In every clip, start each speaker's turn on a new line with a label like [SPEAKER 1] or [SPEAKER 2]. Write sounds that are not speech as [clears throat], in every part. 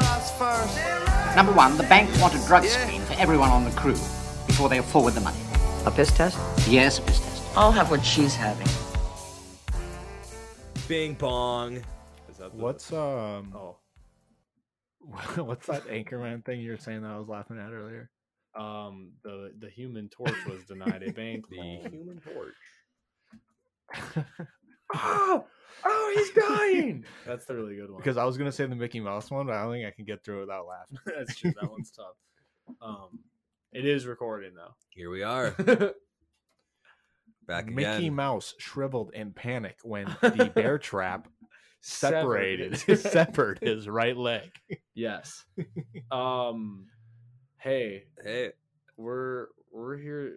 [SPEAKER 1] first.
[SPEAKER 2] Number one, the bank want a drug
[SPEAKER 1] Yeah.
[SPEAKER 2] screen for everyone on the crew before they'll forward the money.
[SPEAKER 3] A piss test?
[SPEAKER 2] Yes, a piss test.
[SPEAKER 3] I'll have what she's having.
[SPEAKER 4] Bing bong. Is that the-
[SPEAKER 5] [laughs] What's um
[SPEAKER 4] Oh,
[SPEAKER 5] what's that Anchorman thing you were saying that I was laughing at earlier?
[SPEAKER 6] Um, the the Human Torch was denied
[SPEAKER 5] [laughs]
[SPEAKER 6] a bank
[SPEAKER 4] the
[SPEAKER 6] loan.
[SPEAKER 4] human
[SPEAKER 6] [laughs]
[SPEAKER 4] torch.
[SPEAKER 5] oh, oh, he's dying.
[SPEAKER 6] [laughs] That's the really good one.
[SPEAKER 5] because I was gonna say the Mickey Mouse one, but I don't think I can get through without laughing.
[SPEAKER 6] [laughs] that's true. That one's tough. Um, it is recording
[SPEAKER 5] [laughs]
[SPEAKER 6] though.
[SPEAKER 4] Here we are back
[SPEAKER 5] Mickey
[SPEAKER 4] again.
[SPEAKER 5] Mouse shriveled in panic [laughs] when the bear trap separated [laughs]
[SPEAKER 6] Severed.
[SPEAKER 5] severed his right leg.
[SPEAKER 6] yes. Um, hey,
[SPEAKER 4] Hey,
[SPEAKER 6] we're we're here.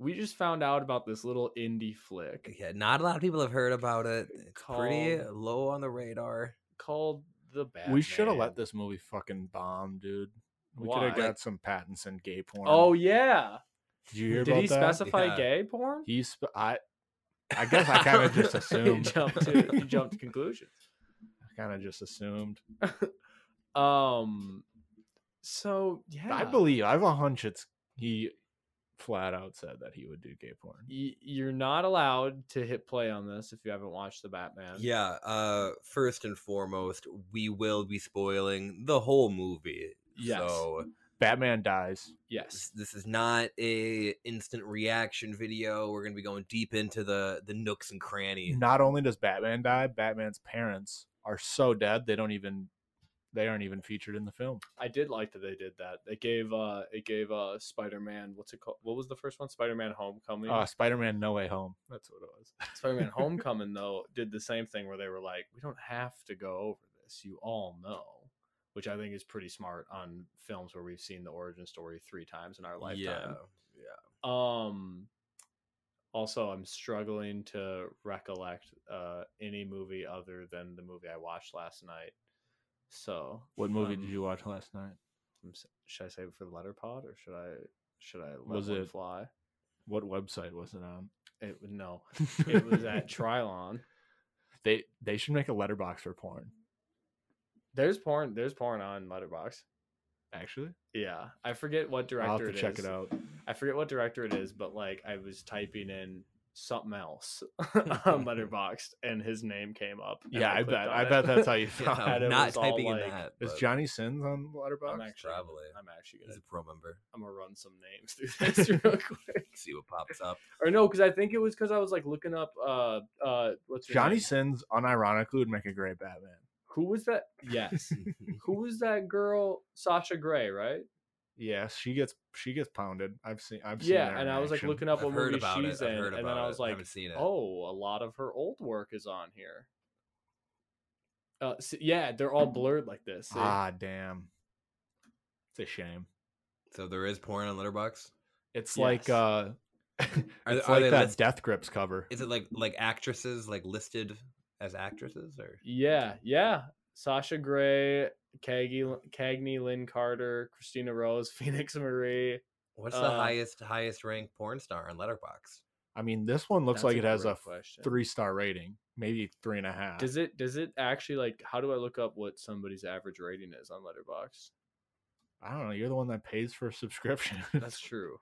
[SPEAKER 6] We just found out about this little indie flick
[SPEAKER 4] yeah, not a lot of people have heard about it. It's pretty
[SPEAKER 6] Called-
[SPEAKER 4] low on the radar.
[SPEAKER 6] called The Batman.
[SPEAKER 5] We should have let this movie fucking bomb, dude. We could
[SPEAKER 6] Why?
[SPEAKER 5] have got some patents and gay porn.
[SPEAKER 6] Oh yeah.
[SPEAKER 5] did you hear
[SPEAKER 6] Did
[SPEAKER 5] about
[SPEAKER 6] he
[SPEAKER 5] that?
[SPEAKER 6] specify
[SPEAKER 4] Yeah.
[SPEAKER 6] gay porn? [laughs]
[SPEAKER 5] He sp- I, I guess I kind of just
[SPEAKER 6] You
[SPEAKER 5] assumed.
[SPEAKER 6] jumped to you
[SPEAKER 5] [laughs]
[SPEAKER 6] jumped to conclusions.
[SPEAKER 5] I kind of just assumed.
[SPEAKER 6] Um. So yeah,
[SPEAKER 5] I believe. I have a hunch. It's he flat out said that he would do gay porn.
[SPEAKER 6] y- you're not allowed to hit play on this if you haven't watched the Batman.
[SPEAKER 4] Yeah, uh first and foremost, we will be spoiling the whole movie.
[SPEAKER 6] Yes.
[SPEAKER 4] So
[SPEAKER 5] Batman dies.
[SPEAKER 4] this,
[SPEAKER 6] Yes.
[SPEAKER 4] this is not a instant reaction video. We're going to be going deep into the the nooks and [laughs] crannies.
[SPEAKER 5] Not only does Batman die, Batman's parents are so dead they don't even they aren't even featured in the film.
[SPEAKER 6] I did like that they did that. It gave uh it gave uh Spider-Man what's it called? What was the first one? Spider-Man Homecoming.
[SPEAKER 5] Uh, Spider-Man: No Way Home.
[SPEAKER 6] That's what it was. Spider-Man Homecoming though did the same thing where they were like, we don't have to go over this. You all know, which I think is pretty smart on films where we've seen the origin story three times in our
[SPEAKER 4] Yeah.
[SPEAKER 6] lifetime. Um also I'm struggling to recollect uh any movie other than the movie I watched last night. So
[SPEAKER 5] What movie
[SPEAKER 6] I'm-
[SPEAKER 5] did you watch last night?
[SPEAKER 6] I'm s- should I save it for the letter pod or should I should I let
[SPEAKER 5] Was
[SPEAKER 6] one
[SPEAKER 5] it-
[SPEAKER 6] fly?
[SPEAKER 5] What website was it on?
[SPEAKER 6] It would- no. It [laughs] was
[SPEAKER 5] [laughs]
[SPEAKER 6] at Trilon.
[SPEAKER 5] They they should make a letterbox for porn.
[SPEAKER 6] There's porn there's porn on Letterbox.
[SPEAKER 5] Actually,
[SPEAKER 6] Yeah. I forget what director
[SPEAKER 5] I'll have to
[SPEAKER 6] it
[SPEAKER 5] check
[SPEAKER 6] is.
[SPEAKER 5] it out.
[SPEAKER 6] I forget what director it is, but like I was typing in something
[SPEAKER 5] [laughs]
[SPEAKER 6] else [laughs] on Letterboxd and his name came up. and
[SPEAKER 5] Yeah, I
[SPEAKER 6] clicked
[SPEAKER 5] bet.
[SPEAKER 6] on
[SPEAKER 5] I
[SPEAKER 6] it.
[SPEAKER 5] bet that's how you
[SPEAKER 4] Yeah,
[SPEAKER 6] [laughs]
[SPEAKER 5] found.
[SPEAKER 6] God, it
[SPEAKER 4] not
[SPEAKER 6] was all
[SPEAKER 4] typing
[SPEAKER 6] like-
[SPEAKER 4] in that.
[SPEAKER 5] Is
[SPEAKER 4] but
[SPEAKER 5] Johnny Sins
[SPEAKER 6] [laughs]
[SPEAKER 5] on
[SPEAKER 6] I'm
[SPEAKER 5] Letterboxd?
[SPEAKER 6] actually gonna-
[SPEAKER 4] Probably.
[SPEAKER 6] I'm actually
[SPEAKER 4] he's
[SPEAKER 6] gonna
[SPEAKER 4] a pro member.
[SPEAKER 6] I'm gonna run some names through this [laughs] real quick.
[SPEAKER 4] See
[SPEAKER 6] [laughs]
[SPEAKER 4] what pops up.
[SPEAKER 6] Or no, because I think it was because I was like looking up uh uh what's her
[SPEAKER 5] Johnny
[SPEAKER 6] name?
[SPEAKER 5] Sins, unironically, would make a great Batman.
[SPEAKER 6] Who was that?
[SPEAKER 5] [laughs]
[SPEAKER 6] Yes. Who was that girl? Sasha Grey, right?
[SPEAKER 5] Yes, she gets she gets pounded. I've seen. I've seen.
[SPEAKER 6] yeah,
[SPEAKER 5] her
[SPEAKER 6] and
[SPEAKER 5] in
[SPEAKER 6] I was like
[SPEAKER 5] action.
[SPEAKER 6] looking up
[SPEAKER 4] I've
[SPEAKER 6] what
[SPEAKER 4] heard
[SPEAKER 6] movie
[SPEAKER 4] about
[SPEAKER 6] she's
[SPEAKER 4] it. I've
[SPEAKER 6] in,
[SPEAKER 4] heard about
[SPEAKER 6] and then I was
[SPEAKER 4] it. I
[SPEAKER 6] like,
[SPEAKER 4] haven't seen it.
[SPEAKER 6] oh, a lot of her old work is on here. Uh, s yeah, they're all blurred like this. see?
[SPEAKER 5] Ah, damn. It's a shame.
[SPEAKER 4] So there is porn on Letterbox.
[SPEAKER 5] It's
[SPEAKER 6] Yes.
[SPEAKER 5] like uh, [laughs]
[SPEAKER 4] Are,
[SPEAKER 5] it's
[SPEAKER 4] are they
[SPEAKER 5] like that
[SPEAKER 4] list-
[SPEAKER 5] Death Grips cover.
[SPEAKER 4] Is it like like actresses like listed as actresses or?
[SPEAKER 6] Yeah, yeah. Sasha Grey, Cagney, Cagney Lynn Carter, Christina Rose, [laughs] Phoenix Marie.
[SPEAKER 4] What's the
[SPEAKER 6] Uh,
[SPEAKER 4] highest highest ranked porn star on Letterbox?
[SPEAKER 5] I mean, this one looks
[SPEAKER 6] That's
[SPEAKER 5] like
[SPEAKER 6] a
[SPEAKER 5] it has
[SPEAKER 6] great
[SPEAKER 5] a
[SPEAKER 6] question.
[SPEAKER 5] three star rating, maybe three and a half.
[SPEAKER 6] Does it? Does it actually like? How do I look up what somebody's average rating is on
[SPEAKER 5] [laughs]
[SPEAKER 6] Letterboxd?
[SPEAKER 5] I don't know. You're the one that pays for a subscription. [laughs]
[SPEAKER 6] That's true.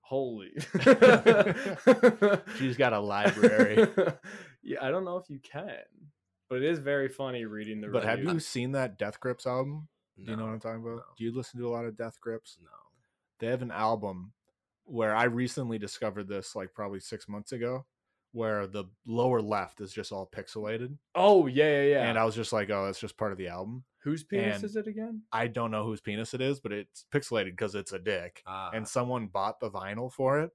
[SPEAKER 6] Holy. [laughs]
[SPEAKER 5] She's got a library.
[SPEAKER 6] yeah, I don't know if you can, but it is very funny reading the.
[SPEAKER 5] but have
[SPEAKER 6] reviews.
[SPEAKER 5] you seen that Death Grips album?
[SPEAKER 4] No,
[SPEAKER 5] Do you know what I'm talking about?
[SPEAKER 4] no.
[SPEAKER 5] Do you listen to a lot of Death Grips?
[SPEAKER 4] No.
[SPEAKER 5] They have an album where I recently discovered this, like probably six months ago, where the lower left is just all pixelated.
[SPEAKER 6] Oh yeah, yeah, yeah.
[SPEAKER 5] And I was just like, oh, that's just part of the album.
[SPEAKER 6] Whose penis
[SPEAKER 5] and-
[SPEAKER 6] is it again?
[SPEAKER 5] I don't know whose penis it is, but it's pixelated because it's a dick.
[SPEAKER 4] Ah, [laughs]
[SPEAKER 6] Uh.
[SPEAKER 5] and someone bought the vinyl for it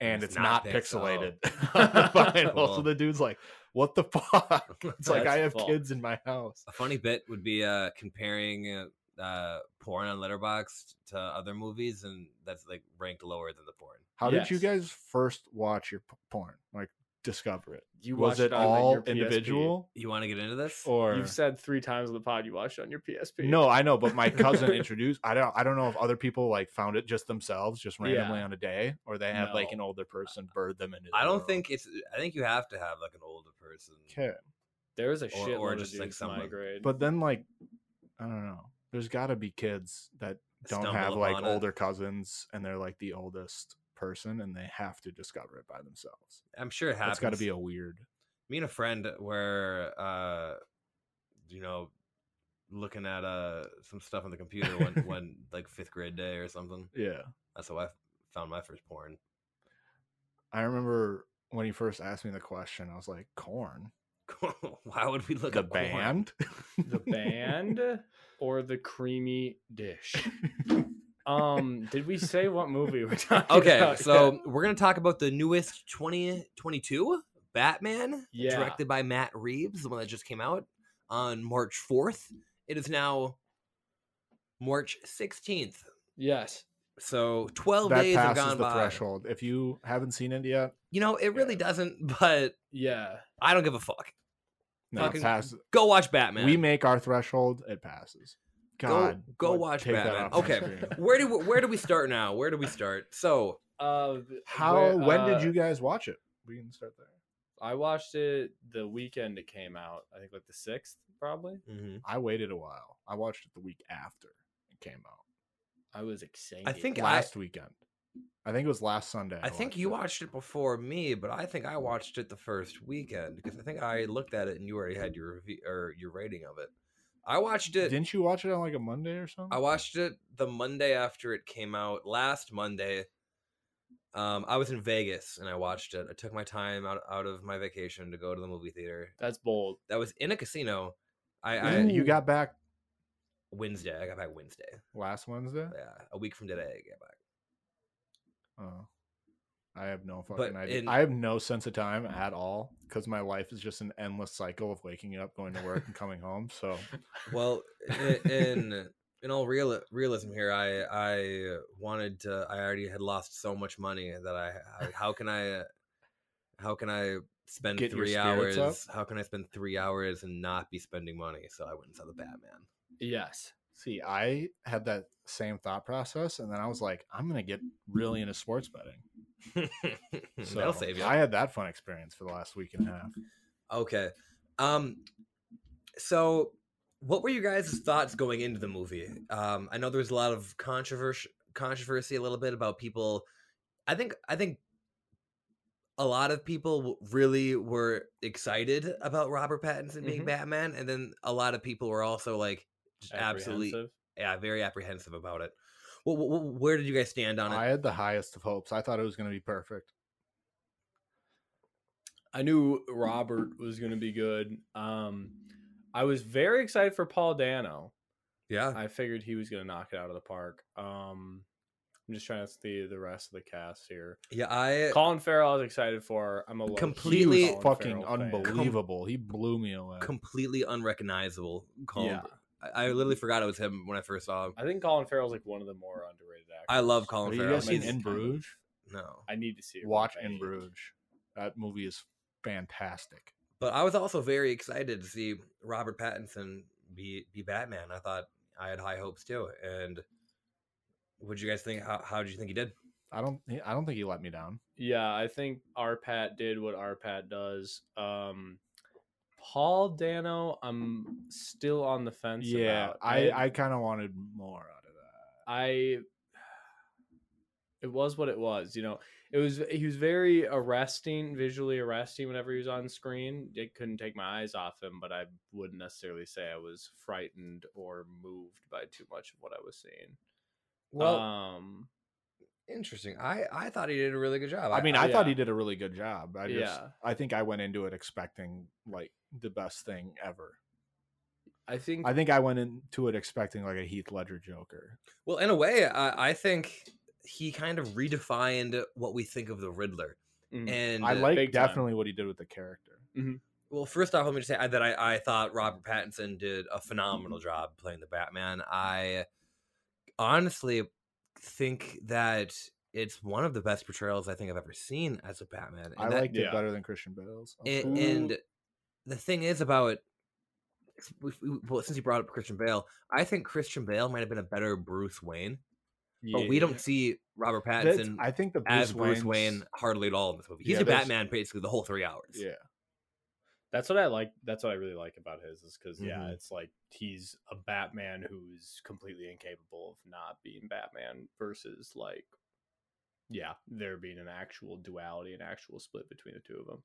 [SPEAKER 5] and
[SPEAKER 4] it's
[SPEAKER 5] it's,
[SPEAKER 4] not
[SPEAKER 5] not,
[SPEAKER 4] pixel.
[SPEAKER 5] pixelated [laughs] on
[SPEAKER 6] [laughs]
[SPEAKER 5] the vinyl.
[SPEAKER 4] Cool.
[SPEAKER 5] So the dude's like, what the fuck? It's like,
[SPEAKER 6] That's
[SPEAKER 5] I have
[SPEAKER 6] fucked.
[SPEAKER 5] kids in my house.
[SPEAKER 4] a funny bit would be uh comparing uh, uh porn on Letterbox to other movies, and that's like ranked lower than the porn.
[SPEAKER 5] How did you
[SPEAKER 6] Yes.
[SPEAKER 5] guys first watch your p- porn? Like, discover it?
[SPEAKER 6] You
[SPEAKER 5] Was
[SPEAKER 6] watched
[SPEAKER 5] it
[SPEAKER 6] on, like,
[SPEAKER 5] all
[SPEAKER 6] your PSP.
[SPEAKER 5] individual?
[SPEAKER 4] You want to get into this?
[SPEAKER 5] Or
[SPEAKER 6] You've said three times on the pod you watched on your PSP.
[SPEAKER 5] no, I know, but my
[SPEAKER 4] [laughs]
[SPEAKER 5] cousin introduced. I don't. I don't know if other people like found it just themselves, just
[SPEAKER 6] Yeah.
[SPEAKER 5] randomly on a day, or they have like
[SPEAKER 6] No.
[SPEAKER 5] an older person bird them into.
[SPEAKER 4] I
[SPEAKER 5] their
[SPEAKER 4] don't
[SPEAKER 5] world.
[SPEAKER 4] think it's. I think you have to have like an older person.
[SPEAKER 5] Okay,
[SPEAKER 6] there was a
[SPEAKER 4] Or-
[SPEAKER 6] shit
[SPEAKER 4] or
[SPEAKER 6] or
[SPEAKER 4] just,
[SPEAKER 6] just
[SPEAKER 4] like,
[SPEAKER 6] like my
[SPEAKER 4] someone-
[SPEAKER 6] grade.
[SPEAKER 5] but then like I don't know. There's got to be kids that don't
[SPEAKER 4] Stumble
[SPEAKER 5] have like
[SPEAKER 4] upon it.
[SPEAKER 5] older cousins and they're like the oldest person and they have to discover it by themselves.
[SPEAKER 4] I'm sure it happens.
[SPEAKER 5] That's got to be a weird.
[SPEAKER 4] me and a friend were uh you know looking at uh some stuff on the computer
[SPEAKER 5] [laughs]
[SPEAKER 4] when when like fifth grade day or something
[SPEAKER 5] Yeah.
[SPEAKER 4] that's how i found my first porn [laughs]
[SPEAKER 5] I remember when he first asked me the question, I was like, "Corn,
[SPEAKER 4] why would we look
[SPEAKER 5] the
[SPEAKER 4] up corn?
[SPEAKER 5] band,
[SPEAKER 6] [laughs]
[SPEAKER 5] [laughs]
[SPEAKER 6] the band or the creamy dish. Um, did we say what movie we're [laughs] talking
[SPEAKER 4] okay
[SPEAKER 5] Oh,
[SPEAKER 6] about?
[SPEAKER 4] so
[SPEAKER 6] yet?
[SPEAKER 4] we're gonna talk about the newest 2022 batman
[SPEAKER 6] Yeah.
[SPEAKER 4] directed by matt reeves the one that just came out on march 4th it is now march 16th
[SPEAKER 6] yes,
[SPEAKER 4] so 12
[SPEAKER 5] that
[SPEAKER 4] days have
[SPEAKER 5] passes
[SPEAKER 4] gone
[SPEAKER 5] the
[SPEAKER 4] by
[SPEAKER 5] threshold." If you haven't seen it yet,
[SPEAKER 4] you know it really doesn't [laughs] but
[SPEAKER 6] yeah,
[SPEAKER 4] i don't give a fuck
[SPEAKER 5] no, it
[SPEAKER 4] Fucking
[SPEAKER 5] passes.
[SPEAKER 4] go watch Batman.
[SPEAKER 5] We make our threshold; it passes. God,
[SPEAKER 4] go
[SPEAKER 5] what-
[SPEAKER 4] watch
[SPEAKER 5] take that off
[SPEAKER 4] Batman.
[SPEAKER 5] my
[SPEAKER 4] Okay. [laughs]
[SPEAKER 5] screen.
[SPEAKER 4] where do where do we start now? Where do we start? So
[SPEAKER 6] uh,
[SPEAKER 5] How?
[SPEAKER 6] where-
[SPEAKER 5] when
[SPEAKER 6] uh,
[SPEAKER 5] did you guys watch it? We can start there.
[SPEAKER 6] I watched it the weekend it came out. I think like the sixth, probably.
[SPEAKER 5] I waited a while. I watched it the week after it came out.
[SPEAKER 6] I was excited.
[SPEAKER 4] I think I
[SPEAKER 5] Last weekend. I think it was last Sunday.
[SPEAKER 4] I think you
[SPEAKER 5] it.
[SPEAKER 4] watched it before me, but I think I watched it the first weekend because I think I looked at it and you already had your review or your rating of it. I watched it.
[SPEAKER 5] Didn't you watch it on like a Monday or something?
[SPEAKER 4] I watched it the Monday after it came out last Monday. Um, I was in Vegas and I watched it. I took my time out, out of my vacation to go to the movie theater.
[SPEAKER 6] that's bold.
[SPEAKER 4] That was in a casino. I,
[SPEAKER 5] And then
[SPEAKER 4] I
[SPEAKER 5] you got back
[SPEAKER 4] Wednesday. I got back Wednesday.
[SPEAKER 5] last Wednesday.
[SPEAKER 4] Yeah, a week from today I get back.
[SPEAKER 5] Oh. I have no fucking idea.
[SPEAKER 4] in-
[SPEAKER 5] I have no sense of time at all because my life is just an endless cycle of waking up, going to work, and coming home.
[SPEAKER 4] [laughs]
[SPEAKER 5] So
[SPEAKER 4] Well, i- in in all real realism here, I I wanted to. I already had lost so much money that I, I how can I how can I spend
[SPEAKER 5] Get your
[SPEAKER 4] three
[SPEAKER 5] spirits
[SPEAKER 4] hours?
[SPEAKER 5] up?
[SPEAKER 4] How can I spend three hours and not be spending money? So I went and saw the Batman. [laughs]
[SPEAKER 6] Yes,
[SPEAKER 5] see, I had that same thought process, and then I was like, I'm gonna get really into sports betting. So
[SPEAKER 4] Hmm, That'll save you.
[SPEAKER 5] I had that fun experience for the last week and a half.
[SPEAKER 4] okay. Um. So, what were you guys' thoughts going into the movie? Um, I know there was a lot of controversy, controversy a little bit about people. I think I think a lot of people w- really were excited about Robert Pattinson being
[SPEAKER 6] Mhm.
[SPEAKER 4] Batman, and then a lot of people were also like just absolutely
[SPEAKER 6] Apprehensive.
[SPEAKER 4] yeah, very apprehensive about it. Well, where did you guys stand on it?
[SPEAKER 5] I had the highest of hopes. I thought it was gonna be perfect.
[SPEAKER 6] I knew Robert was going to be good. Um, I was very excited for Paul Dano.
[SPEAKER 4] yeah,
[SPEAKER 6] I figured he was going to knock it out of the park. Um, I'm just trying to see the rest of the cast here.
[SPEAKER 4] yeah, I
[SPEAKER 6] Colin Farrell, I was excited for. I'm a low-key
[SPEAKER 4] Eh. Completely-
[SPEAKER 5] he
[SPEAKER 6] Colin
[SPEAKER 5] was fucking
[SPEAKER 6] Farrell fan.
[SPEAKER 5] unbelievable. he blew me away.
[SPEAKER 4] completely unrecognizable. Called
[SPEAKER 6] Yeah.
[SPEAKER 4] I, I literally forgot it was him when I first saw him.
[SPEAKER 6] I think Colin Farrell's like one of the more underrated actors.
[SPEAKER 4] I love Colin
[SPEAKER 5] Have
[SPEAKER 4] Farrell.
[SPEAKER 5] you guys seen
[SPEAKER 4] He's-
[SPEAKER 5] In Bruges?
[SPEAKER 4] No.
[SPEAKER 6] I need to see it.
[SPEAKER 5] Watch
[SPEAKER 6] Revenge.
[SPEAKER 5] In Bruges. That movie is fantastic.
[SPEAKER 4] But I was also very excited to see Robert Pattinson be be Batman. I thought I had high hopes too. And what do you guys think? How how did you think he did?
[SPEAKER 5] I don't. he- I don't think he let me down.
[SPEAKER 6] Yeah, I think RPAT did what RPAT does. Um, Paul Dano, I'm still on the fence.
[SPEAKER 5] Yeah,
[SPEAKER 6] about.
[SPEAKER 5] I, I kind of wanted more out of that.
[SPEAKER 6] I [sighs] it was what it was, you know. It was he was very arresting, visually arresting whenever he was on screen. It couldn't take my eyes off him, but I wouldn't necessarily say I was frightened or moved by too much of what I was seeing. um
[SPEAKER 4] interesting. I I thought he did a really good job.
[SPEAKER 5] I mean, I thought
[SPEAKER 6] yeah.
[SPEAKER 5] he did a really good job. I just,
[SPEAKER 6] Yeah.
[SPEAKER 5] I think I went into it expecting like the best thing ever.
[SPEAKER 6] I think
[SPEAKER 5] I think I went into it expecting like a Heath Ledger Joker.
[SPEAKER 4] Well, in a way, I, I think he kind of redefined what we think of the Riddler.
[SPEAKER 6] mm,
[SPEAKER 4] And
[SPEAKER 5] I
[SPEAKER 4] uh,
[SPEAKER 5] like
[SPEAKER 6] big time.
[SPEAKER 5] definitely what he did with the character.
[SPEAKER 4] Well, first off, let me just say that I, I thought Robert Pattinson did a
[SPEAKER 5] Mm-hmm.
[SPEAKER 4] phenomenal job playing the Batman. I honestly think that it's one of the best portrayals I think I've ever seen as a Batman. And
[SPEAKER 5] I
[SPEAKER 4] that-
[SPEAKER 5] liked it
[SPEAKER 6] yeah.
[SPEAKER 5] better than Christian Bale's. I'll
[SPEAKER 4] a-
[SPEAKER 5] say that.
[SPEAKER 4] and the thing is about s- we- we- well, since you brought up Christian Bale, I think Christian Bale might have been a better Bruce Wayne, but we don't see Robert
[SPEAKER 5] That's-
[SPEAKER 4] Pattinson
[SPEAKER 5] I think the Bruce
[SPEAKER 4] as Bruce
[SPEAKER 5] Wayne's-
[SPEAKER 4] Wayne hardly at all in this movie. He's
[SPEAKER 5] Yeah,
[SPEAKER 4] a
[SPEAKER 5] there's-
[SPEAKER 4] Batman basically the whole three hours.
[SPEAKER 5] Yeah,
[SPEAKER 6] That's what I like. That's what I really like about his is because yeah,
[SPEAKER 5] Mm-hmm.
[SPEAKER 4] Mhm.
[SPEAKER 6] it's like he's a Batman who's completely incapable of not being Batman versus like yeah, there being an actual duality, an actual split between the two of them.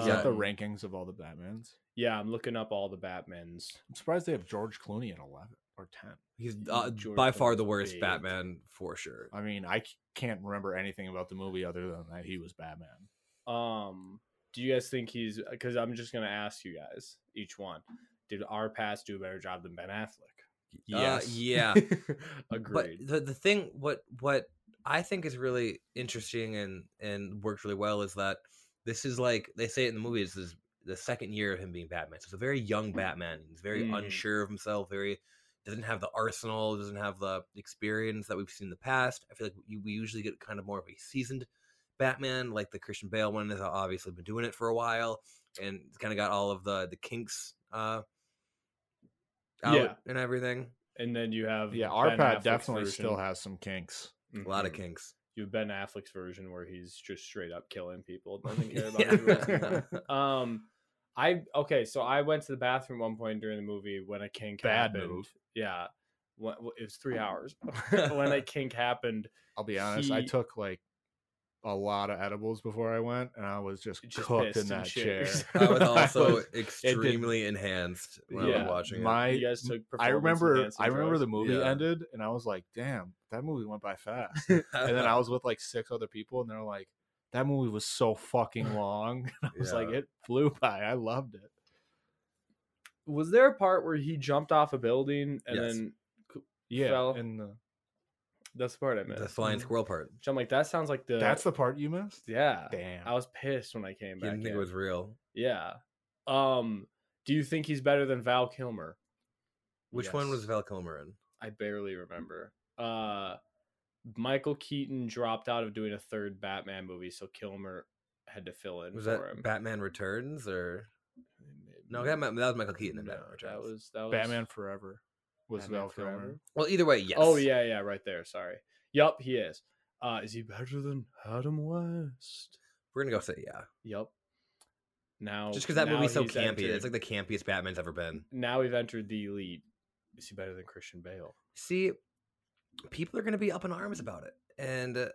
[SPEAKER 5] Is that the
[SPEAKER 6] Um,
[SPEAKER 5] rankings of all the Batmans?
[SPEAKER 6] Yeah, I'm looking up all the Batmans.
[SPEAKER 5] I'm surprised they have George Clooney at 11 or 10.
[SPEAKER 4] He's
[SPEAKER 6] Y-
[SPEAKER 4] uh,
[SPEAKER 6] George
[SPEAKER 4] by far the
[SPEAKER 6] Clooney's
[SPEAKER 4] worst
[SPEAKER 6] big.
[SPEAKER 4] Batman for sure. Uh,
[SPEAKER 5] I mean, I c- can't remember anything about the movie other than that he was Batman.
[SPEAKER 6] Um, do you guys think he's? Because I'm just gonna ask you guys each one. Did our pass do a better job than Ben
[SPEAKER 5] [laughs]
[SPEAKER 6] Affleck?
[SPEAKER 4] Uh, yeah.
[SPEAKER 6] agreed.
[SPEAKER 4] But the the thing what what I think is really interesting and and works really well is that this is like they say it in the movie. This is the second year of him being Batman. So it's a very young Batman. He's very
[SPEAKER 6] Mm.
[SPEAKER 4] unsure of himself. Very doesn't have the arsenal. Doesn't have the experience that we've seen in the past. I feel like we- we usually get kind of more of a seasoned Batman, like the Christian Bale one has obviously been doing it for a while and kind of got all of the the kinks uh out
[SPEAKER 6] Yeah.
[SPEAKER 4] and everything.
[SPEAKER 6] and then you have
[SPEAKER 5] Yeah,
[SPEAKER 6] Ben
[SPEAKER 5] Arpad
[SPEAKER 6] Affleck's
[SPEAKER 5] definitely still
[SPEAKER 6] version-
[SPEAKER 5] has some kinks.
[SPEAKER 4] A lot of
[SPEAKER 6] Mhm.
[SPEAKER 4] kinks.
[SPEAKER 6] you have Ben Affleck's version where he's just straight up killing people.
[SPEAKER 5] [laughs]
[SPEAKER 6] Doesn't care about
[SPEAKER 4] Yeah.
[SPEAKER 6] his rules. [laughs] um, I okay. So I went to the bathroom one point during the movie when a kink
[SPEAKER 5] Bad
[SPEAKER 6] happened.
[SPEAKER 5] move.
[SPEAKER 6] Yeah, when, well, it was
[SPEAKER 5] [laughs]
[SPEAKER 6] three hours [laughs] when a kink happened.
[SPEAKER 5] I'll be honest, I
[SPEAKER 6] He-
[SPEAKER 5] took like a lot of edibles before I went and I was just,
[SPEAKER 6] Just
[SPEAKER 5] cooked
[SPEAKER 6] pissed
[SPEAKER 5] in
[SPEAKER 6] and
[SPEAKER 5] that
[SPEAKER 6] shit
[SPEAKER 5] chair.
[SPEAKER 6] yourself. [laughs]
[SPEAKER 4] [laughs] I was
[SPEAKER 5] I
[SPEAKER 4] also
[SPEAKER 5] was-
[SPEAKER 4] extremely enhanced when I
[SPEAKER 6] Yeah,
[SPEAKER 4] was watching it. [laughs]
[SPEAKER 5] My
[SPEAKER 6] you guys took.
[SPEAKER 5] I remember
[SPEAKER 6] performance-enhancing
[SPEAKER 5] I remember
[SPEAKER 6] drugs.
[SPEAKER 5] the movie
[SPEAKER 4] Yeah.
[SPEAKER 5] ended and I was like, damn, that movie went by
[SPEAKER 4] [laughs]
[SPEAKER 5] fast. and then I was with like six other people and they're like, that movie was so
[SPEAKER 4] [laughs]
[SPEAKER 5] fucking long. [laughs] And I was like,
[SPEAKER 4] Yeah.
[SPEAKER 5] it flew by. I loved it.
[SPEAKER 6] Was there a part where he jumped off a building and
[SPEAKER 4] Yes.
[SPEAKER 6] then
[SPEAKER 5] Yeah.
[SPEAKER 6] Fell.
[SPEAKER 5] And the,
[SPEAKER 6] that's the part I missed? Mm-hmm.
[SPEAKER 4] the flying squirrel part.
[SPEAKER 6] Which I'm like, that sounds like the
[SPEAKER 5] that's the part you missed?
[SPEAKER 6] yeah.
[SPEAKER 5] Damn.
[SPEAKER 6] I was pissed when I came
[SPEAKER 4] You
[SPEAKER 6] back.
[SPEAKER 4] didn't think
[SPEAKER 6] in.
[SPEAKER 4] it was real.
[SPEAKER 6] Yeah. Um, do you think he's better than Val Kilmer?
[SPEAKER 4] Which one was
[SPEAKER 6] Yes.
[SPEAKER 4] Val Kilmer in?
[SPEAKER 6] I barely remember. Uh Michael Keaton dropped out of doing a third Batman movie, so Kilmer had to fill in
[SPEAKER 4] Was
[SPEAKER 6] for
[SPEAKER 4] that
[SPEAKER 6] him.
[SPEAKER 4] Batman Returns or no?
[SPEAKER 6] Maybe-
[SPEAKER 4] That, that was Michael Keaton in
[SPEAKER 6] No,
[SPEAKER 4] Batman Returns.
[SPEAKER 6] that was that was
[SPEAKER 5] Batman Forever was
[SPEAKER 6] Batman
[SPEAKER 5] Val Kilmer.
[SPEAKER 6] Forever?
[SPEAKER 4] Well, either way, yes.
[SPEAKER 6] Oh yeah, yeah, right there. Sorry. Yup, he is. Uh is he better than Adam West?
[SPEAKER 4] we're gonna go say yeah,
[SPEAKER 6] Yup. Now
[SPEAKER 4] just because that
[SPEAKER 6] Oh, now
[SPEAKER 4] movie's so
[SPEAKER 6] he's
[SPEAKER 4] campy.
[SPEAKER 6] entered-
[SPEAKER 4] It's like the campiest Batman's ever been.
[SPEAKER 6] now we've entered the elite. Is he better than Christian Bale?
[SPEAKER 4] See, people are gonna be up in arms about it, and uh,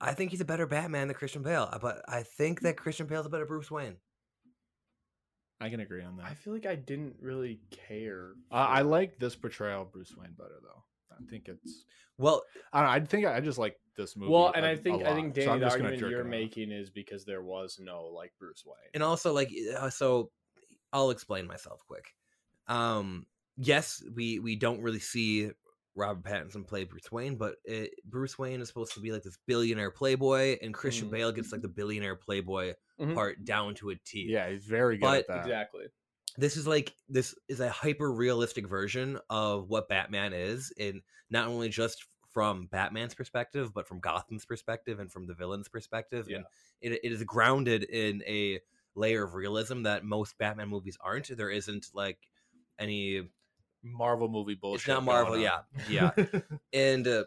[SPEAKER 4] I think he's a better Batman than Christian Bale. uh, But I
[SPEAKER 6] Hmm.
[SPEAKER 4] think that Christian Bale's a better Bruce Wayne.
[SPEAKER 5] I can agree on that.
[SPEAKER 6] I feel like I didn't really care.
[SPEAKER 5] I, I
[SPEAKER 6] for-
[SPEAKER 5] like this portrayal of Bruce Wayne better though. I think it's.
[SPEAKER 4] Well,
[SPEAKER 5] I, don't know, I think I just like this movie.
[SPEAKER 6] Well, and
[SPEAKER 5] a-
[SPEAKER 6] I
[SPEAKER 5] a
[SPEAKER 6] think I
[SPEAKER 5] lot,
[SPEAKER 6] think
[SPEAKER 5] so
[SPEAKER 6] Danny,
[SPEAKER 5] I'm
[SPEAKER 6] the
[SPEAKER 5] just gonna
[SPEAKER 6] argument
[SPEAKER 5] jerk
[SPEAKER 6] you're
[SPEAKER 5] it off.
[SPEAKER 6] making is because there was no like Bruce Wayne.
[SPEAKER 4] and also like uh, so i'll explain myself quick um yes we we don't really see robert pattinson play bruce wayne but it, bruce wayne is supposed to be like this billionaire playboy and christian
[SPEAKER 6] Mhm.
[SPEAKER 4] bale gets like the billionaire playboy
[SPEAKER 6] Mhm.
[SPEAKER 4] part down to a t
[SPEAKER 5] Yeah, he's very good at
[SPEAKER 4] But-
[SPEAKER 5] that.
[SPEAKER 6] Exactly.
[SPEAKER 4] this is like this is a hyper realistic version of what batman is and not only just from batman's perspective but from gotham's perspective and from the villain's perspective
[SPEAKER 6] Yeah.
[SPEAKER 4] and it, it is grounded in a layer of realism that most batman movies aren't there isn't like any
[SPEAKER 5] Marvel movie bullshit.
[SPEAKER 4] it's
[SPEAKER 5] going
[SPEAKER 4] not marvel
[SPEAKER 5] on.
[SPEAKER 4] yeah
[SPEAKER 5] [laughs]
[SPEAKER 4] yeah and uh,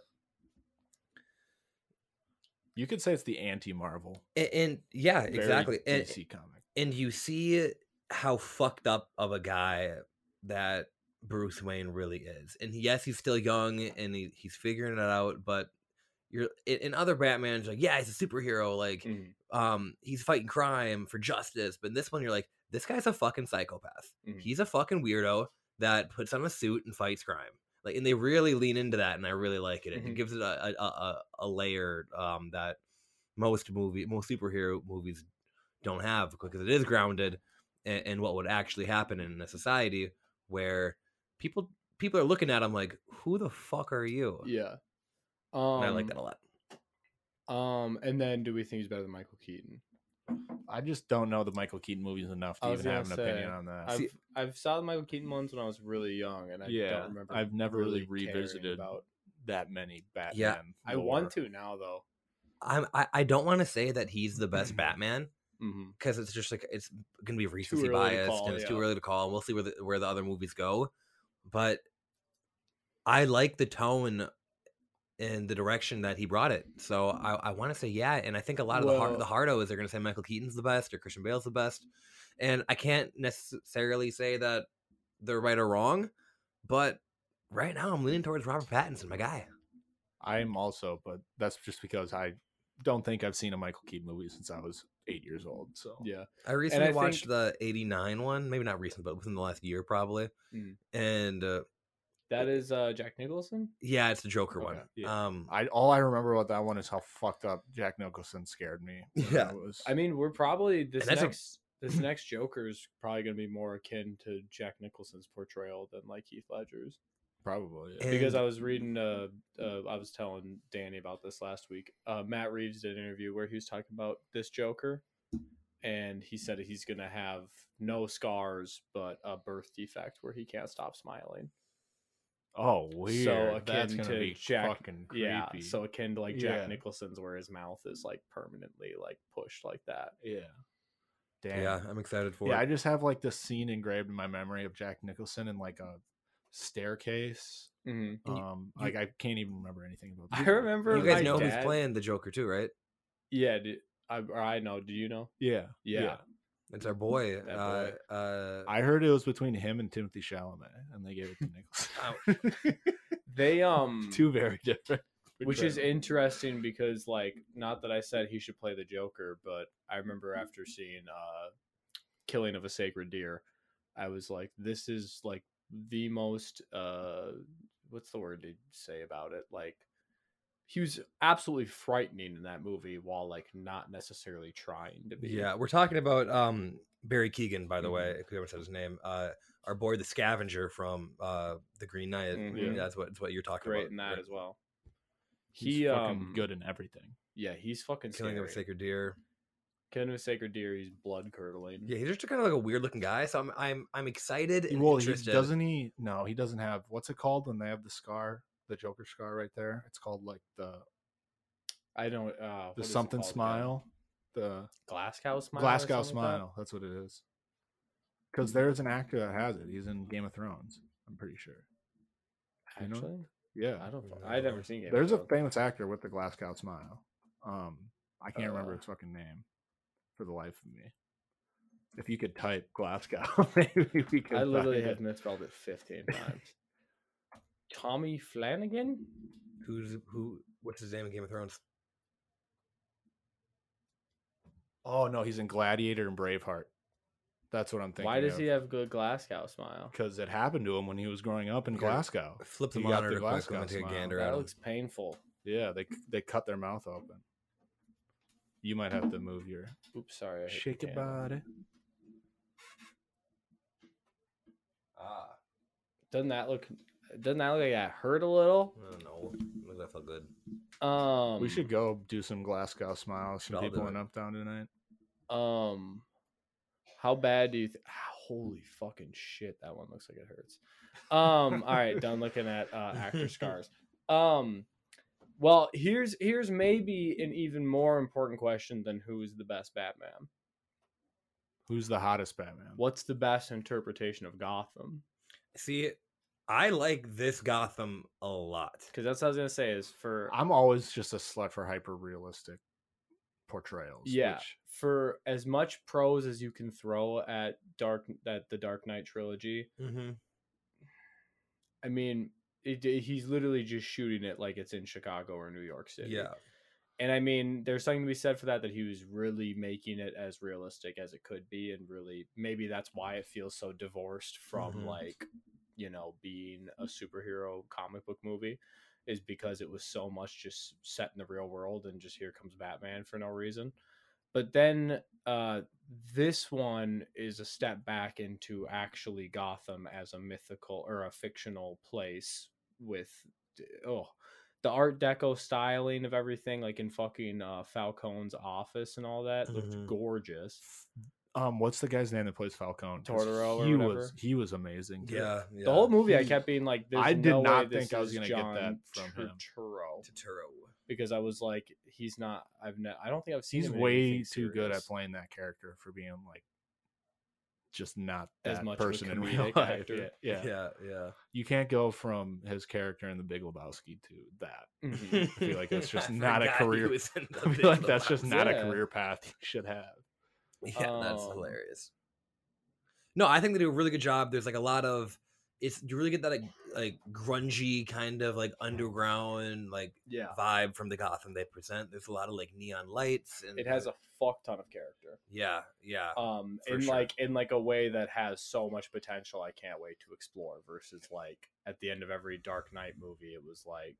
[SPEAKER 5] you could say it's the anti-Marvel.
[SPEAKER 4] and, and yeah
[SPEAKER 5] very
[SPEAKER 4] exactly and,
[SPEAKER 5] DC comic.
[SPEAKER 4] and you see how fucked up of a guy that Bruce Wayne really is. And yes, he's still young and he, he's figuring it out, but you're in, in other Batman's like, yeah, he's a superhero, like
[SPEAKER 6] Mhm,
[SPEAKER 4] um he's fighting crime for justice, but in this one you're like, this guy's a fucking psychopath.
[SPEAKER 6] Mhm.
[SPEAKER 4] He's a fucking weirdo that puts on a suit and fights crime. Like and they really lean into that and I really like it. It
[SPEAKER 6] Mhm.
[SPEAKER 4] gives it a a, a, a layer um that most movie most superhero movies don't have because it is grounded in, in what would actually happen in a society where people people are looking at him like who the fuck are you
[SPEAKER 6] Yeah. Um,
[SPEAKER 4] and i like that a lot
[SPEAKER 6] lot. Um, and then do we think he's better than Michael Keaton?
[SPEAKER 5] I just don't know the Michael Keaton movies enough
[SPEAKER 6] I
[SPEAKER 5] to
[SPEAKER 6] was
[SPEAKER 5] even have an
[SPEAKER 6] gonna
[SPEAKER 5] opinion
[SPEAKER 6] say,
[SPEAKER 5] on that.
[SPEAKER 6] I've
[SPEAKER 4] See-
[SPEAKER 6] I've saw the Michael Keaton ones when I was really young, and I
[SPEAKER 5] yeah,
[SPEAKER 6] don't remember.
[SPEAKER 5] I've never really,
[SPEAKER 6] caring
[SPEAKER 5] revisited
[SPEAKER 6] about.
[SPEAKER 5] that many Batman.
[SPEAKER 6] I want to now though.
[SPEAKER 4] I'm, i i don't want to say that he's the
[SPEAKER 6] [clears throat]
[SPEAKER 4] best batman
[SPEAKER 6] Mhm.
[SPEAKER 5] Mm-hmm.
[SPEAKER 4] because it's just like it's gonna be recency
[SPEAKER 6] early to
[SPEAKER 4] bias
[SPEAKER 6] call,
[SPEAKER 4] and it's too
[SPEAKER 6] yeah.
[SPEAKER 4] early to call and we'll see where the, where the other movies go but i like the tone in the direction that he brought it. So I, I want to say yeah, and I think a lot of the hard, the hardos are going to say Michael Keaton's the best or Christian Bale's the best, and I can't necessarily say that they're right or wrong, but right now I'm leaning towards Robert Pattinson, my guy.
[SPEAKER 5] I'm also, but that's just because I don't think I've seen a Michael Keaton movie since I was eight years old. So
[SPEAKER 6] Yeah.
[SPEAKER 4] I recently
[SPEAKER 6] think-
[SPEAKER 4] watched the '89 one, maybe not recent, but within the last year probably,
[SPEAKER 6] Mm.
[SPEAKER 4] and uh,
[SPEAKER 6] That is uh, Jack Nicholson.
[SPEAKER 4] yeah, it's the Joker
[SPEAKER 5] Okay,
[SPEAKER 4] one.
[SPEAKER 6] yeah.
[SPEAKER 4] Um,
[SPEAKER 5] I all I remember about that one is how fucked up Jack Nicholson scared me. when I
[SPEAKER 4] [laughs] Yeah.
[SPEAKER 5] was-
[SPEAKER 6] I mean, we're probably this
[SPEAKER 4] that's a-
[SPEAKER 6] next
[SPEAKER 5] [clears throat]
[SPEAKER 6] this next Joker is probably going to be more akin to Jack Nicholson's portrayal than like Heath Ledger's.
[SPEAKER 5] probably. yeah.
[SPEAKER 4] And-
[SPEAKER 6] because I was reading, uh, uh, I was telling Danny about this last week. Uh, Matt Reeves did an interview where he was talking about this Joker, and he said he's gonna have no scars but a birth defect where he can't stop smiling.
[SPEAKER 5] Oh, weird. That's
[SPEAKER 6] akin
[SPEAKER 5] gonna
[SPEAKER 6] to
[SPEAKER 5] be
[SPEAKER 6] Jack-
[SPEAKER 5] fucking creepy.
[SPEAKER 6] Yeah, so akin to like Jack
[SPEAKER 5] Yeah.
[SPEAKER 6] Nicholson's, where his mouth is like permanently like pushed like that.
[SPEAKER 5] yeah. Damn.
[SPEAKER 4] yeah, I'm excited for
[SPEAKER 5] yeah,
[SPEAKER 4] it.
[SPEAKER 5] I just have like this scene engraved in my memory of Jack Nicholson in like a staircase.
[SPEAKER 6] Mm-hmm.
[SPEAKER 4] And you-
[SPEAKER 5] Um,
[SPEAKER 4] you-
[SPEAKER 5] like I can't even remember anything about.
[SPEAKER 6] I
[SPEAKER 5] the movie.
[SPEAKER 6] remember
[SPEAKER 4] you guys
[SPEAKER 6] my
[SPEAKER 4] know
[SPEAKER 6] dad-
[SPEAKER 4] who's playing the Joker too, right?
[SPEAKER 6] Yeah, do, I or I know. Do you know?
[SPEAKER 5] Yeah,
[SPEAKER 6] Yeah,
[SPEAKER 4] It's our boy.
[SPEAKER 6] That
[SPEAKER 4] Uh,
[SPEAKER 6] boy.
[SPEAKER 4] uh,
[SPEAKER 5] I heard it was between him and Timothy Chalamet, and they gave it to Nicholson. [laughs]
[SPEAKER 6] they um
[SPEAKER 5] Two very different.
[SPEAKER 6] which is
[SPEAKER 5] portrayals.
[SPEAKER 6] interesting because like not that i said he should play the joker but i remember after seeing uh killing of a sacred deer i was like this is like the most uh what's the word to say about it like he was absolutely frightening in that movie while like not necessarily trying to be
[SPEAKER 4] yeah, we're talking about um, Barry Keegan, by the way,
[SPEAKER 6] Mhm.
[SPEAKER 4] if you ever said his name. Uh, our boy, the Scavenger from uh, the Green Knight.
[SPEAKER 6] Mhm.
[SPEAKER 4] Maybe
[SPEAKER 6] Yeah.
[SPEAKER 4] That's what that's what you're talking
[SPEAKER 6] great
[SPEAKER 4] about.
[SPEAKER 6] in that
[SPEAKER 4] right?
[SPEAKER 6] as well
[SPEAKER 5] He's
[SPEAKER 6] he
[SPEAKER 5] fucking
[SPEAKER 6] um
[SPEAKER 5] good in everything.
[SPEAKER 6] yeah he's fucking
[SPEAKER 4] Killing of a
[SPEAKER 6] scary.
[SPEAKER 4] Sacred Deer.
[SPEAKER 6] killing of a sacred deer he's blood curdling
[SPEAKER 4] Yeah, he's just kind of like a weird looking guy. So I'm I'm I'm excited and
[SPEAKER 5] well, he
[SPEAKER 4] interested.
[SPEAKER 5] doesn't he? No, he doesn't have. What's it called when they have the scar, the Joker scar right there? It's called like the
[SPEAKER 6] i don't uh what
[SPEAKER 5] the
[SPEAKER 6] is it
[SPEAKER 5] something
[SPEAKER 6] called again?
[SPEAKER 5] smile, the
[SPEAKER 6] Glasgow smile. or
[SPEAKER 5] Glasgow
[SPEAKER 6] something like that?
[SPEAKER 5] smile. That's what it is. Mm-hmm. Because there's an actor that has it. He's in Game of Thrones. I'm pretty sure. You know?
[SPEAKER 6] Actually,
[SPEAKER 5] Yeah,
[SPEAKER 6] I don't. fu-
[SPEAKER 4] No.
[SPEAKER 6] I never seen. Game of
[SPEAKER 5] there's a
[SPEAKER 6] Thrones.
[SPEAKER 5] famous actor with the Glasgow smile. Um, I can't remember
[SPEAKER 6] Uh.
[SPEAKER 5] his fucking name for the life of me. If you could type Glasgow, [laughs] maybe we could.
[SPEAKER 6] I literally
[SPEAKER 5] find
[SPEAKER 6] have
[SPEAKER 5] it.
[SPEAKER 6] misspelled it fifteen times. Tommy Flanagan.
[SPEAKER 4] Who's who? What's his name in Game of Thrones?
[SPEAKER 5] Oh no, he's in Gladiator and Braveheart. That's what I'm thinking.
[SPEAKER 6] Why does he have good Glasgow smile?
[SPEAKER 5] Because it happened to him when he was growing up in
[SPEAKER 4] Yeah.
[SPEAKER 5] Glasgow.
[SPEAKER 4] Flip the
[SPEAKER 5] He got
[SPEAKER 4] monitor
[SPEAKER 5] the
[SPEAKER 4] real quick. Let
[SPEAKER 5] Glasgow
[SPEAKER 4] me take a
[SPEAKER 5] smile.
[SPEAKER 4] gander at
[SPEAKER 6] That
[SPEAKER 4] him.
[SPEAKER 6] looks painful.
[SPEAKER 5] Yeah, they they cut their mouth open. You might have to move your
[SPEAKER 6] Oops, sorry. I hit the
[SPEAKER 5] shake your
[SPEAKER 6] camera.
[SPEAKER 5] body.
[SPEAKER 4] Ah,
[SPEAKER 6] Doesn't that look? Doesn't that look like that hurt a little?
[SPEAKER 4] I don't know. Look, that felt good.
[SPEAKER 6] Um,
[SPEAKER 5] we should go do some Glasgow smiles. Some
[SPEAKER 4] I'll do
[SPEAKER 5] people
[SPEAKER 4] it.
[SPEAKER 5] in Uptown tonight.
[SPEAKER 6] Um, how bad do you? Th- ah, Holy fucking shit! That one looks like it hurts. Um, all right, done looking at uh, actor scars. Um, well, here's here's maybe an even more important question than who is the best Batman.
[SPEAKER 5] Who's the hottest Batman?
[SPEAKER 6] What's the best interpretation of Gotham?
[SPEAKER 4] See, I like this Gotham a lot.
[SPEAKER 6] Because that's what I was gonna say. Is for
[SPEAKER 5] I'm always just a slut for hyper realistic portrayals.
[SPEAKER 6] Yeah.
[SPEAKER 5] which-
[SPEAKER 6] for as much prose as you can throw at Dark at the Dark Knight trilogy,
[SPEAKER 4] Mm-hmm.
[SPEAKER 6] I mean, it, he's literally just shooting it like it's in Chicago or New York City.
[SPEAKER 4] Yeah.
[SPEAKER 6] and I mean, there's something to be said for that that he was really making it as realistic as it could be, and really maybe that's why it feels so divorced from
[SPEAKER 4] Mhm.
[SPEAKER 6] like you know being a superhero comic book movie is because it was so much just set in the real world and just here comes Batman for no reason. But then uh, this one is a step back into actually Gotham as a mythical or a fictional place with d- oh the art deco styling of everything like in fucking uh, falcone's office and all that looked
[SPEAKER 5] Mm-hmm.
[SPEAKER 4] Mhm.
[SPEAKER 6] gorgeous
[SPEAKER 5] Um, what's the guy's name that plays Falcone? 'Cause
[SPEAKER 6] Totoro or
[SPEAKER 5] He
[SPEAKER 6] whatever?
[SPEAKER 5] was he was amazing. too.
[SPEAKER 4] Yeah. yeah.
[SPEAKER 6] the whole movie i
[SPEAKER 5] he-
[SPEAKER 6] kept being like There's
[SPEAKER 5] I did
[SPEAKER 6] no
[SPEAKER 5] not
[SPEAKER 6] way this
[SPEAKER 5] think I was
[SPEAKER 6] is
[SPEAKER 5] gonna get
[SPEAKER 6] John
[SPEAKER 5] that from him.
[SPEAKER 6] Turturro.
[SPEAKER 4] Totoro.
[SPEAKER 6] because i was like he's not i've ne- i don't think i've seen
[SPEAKER 5] he's
[SPEAKER 6] him in
[SPEAKER 5] way
[SPEAKER 6] anything
[SPEAKER 5] too good at
[SPEAKER 6] serious.
[SPEAKER 5] playing that character for being like just not
[SPEAKER 6] As
[SPEAKER 5] that
[SPEAKER 6] much of a
[SPEAKER 5] person in [laughs] real
[SPEAKER 6] comedic
[SPEAKER 5] life.
[SPEAKER 6] actor.
[SPEAKER 5] Yeah, yeah.
[SPEAKER 4] yeah, yeah.
[SPEAKER 5] You can't go from his character in The Big Lebowski to that. [laughs]
[SPEAKER 6] Mhm.
[SPEAKER 5] feel like
[SPEAKER 4] [laughs]
[SPEAKER 5] that's just
[SPEAKER 4] I
[SPEAKER 5] not a
[SPEAKER 4] forgot he
[SPEAKER 5] career-
[SPEAKER 4] was in
[SPEAKER 5] [laughs]
[SPEAKER 4] the
[SPEAKER 5] I
[SPEAKER 4] Big
[SPEAKER 5] feel like that's just
[SPEAKER 4] Lebowski.
[SPEAKER 5] not a
[SPEAKER 6] Yeah.
[SPEAKER 5] career path you should have.
[SPEAKER 4] [laughs] Yeah, that's
[SPEAKER 6] Um,
[SPEAKER 4] hilarious. No, I think they do a really good job. There's like a lot of it's you really get that like, like grungy kind of like underground like
[SPEAKER 6] yeah.
[SPEAKER 4] vibe from the Gotham they present. There's a lot of like neon lights and
[SPEAKER 6] It has a fuck ton of character.
[SPEAKER 4] yeah, yeah.
[SPEAKER 6] Um
[SPEAKER 4] For
[SPEAKER 6] in
[SPEAKER 4] sure.
[SPEAKER 6] like in like a way that has so much potential I can't wait to explore versus like at the end of every Dark Knight movie it was like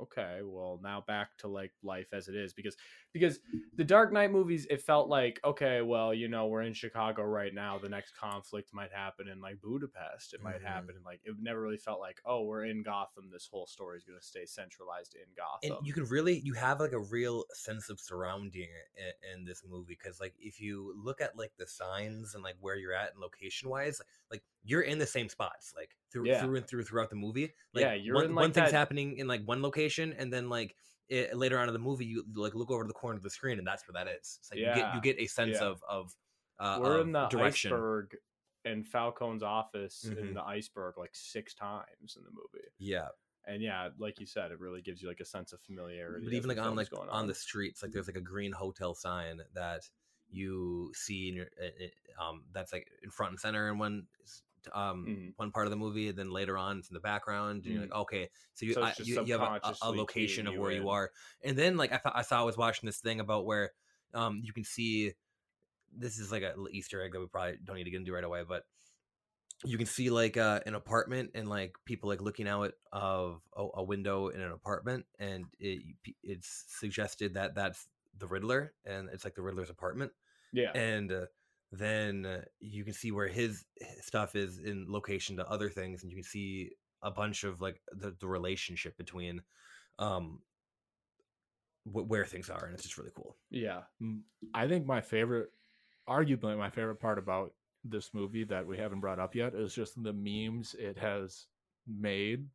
[SPEAKER 6] okay, well now back to like life as it is because because the Dark Knight movies it felt like okay, well, you know, we're in Chicago right now, the next conflict might happen in like Budapest. It might
[SPEAKER 4] Mhm.
[SPEAKER 6] happen in like it never really felt like, oh, we're in Gotham, this whole story is going to stay centralized in
[SPEAKER 4] and
[SPEAKER 6] Gotham.
[SPEAKER 4] you can really you have like a real sense of surrounding in, in this movie because like if you look at like the signs and like where you're at and location wise like you're in the same spots like through
[SPEAKER 6] Yeah.
[SPEAKER 4] through and through throughout the movie like
[SPEAKER 6] Yeah, you're
[SPEAKER 4] one,
[SPEAKER 6] in,
[SPEAKER 4] one
[SPEAKER 6] like,
[SPEAKER 4] thing's
[SPEAKER 6] that-
[SPEAKER 4] happening in like one location and then like it, later on in the movie you like look over to the corner of the screen and that's where that is it's like you get
[SPEAKER 6] Yeah,
[SPEAKER 4] you get a sense
[SPEAKER 6] yeah.
[SPEAKER 4] of of uh
[SPEAKER 6] we're
[SPEAKER 4] of
[SPEAKER 6] in the
[SPEAKER 4] direction
[SPEAKER 6] iceberg and Falcone's office
[SPEAKER 4] Mhm.
[SPEAKER 6] in the iceberg like six times in the movie.
[SPEAKER 4] yeah
[SPEAKER 6] And yeah, like you said, it really gives you like a sense of familiarity.
[SPEAKER 4] but
[SPEAKER 6] as
[SPEAKER 4] even
[SPEAKER 6] the
[SPEAKER 4] like on
[SPEAKER 6] film's
[SPEAKER 4] like
[SPEAKER 6] going
[SPEAKER 4] on the streets like there's like a green hotel sign that you see in your uh, uh, um that's like in front and center in one s- t- um
[SPEAKER 6] Mhm.
[SPEAKER 4] one part of the movie and then later on it's in the background and you're
[SPEAKER 6] Mm-hmm.
[SPEAKER 4] like okay so you
[SPEAKER 6] So it's
[SPEAKER 4] I,
[SPEAKER 6] just
[SPEAKER 4] you, you have a- a, a
[SPEAKER 6] subconsciously
[SPEAKER 4] location
[SPEAKER 6] keying
[SPEAKER 4] of
[SPEAKER 6] you
[SPEAKER 4] where you
[SPEAKER 6] in.
[SPEAKER 4] are and then like I, thought I saw i was watching this thing about where um you can see this is like a little easter egg that we probably don't need to get into right away but you can see like uh, an apartment and like people like looking out of a, a window in an apartment and it it's suggested that that's the riddler and it's like the riddler's apartment
[SPEAKER 6] yeah,
[SPEAKER 4] and uh, then uh, you can see where his h- stuff is in location to other things and you can see a bunch of like the, the relationship between um wh- where things are and it's just really cool
[SPEAKER 6] yeah,
[SPEAKER 5] Mm, I think my favorite, arguably my favorite part about this movie that we haven't brought up yet is just the memes it has made,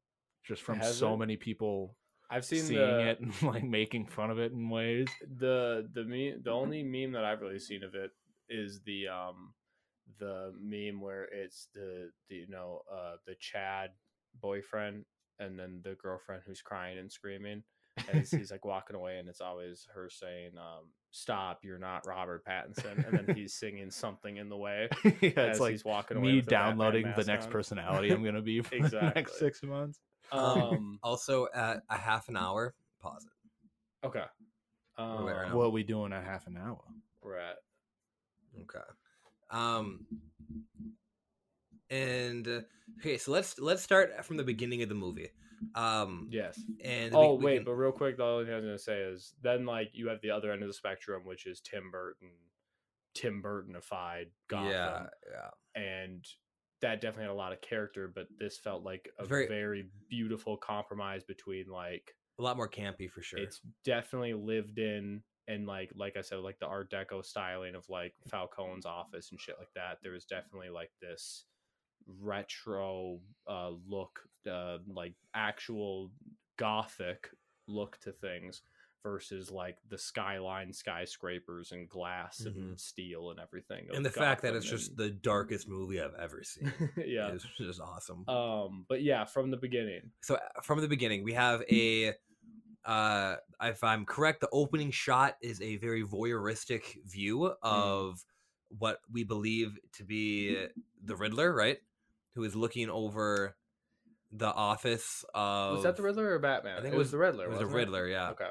[SPEAKER 5] just from
[SPEAKER 6] Has
[SPEAKER 5] so
[SPEAKER 6] it?
[SPEAKER 5] many people
[SPEAKER 6] I've seen
[SPEAKER 5] seeing
[SPEAKER 6] the,
[SPEAKER 5] it and like making fun of it in ways. [laughs]
[SPEAKER 6] the the meme. The only meme that I've really seen of it is the um the meme where it's the, the you know uh the Chad boyfriend and then the girlfriend who's crying and screaming. and he's, he's like walking away and it's always her saying um stop you're not robert pattinson and then he's singing something in the
[SPEAKER 5] [laughs]
[SPEAKER 6] way
[SPEAKER 5] yeah,
[SPEAKER 6] as
[SPEAKER 5] it's like
[SPEAKER 6] he's walking away
[SPEAKER 5] me
[SPEAKER 6] with a Batman
[SPEAKER 5] downloading the
[SPEAKER 6] mask
[SPEAKER 5] next
[SPEAKER 6] on.
[SPEAKER 5] personality I'm
[SPEAKER 6] [laughs]
[SPEAKER 5] gonna be for the
[SPEAKER 6] Exactly.
[SPEAKER 5] next six months.
[SPEAKER 6] um
[SPEAKER 4] also at a half an hour pause it
[SPEAKER 6] okay um,
[SPEAKER 4] Where I am.
[SPEAKER 5] What we do in a half an hour?
[SPEAKER 6] we're at
[SPEAKER 4] Okay. Um and uh, okay, so let's let's start from the beginning of the movie. Um
[SPEAKER 6] yes
[SPEAKER 4] and we-
[SPEAKER 6] oh
[SPEAKER 4] we
[SPEAKER 6] wait
[SPEAKER 4] can-
[SPEAKER 6] but real quick the only thing i was gonna say is then like you have the other end of the spectrum which is tim burton tim burtonified gotham
[SPEAKER 4] yeah, yeah.
[SPEAKER 6] and that definitely had a lot of character but this felt like a
[SPEAKER 4] Very-
[SPEAKER 6] very, beautiful compromise between like
[SPEAKER 4] A lot more campy for sure.
[SPEAKER 6] it's definitely lived in and like like i said like the art deco styling of like falcone's office and shit like that there was definitely like this retro uh look uh like actual gothic look to things versus like the skyline skyscrapers and glass
[SPEAKER 4] Mhm.
[SPEAKER 6] and steel and everything of
[SPEAKER 4] and the fact that
[SPEAKER 6] Gotham
[SPEAKER 4] it's just
[SPEAKER 6] and-
[SPEAKER 4] the darkest movie I've ever seen.
[SPEAKER 6] [laughs] yeah
[SPEAKER 4] It's just awesome.
[SPEAKER 6] um but yeah from the beginning
[SPEAKER 4] so uh, from the beginning, we have a uh if I'm correct, the opening shot is a very voyeuristic view
[SPEAKER 6] Mm.
[SPEAKER 4] of what we believe to be the Riddler, right? Who is looking over the office of
[SPEAKER 6] was that the riddler or batman
[SPEAKER 4] I think it was-
[SPEAKER 6] the riddler
[SPEAKER 4] It was the
[SPEAKER 6] wasn't
[SPEAKER 4] Riddler, yeah,
[SPEAKER 6] okay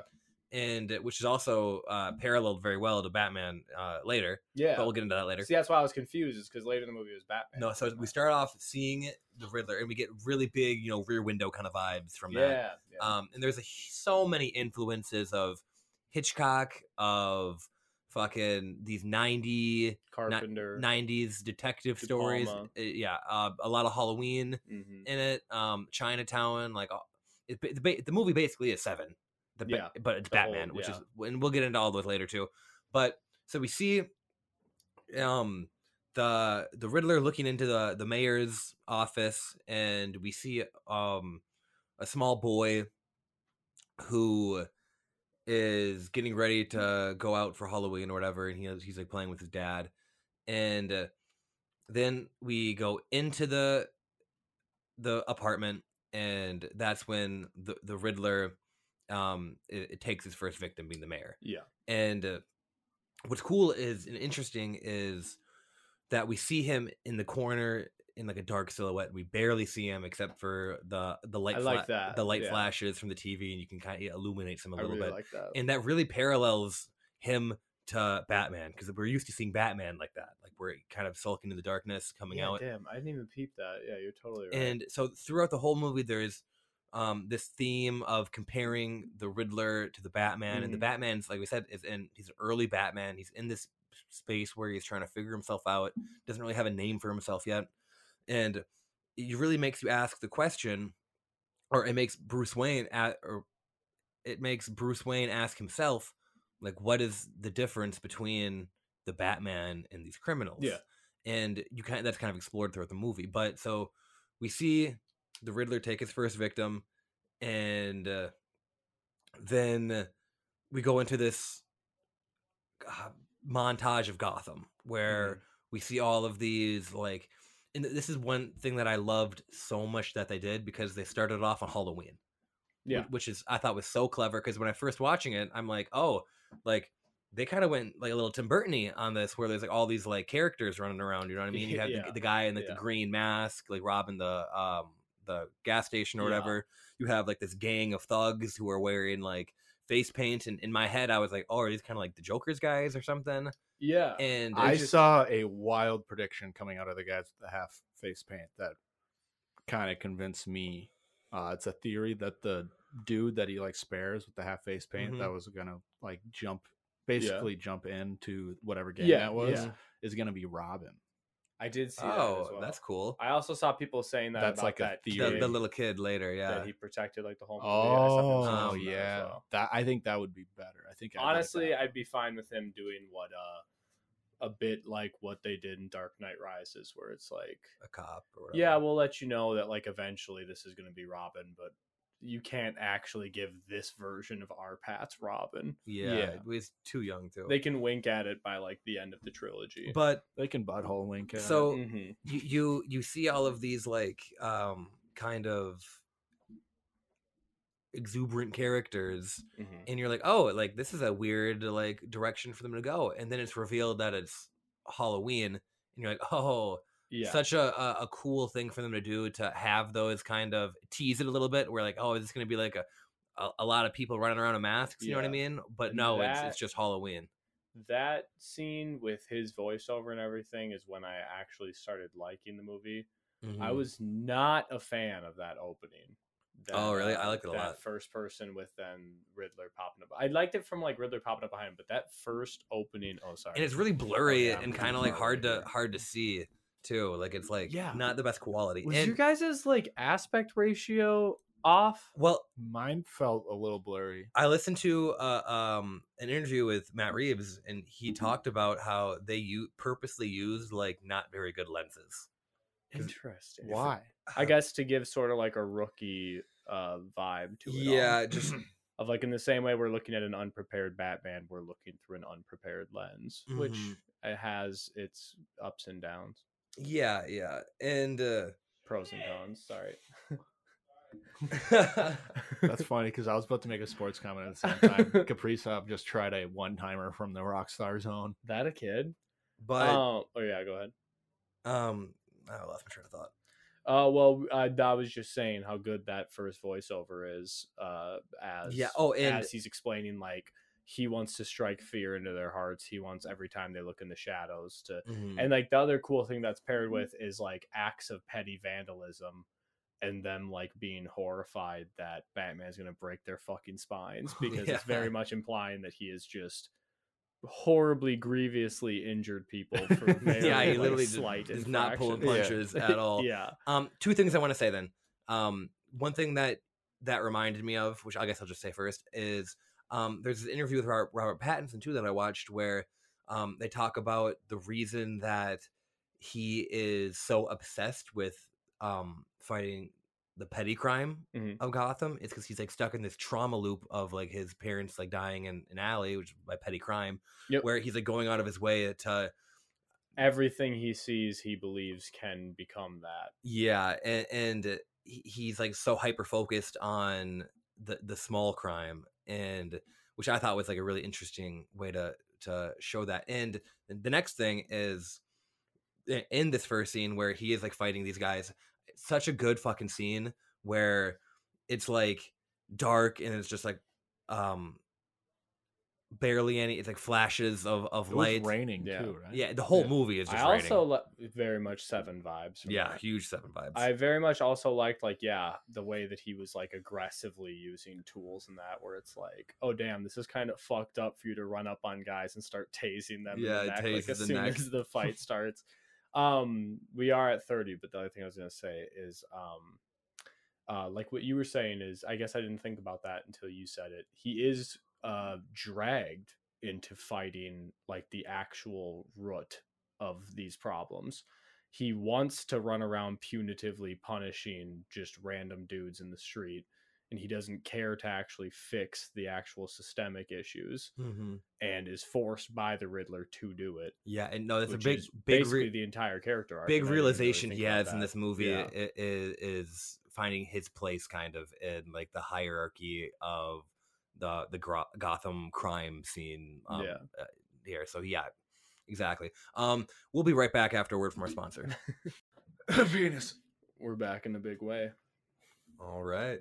[SPEAKER 4] and uh, which is also uh, paralleled very well to Batman uh, later,
[SPEAKER 6] yeah
[SPEAKER 4] but we'll get into that later.
[SPEAKER 6] See, that's why I was confused, is because later in the movie it was Batman.
[SPEAKER 4] no, so we start off seeing the Riddler, and we get really big, you know, Rear Window kind of vibes from that.
[SPEAKER 6] Yeah, yeah.
[SPEAKER 4] Um, and there's a, h- so many influences of Hitchcock, of fucking these 90,
[SPEAKER 6] Carpenter.
[SPEAKER 4] 90s detective
[SPEAKER 6] De
[SPEAKER 4] stories.
[SPEAKER 6] Palma.
[SPEAKER 4] Uh, yeah, uh, a lot of Halloween
[SPEAKER 6] hmm
[SPEAKER 4] in it, um, Chinatown. Like uh, it, ba- the, ba- the movie basically is Seven, the ba-
[SPEAKER 6] Yeah,
[SPEAKER 4] but it's
[SPEAKER 6] the whole-
[SPEAKER 4] Batman, which
[SPEAKER 6] yeah.
[SPEAKER 4] is, and we'll get into all those later too. But so we see, um, the the Riddler looking into the the mayor's office, and we see um a small boy who is getting ready to go out for Halloween or whatever, and he has, he's like playing with his dad, and uh, then we go into the the apartment, and that's when the the Riddler um it, it takes his first victim, being the mayor.
[SPEAKER 6] Yeah.
[SPEAKER 4] And uh, what's cool is and interesting is that we see him in the corner in like a dark silhouette. We barely see him except for the the light
[SPEAKER 6] I like
[SPEAKER 4] fla-
[SPEAKER 6] that,
[SPEAKER 4] the light
[SPEAKER 6] yeah.
[SPEAKER 4] flashes from the TV, and you can kind of illuminate some a
[SPEAKER 6] I
[SPEAKER 4] little
[SPEAKER 6] really
[SPEAKER 4] bit
[SPEAKER 6] like that.
[SPEAKER 4] and that really parallels him to Batman because we're used to seeing Batman like that, like we're kind of sulking in the darkness, coming
[SPEAKER 6] yeah,
[SPEAKER 4] out.
[SPEAKER 6] damn, I didn't even peep that. Yeah, you're totally right.
[SPEAKER 4] And so throughout the whole movie, there's um, this theme of comparing the Riddler to the Batman, and the
[SPEAKER 6] Mhm.
[SPEAKER 4] Batman's like we said is in he's an early Batman. He's in this space where he's trying to figure himself out, doesn't really have a name for himself yet, and it really makes you ask the question, or it makes Bruce Wayne at, or it makes Bruce Wayne ask himself, like, what is the difference between the Batman and these criminals?
[SPEAKER 6] Yeah.
[SPEAKER 4] and you kind that's kind of explored throughout the movie. But so we see the Riddler take his first victim, and uh, then we go into this uh, montage of Gotham where we see all of these like, and th- this is one thing that I loved so much that they did because they started off on Halloween
[SPEAKER 6] yeah,
[SPEAKER 4] wh- which is I thought was so clever because when I first watching it, I'm like, oh, like they kind of went like a little Tim Burton on this, where there's like all these like characters running around. You know what I
[SPEAKER 6] [laughs]
[SPEAKER 4] mean? You have
[SPEAKER 6] Yeah,
[SPEAKER 4] the, the guy in like
[SPEAKER 6] yeah.
[SPEAKER 4] the green mask, like robbing the um the gas station or
[SPEAKER 6] Yeah.
[SPEAKER 4] whatever. You have like this gang of thugs who are wearing like face paint, and in my head, I was like, oh, are these kind of like the Joker's guys or something?
[SPEAKER 6] yeah.
[SPEAKER 4] And
[SPEAKER 5] I
[SPEAKER 4] it's just-
[SPEAKER 5] saw a wild prediction coming out of the guys with the half face paint that kind of convinced me. Uh, it's a theory that the dude that he like spares with the half face paint
[SPEAKER 6] Mm-hmm.
[SPEAKER 5] that was gonna like jump, basically jump into whatever game
[SPEAKER 6] Yeah,
[SPEAKER 5] that was,
[SPEAKER 6] yeah.
[SPEAKER 5] is gonna be Robin.
[SPEAKER 6] I did [laughs] see. that
[SPEAKER 4] oh,
[SPEAKER 6] as well.
[SPEAKER 4] that's cool.
[SPEAKER 6] I also saw people saying that
[SPEAKER 5] That's
[SPEAKER 6] about
[SPEAKER 5] like a
[SPEAKER 6] that
[SPEAKER 5] theory.
[SPEAKER 4] The,
[SPEAKER 6] kid
[SPEAKER 4] the little kid later, yeah.
[SPEAKER 6] that he protected like the whole movie. I saw people
[SPEAKER 5] Oh,
[SPEAKER 6] saying
[SPEAKER 4] Oh,
[SPEAKER 6] that as
[SPEAKER 5] yeah,
[SPEAKER 6] well.
[SPEAKER 5] that I think that would be better. I think I'd like
[SPEAKER 6] Honestly,
[SPEAKER 5] that.
[SPEAKER 6] I'd be fine with him doing what uh a bit like what they did in Dark Knight Rises, where it's like,
[SPEAKER 4] a cop or whatever.
[SPEAKER 6] yeah, we'll let you know that like eventually this is going to be Robin, but you can't actually give this version of our Pat's Robin.
[SPEAKER 4] yeah,
[SPEAKER 5] yeah.
[SPEAKER 4] he's too young to.
[SPEAKER 6] They can wink at it by like the end of the trilogy.
[SPEAKER 4] but
[SPEAKER 5] they can butthole link. at it.
[SPEAKER 4] So-
[SPEAKER 6] Mhm.
[SPEAKER 4] you you you see all of these like um kind of exuberant characters
[SPEAKER 6] Mhm.
[SPEAKER 4] and you're like oh like this is a weird like direction for them to go and then it's revealed that it's halloween and you're like oh
[SPEAKER 6] yeah,
[SPEAKER 4] such a, a a cool thing for them to do to have those kind of tease it a little bit we're like oh is this gonna be like a a, a lot of people running around in masks you know what i mean but
[SPEAKER 6] And
[SPEAKER 4] no it's
[SPEAKER 6] that-
[SPEAKER 4] it's just halloween
[SPEAKER 6] that scene with his voiceover and everything is when I actually started liking the movie. I
[SPEAKER 4] Mhm.
[SPEAKER 6] was not a fan of that opening.
[SPEAKER 4] Oh, really?
[SPEAKER 6] uh,
[SPEAKER 4] I liked it a
[SPEAKER 6] that
[SPEAKER 4] lot.
[SPEAKER 6] First person with then Riddler popping up. I liked it from like Riddler popping up behind, him, but that first opening. Oh, sorry. Oh,
[SPEAKER 4] and it's really blurry
[SPEAKER 6] yeah, I'm
[SPEAKER 4] and
[SPEAKER 6] too
[SPEAKER 4] kind of like
[SPEAKER 6] far
[SPEAKER 4] hard
[SPEAKER 6] away
[SPEAKER 4] to
[SPEAKER 6] here.
[SPEAKER 4] hard to see too like it's like
[SPEAKER 6] Yeah.
[SPEAKER 4] not the best quality
[SPEAKER 6] Was
[SPEAKER 4] and
[SPEAKER 6] your guys' like aspect ratio off?
[SPEAKER 4] well
[SPEAKER 5] mine felt a little blurry.
[SPEAKER 4] i listened to uh, um an interview with matt reeves and he
[SPEAKER 6] Mm-hmm.
[SPEAKER 4] talked about how they u- purposely used like not very good lenses
[SPEAKER 6] Interesting.
[SPEAKER 5] Why?
[SPEAKER 6] I guess to give sort of like a rookie uh vibe to it. all.
[SPEAKER 4] yeah just
[SPEAKER 6] Of like in the same way we're looking at an unprepared Batman, we're looking through an unprepared lens, which
[SPEAKER 4] Mhm.
[SPEAKER 6] it has its ups and downs,
[SPEAKER 4] [clears throat] yeah yeah
[SPEAKER 6] [laughs]
[SPEAKER 4] and uh [laughs]
[SPEAKER 6] pros and cons. Sorry.
[SPEAKER 5] That's funny because I was about to make a sports comment at the same time. Kaprizov just tried a one timer from the Rockstar Zone.
[SPEAKER 6] that a kid?
[SPEAKER 4] but
[SPEAKER 6] Um, oh yeah, go ahead.
[SPEAKER 4] um i lost my train of thought
[SPEAKER 6] Uh, well, uh, I was just saying how good that first voiceover is. Uh, as
[SPEAKER 4] yeah oh and
[SPEAKER 6] as he's explaining like he wants to strike fear into their hearts. He wants every time they look in the shadows to,
[SPEAKER 4] Mhm.
[SPEAKER 6] and like the other cool thing that's
[SPEAKER 4] Mm-hmm.
[SPEAKER 6] paired with is like acts of petty vandalism. And them like being horrified that Batman's gonna break their fucking
[SPEAKER 4] [laughs]
[SPEAKER 6] spines because it's very
[SPEAKER 4] Yeah.
[SPEAKER 6] much implying that he is just horribly grievously injured people for very,
[SPEAKER 4] [laughs] yeah he
[SPEAKER 6] like,
[SPEAKER 4] literally just
[SPEAKER 6] slight
[SPEAKER 4] is not pulling
[SPEAKER 6] infractions. [laughs]
[SPEAKER 5] Yeah.
[SPEAKER 4] punches at all
[SPEAKER 6] yeah.
[SPEAKER 4] Um, two things I want to say then. Um, one thing that that reminded me of, which I guess I'll just say first, is um, there's this interview with Robert, Robert Pattinson too that I watched where um, they talk about the reason that he is so obsessed with um, fighting the petty crime
[SPEAKER 6] Mhm.
[SPEAKER 4] of Gotham. It's because he's like stuck in this trauma loop of like his parents like dying in an alley, which is by petty crime,
[SPEAKER 6] Yep.
[SPEAKER 4] where he's like going out of his way to
[SPEAKER 6] everything he sees, he believes can become that.
[SPEAKER 4] Yeah, and, and uh, he- he's like so hyper focused on the the small crime, and which I thought was like a really interesting way to to show that. And the next thing is i- in this first scene where he is like fighting these guys. It's such a good fucking scene where it's like dark and it's just like um barely any. It's like flashes of of
[SPEAKER 5] It
[SPEAKER 4] light.
[SPEAKER 5] was raining
[SPEAKER 6] Yeah.
[SPEAKER 5] too, right?
[SPEAKER 4] Yeah, the whole
[SPEAKER 5] Yeah.
[SPEAKER 4] movie is just
[SPEAKER 6] I
[SPEAKER 4] raining.
[SPEAKER 6] also lo- very much seven vibes. from
[SPEAKER 4] yeah,
[SPEAKER 6] that.
[SPEAKER 4] huge seven vibes.
[SPEAKER 6] I very much also liked like yeah the way that he was like aggressively using tools and that where it's like oh damn this is kind of fucked up for you to run up on guys and start tasing them
[SPEAKER 4] Yeah,
[SPEAKER 6] in the neck,
[SPEAKER 4] tase
[SPEAKER 6] like as
[SPEAKER 4] the
[SPEAKER 6] soon
[SPEAKER 4] neck.
[SPEAKER 6] as
[SPEAKER 4] [laughs]
[SPEAKER 6] the fight starts. Um, we are at thirty, but the other thing I was gonna say is um, uh, like what you were saying is I guess I didn't think about that until you said it. He is uh dragged into fighting like the actual root of these problems. He wants to run around punitively punishing just random dudes in the street, and he doesn't care to actually fix the actual systemic issues
[SPEAKER 4] Mhm.
[SPEAKER 6] and is forced by the Riddler to do it.
[SPEAKER 4] Yeah, and no, that's a
[SPEAKER 6] which
[SPEAKER 4] big,
[SPEAKER 6] is
[SPEAKER 4] big,
[SPEAKER 6] basically
[SPEAKER 4] re-
[SPEAKER 6] the entire character. Arc, and I
[SPEAKER 4] big
[SPEAKER 6] didn't really
[SPEAKER 4] realization
[SPEAKER 6] think
[SPEAKER 4] he
[SPEAKER 6] about
[SPEAKER 4] has in
[SPEAKER 6] that.
[SPEAKER 4] this movie
[SPEAKER 6] Yeah.
[SPEAKER 4] i- i- is, finding his place, kind of, in like the hierarchy of the the Gro- Gotham crime scene. Um,
[SPEAKER 6] Yeah.
[SPEAKER 4] uh, here, so yeah, exactly. Um, we'll be right back after a word from our sponsor.
[SPEAKER 6] [laughs]
[SPEAKER 5] Venus.
[SPEAKER 6] We're back in a big way.
[SPEAKER 4] All right.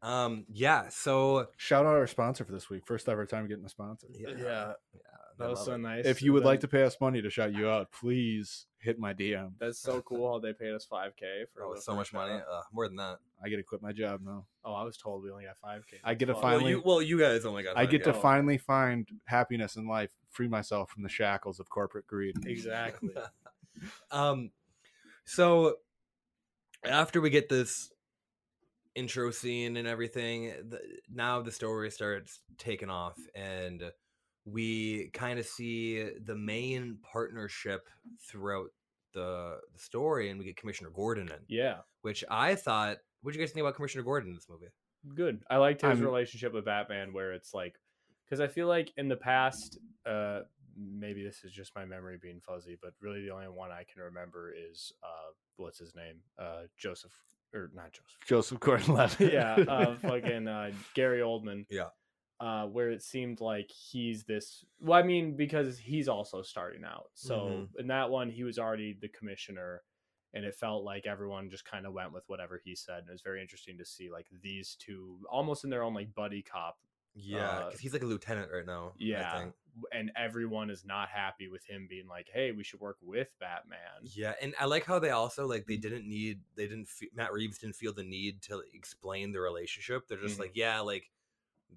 [SPEAKER 4] Um, yeah.
[SPEAKER 6] Uh,
[SPEAKER 4] So
[SPEAKER 5] Shout out our sponsor for this week. First ever time getting a sponsor.
[SPEAKER 4] I
[SPEAKER 6] that was
[SPEAKER 4] love
[SPEAKER 6] so
[SPEAKER 4] it.
[SPEAKER 6] nice.
[SPEAKER 5] If you would
[SPEAKER 6] of
[SPEAKER 5] like to
[SPEAKER 6] them.
[SPEAKER 5] pay us money to shout you out, please hit my DM.
[SPEAKER 6] [laughs] that's so cool how they paid us five k for
[SPEAKER 4] Oh,
[SPEAKER 6] the
[SPEAKER 4] so much
[SPEAKER 6] first
[SPEAKER 4] money,
[SPEAKER 6] hour.
[SPEAKER 4] uh, more than that.
[SPEAKER 5] I get to quit my job now.
[SPEAKER 6] Oh, I was told we only got five k.
[SPEAKER 5] I get to
[SPEAKER 4] Well,
[SPEAKER 5] Finally-
[SPEAKER 4] you, well, you guys oh only got.
[SPEAKER 5] I get
[SPEAKER 6] go.
[SPEAKER 5] to
[SPEAKER 4] 100K.
[SPEAKER 5] finally find happiness in life, free myself from the shackles of corporate greed.
[SPEAKER 6] [laughs] exactly.
[SPEAKER 4] um so after we get this intro scene and everything the, now the story starts taking off and we kind of see the main partnership throughout the, the story and we get commissioner gordon in
[SPEAKER 6] Yeah,
[SPEAKER 4] which i thought what do you guys think about commissioner gordon in this movie
[SPEAKER 6] good. I liked his
[SPEAKER 5] I'm-
[SPEAKER 6] relationship with Batman, where it's like, because I feel like in the past, uh, maybe this is just my memory being fuzzy, but really the only one I can remember is uh, what's his name, uh, Joseph or not Joseph.
[SPEAKER 5] Joseph [laughs] Gordon-Levitt.
[SPEAKER 6] yeah, [laughs] uh, fucking uh, Gary Oldman.
[SPEAKER 4] Yeah.
[SPEAKER 6] Uh, where it seemed like he's this. Well, I mean, because he's also starting out. So
[SPEAKER 4] Mhm.
[SPEAKER 6] in that one, he was already the commissioner, and it felt like everyone just kind of went with whatever he said. And it was very interesting to see like these two almost in their own like buddy cop,
[SPEAKER 4] yeah
[SPEAKER 6] Uh,
[SPEAKER 4] because he's like a lieutenant right now I
[SPEAKER 6] yeah,
[SPEAKER 4] think.
[SPEAKER 6] and everyone is not happy with him being like, "Hey, we should work with Batman."
[SPEAKER 4] Yeah, and I like how they also like
[SPEAKER 6] Mm-hmm.
[SPEAKER 4] they didn't need they didn't fe- Matt Reeves didn't feel the need to explain the relationship. They're just
[SPEAKER 6] Mhm.
[SPEAKER 4] like, yeah, like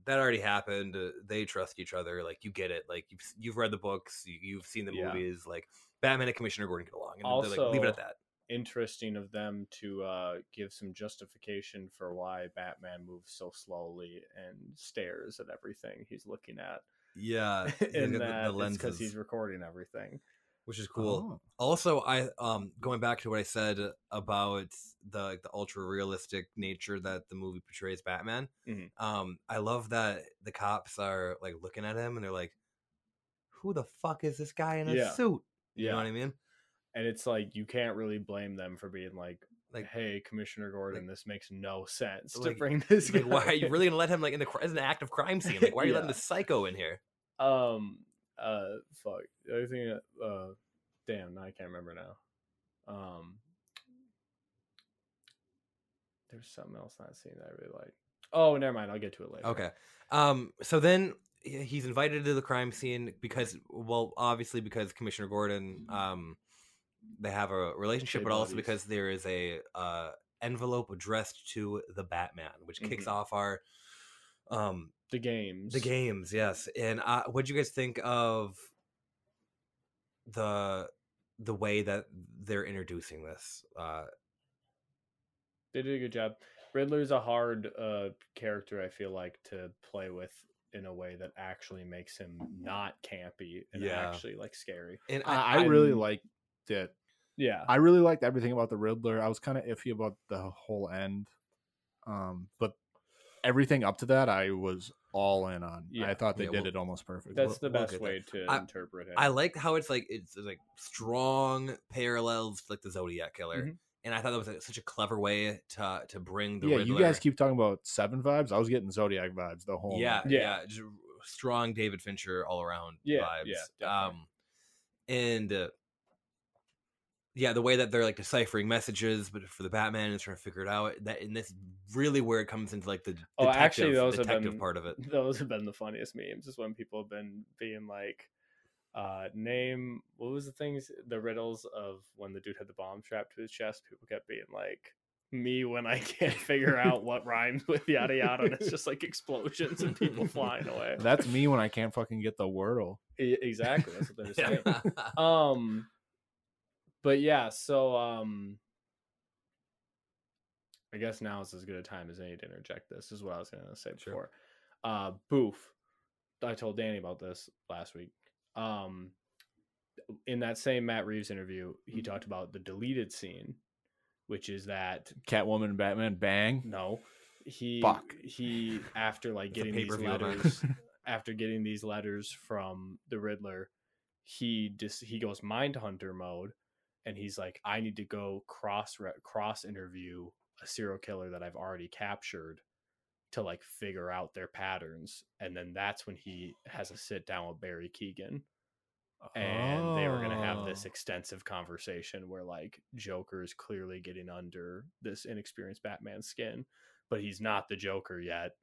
[SPEAKER 4] that already happened. uh, They trust each other. Like you get it. Like you've s- you've read the books, you, you've seen the
[SPEAKER 6] Yeah.
[SPEAKER 4] movies. Like Batman and Commissioner Gordon get along, and they're like, leave it at
[SPEAKER 6] Also-
[SPEAKER 4] that.
[SPEAKER 6] interesting of them to uh, give some justification for why Batman moves so slowly and stares at everything he's looking at. [laughs]
[SPEAKER 4] Yeah,
[SPEAKER 6] In
[SPEAKER 4] the,
[SPEAKER 6] that, it's because
[SPEAKER 4] lenses,
[SPEAKER 6] he's Uh-huh. recording everything.
[SPEAKER 4] which is cool.
[SPEAKER 5] Oh.
[SPEAKER 4] also i um going back to what i said about the like, the ultra realistic nature that the movie portrays batman
[SPEAKER 6] Mhm.
[SPEAKER 4] um i love that the cops are like looking at him and they're like who the fuck is this guy in a
[SPEAKER 6] Yeah.
[SPEAKER 4] suit you
[SPEAKER 6] Yeah,
[SPEAKER 4] know what i mean
[SPEAKER 6] and it's like you can't really blame them for being like,
[SPEAKER 4] like
[SPEAKER 6] "Hey, Commissioner Gordon, this makes no sense
[SPEAKER 4] like-
[SPEAKER 6] to bring [laughs] this."
[SPEAKER 4] it's like, why
[SPEAKER 6] guy
[SPEAKER 4] are
[SPEAKER 6] [laughs]
[SPEAKER 4] you
[SPEAKER 6] in."
[SPEAKER 4] really gonna let him like in the cri- it's an active crime scene? Like, why are you letting
[SPEAKER 6] Yeah.
[SPEAKER 4] the psycho in here?
[SPEAKER 6] Um. Uh. Fuck. The other thing. that- Uh. Damn. Now I can't remember now. Um. There's something else not seen that I really like. Oh, never mind. I'll get to it later.
[SPEAKER 4] Okay. Um, so then he- he's invited to the crime scene because, well, obviously because Commissioner Gordon, um, they have a relationship,
[SPEAKER 6] They
[SPEAKER 4] but also
[SPEAKER 6] buddies.
[SPEAKER 4] because there is a uh, envelope addressed to the Batman, which kicks
[SPEAKER 6] Mhm.
[SPEAKER 4] off our um
[SPEAKER 6] The games.
[SPEAKER 4] the games. Yes, and uh, what do you guys think of the the way that they're introducing this? Uh,
[SPEAKER 6] They did a good job. Riddler's a hard uh character. I feel like to play with in a way that actually makes him not campy and
[SPEAKER 4] Yeah.
[SPEAKER 6] actually like scary.
[SPEAKER 4] and I,
[SPEAKER 5] I, I really
[SPEAKER 6] I'm-
[SPEAKER 5] liked it.
[SPEAKER 6] Yeah.
[SPEAKER 5] I really liked everything about the Riddler. I was kind of iffy about the whole end, um, but everything up to that, I was all in on.
[SPEAKER 6] Yeah.
[SPEAKER 5] I thought they
[SPEAKER 4] Yeah,
[SPEAKER 5] did
[SPEAKER 4] well,
[SPEAKER 5] it almost perfect.
[SPEAKER 6] That's the
[SPEAKER 4] we'll
[SPEAKER 6] best
[SPEAKER 4] get there.
[SPEAKER 6] way to
[SPEAKER 4] I-
[SPEAKER 6] interpret it.
[SPEAKER 4] I like how it's like it's there's, like strong parallels to like the Zodiac killer,
[SPEAKER 6] Mhm.
[SPEAKER 4] and I thought that was like, such a clever way to to bring the
[SPEAKER 5] Mm-hmm. yeah,
[SPEAKER 4] Riddler.
[SPEAKER 5] you guys keep talking about seven vibes. I was getting Zodiac vibes the whole.
[SPEAKER 4] yeah,
[SPEAKER 5] night.
[SPEAKER 4] yeah,
[SPEAKER 6] Yeah.
[SPEAKER 4] just strong David Fincher all around
[SPEAKER 6] Yeah,
[SPEAKER 4] vibes.
[SPEAKER 6] yeah, definitely.
[SPEAKER 4] um, and uh, yeah, the way that they're like deciphering messages, but for the Batman is trying to figure it out. That and that's really where it comes into like the detective,
[SPEAKER 6] Oh, actually, those have
[SPEAKER 4] detective
[SPEAKER 6] been- [laughs]
[SPEAKER 4] part of it.
[SPEAKER 6] Those have been the funniest memes. Is when people have been being like, uh, "Name what was the things the riddles of when the dude had the bomb strapped to his chest." People kept being like, "Me when I can't figure out what rhymes with yada yada," and it's just like explosions and people flying away.
[SPEAKER 5] that's me when I can't fucking get the wordle.
[SPEAKER 6] E- exactly. That's what they're saying.
[SPEAKER 4] [laughs] Yeah.
[SPEAKER 6] um but yeah so um i guess now is as good a time as any to interject this is what i was gonna say
[SPEAKER 4] Sure.
[SPEAKER 6] before uh boof i told danny about this last week um in that same matt reeves interview
[SPEAKER 4] Mm-hmm.
[SPEAKER 6] he talked about the deleted scene which is that
[SPEAKER 5] Catwoman and Batman bang.
[SPEAKER 6] no he
[SPEAKER 5] Fuck.
[SPEAKER 6] he after like
[SPEAKER 4] It's a
[SPEAKER 6] getting these
[SPEAKER 4] pay-per-view event.
[SPEAKER 6] letters after getting these letters from the Riddler, he just he goes mindhunter mode, and he's like, I need to go cross re- cross interview a serial killer that I've already captured to like figure out their patterns, and then that's when he has a sit down with Barry Keegan, and they were gonna have this
[SPEAKER 5] Oh.
[SPEAKER 6] extensive conversation where like Joker is clearly getting under this inexperienced Batman skin, but he's not the Joker yet.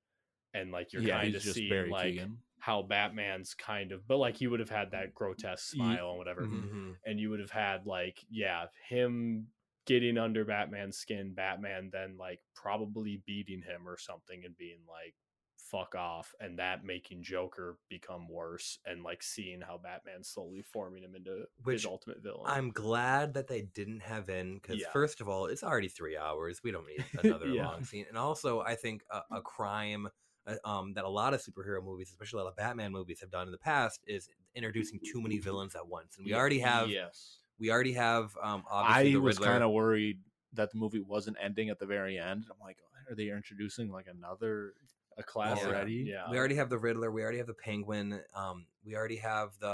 [SPEAKER 6] And like you're
[SPEAKER 5] yeah,
[SPEAKER 6] kind of
[SPEAKER 5] he's just
[SPEAKER 6] seeing
[SPEAKER 5] Barry
[SPEAKER 6] like
[SPEAKER 5] Keoghan.
[SPEAKER 6] how Batman's kind of, but like he would have had that grotesque
[SPEAKER 5] Ye-
[SPEAKER 6] smile and whatever,
[SPEAKER 5] Mhm.
[SPEAKER 4] Mhm.
[SPEAKER 6] and you would have had like, yeah, him getting under Batman's skin, Batman then like probably beating him or something and being like, fuck off, and that making Joker become worse and like seeing how Batman's slowly forming him into
[SPEAKER 4] Which
[SPEAKER 6] his ultimate villain.
[SPEAKER 4] I'm glad that they didn't have in because
[SPEAKER 6] Yeah.
[SPEAKER 4] first of all, it's already three hours. We
[SPEAKER 5] [laughs]
[SPEAKER 4] don't need another
[SPEAKER 6] Yeah.
[SPEAKER 4] long scene, and also I think a, a crime uh, um, that a lot of superhero movies, especially a lot of Batman movies, have done in the past is introducing too many
[SPEAKER 5] Mm-hmm.
[SPEAKER 4] villains at once, and we already have
[SPEAKER 6] yes.
[SPEAKER 4] we already have um, obviously
[SPEAKER 5] I
[SPEAKER 4] the
[SPEAKER 5] was
[SPEAKER 4] Riddler.
[SPEAKER 5] kind of worried that the movie wasn't ending at the very end. I'm like, are they introducing like another
[SPEAKER 6] A classic.
[SPEAKER 5] already?
[SPEAKER 6] Yeah.
[SPEAKER 4] we already have the Riddler. We already have the Penguin. Um, we already have the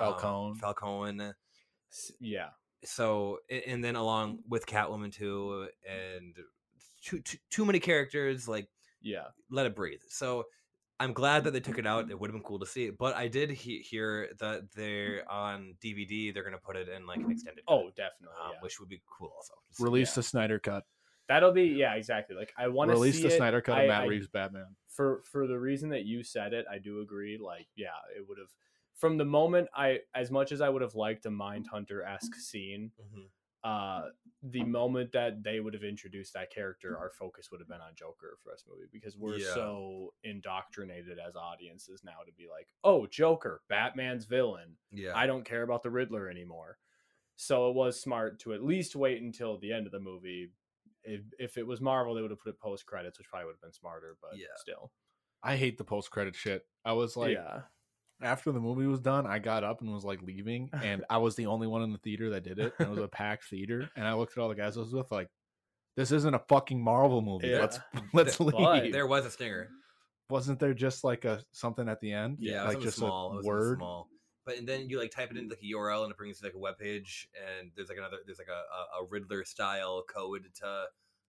[SPEAKER 4] um,
[SPEAKER 5] Falcone.
[SPEAKER 4] Falcone.
[SPEAKER 6] yeah.
[SPEAKER 4] so a- and then along with Catwoman too, and too too, too many characters like.
[SPEAKER 6] Yeah.
[SPEAKER 4] let it breathe. So I'm glad that they took it
[SPEAKER 6] Mm-hmm.
[SPEAKER 4] out. It would have been cool to see, but I did he- hear that they're on DVD. They're gonna put it in like an extended, cut,
[SPEAKER 6] Oh, definitely.
[SPEAKER 4] um,
[SPEAKER 6] yeah.
[SPEAKER 4] which would be cool also. Just-
[SPEAKER 5] Release
[SPEAKER 6] Yeah.
[SPEAKER 5] the Snyder cut.
[SPEAKER 6] That'll be yeah, exactly. Like I want to
[SPEAKER 5] Release
[SPEAKER 6] see
[SPEAKER 5] the
[SPEAKER 6] it.
[SPEAKER 5] Snyder cut
[SPEAKER 6] I-
[SPEAKER 5] of Matt
[SPEAKER 6] I
[SPEAKER 5] Reeves Batman.
[SPEAKER 6] for for the reason that you said it, I do agree. Like, yeah, it would have from the moment I as much as I would have liked a Mindhunter esque scene,
[SPEAKER 4] Mhm.
[SPEAKER 6] uh, the moment that they would have introduced that character, our focus would have been on Joker for us movie because we're
[SPEAKER 4] Yeah.
[SPEAKER 6] so indoctrinated as audiences now to be like, oh, Joker, Batman's villain.
[SPEAKER 4] Mm-hmm. Yeah,
[SPEAKER 6] I don't care about the Riddler anymore. So it was smart to at least wait until the end of the movie. If, if it was Marvel, they would have put it post credits, which probably would have been smarter, but
[SPEAKER 4] Yeah.
[SPEAKER 6] still.
[SPEAKER 5] I hate the post credit shit. I was like,
[SPEAKER 6] yeah.
[SPEAKER 5] after the movie was done, I got up and was like leaving, and I was the only one in the theater that did it. And it [laughs] was a packed theater, and I looked at all the guys I was with, like, this isn't a fucking Marvel movie.
[SPEAKER 6] Yeah.
[SPEAKER 5] Let's [laughs] let's
[SPEAKER 4] Th-
[SPEAKER 6] but
[SPEAKER 5] leave.
[SPEAKER 4] there was a stinger.
[SPEAKER 5] Wasn't there just like a something at the end?
[SPEAKER 4] Yeah,
[SPEAKER 5] like
[SPEAKER 4] something
[SPEAKER 5] just
[SPEAKER 4] small. it
[SPEAKER 5] a
[SPEAKER 4] was something
[SPEAKER 5] word.
[SPEAKER 4] small. But and then you like type it into like a URL and it brings you like a web page and there's like another there's like a, a, a Riddler style code to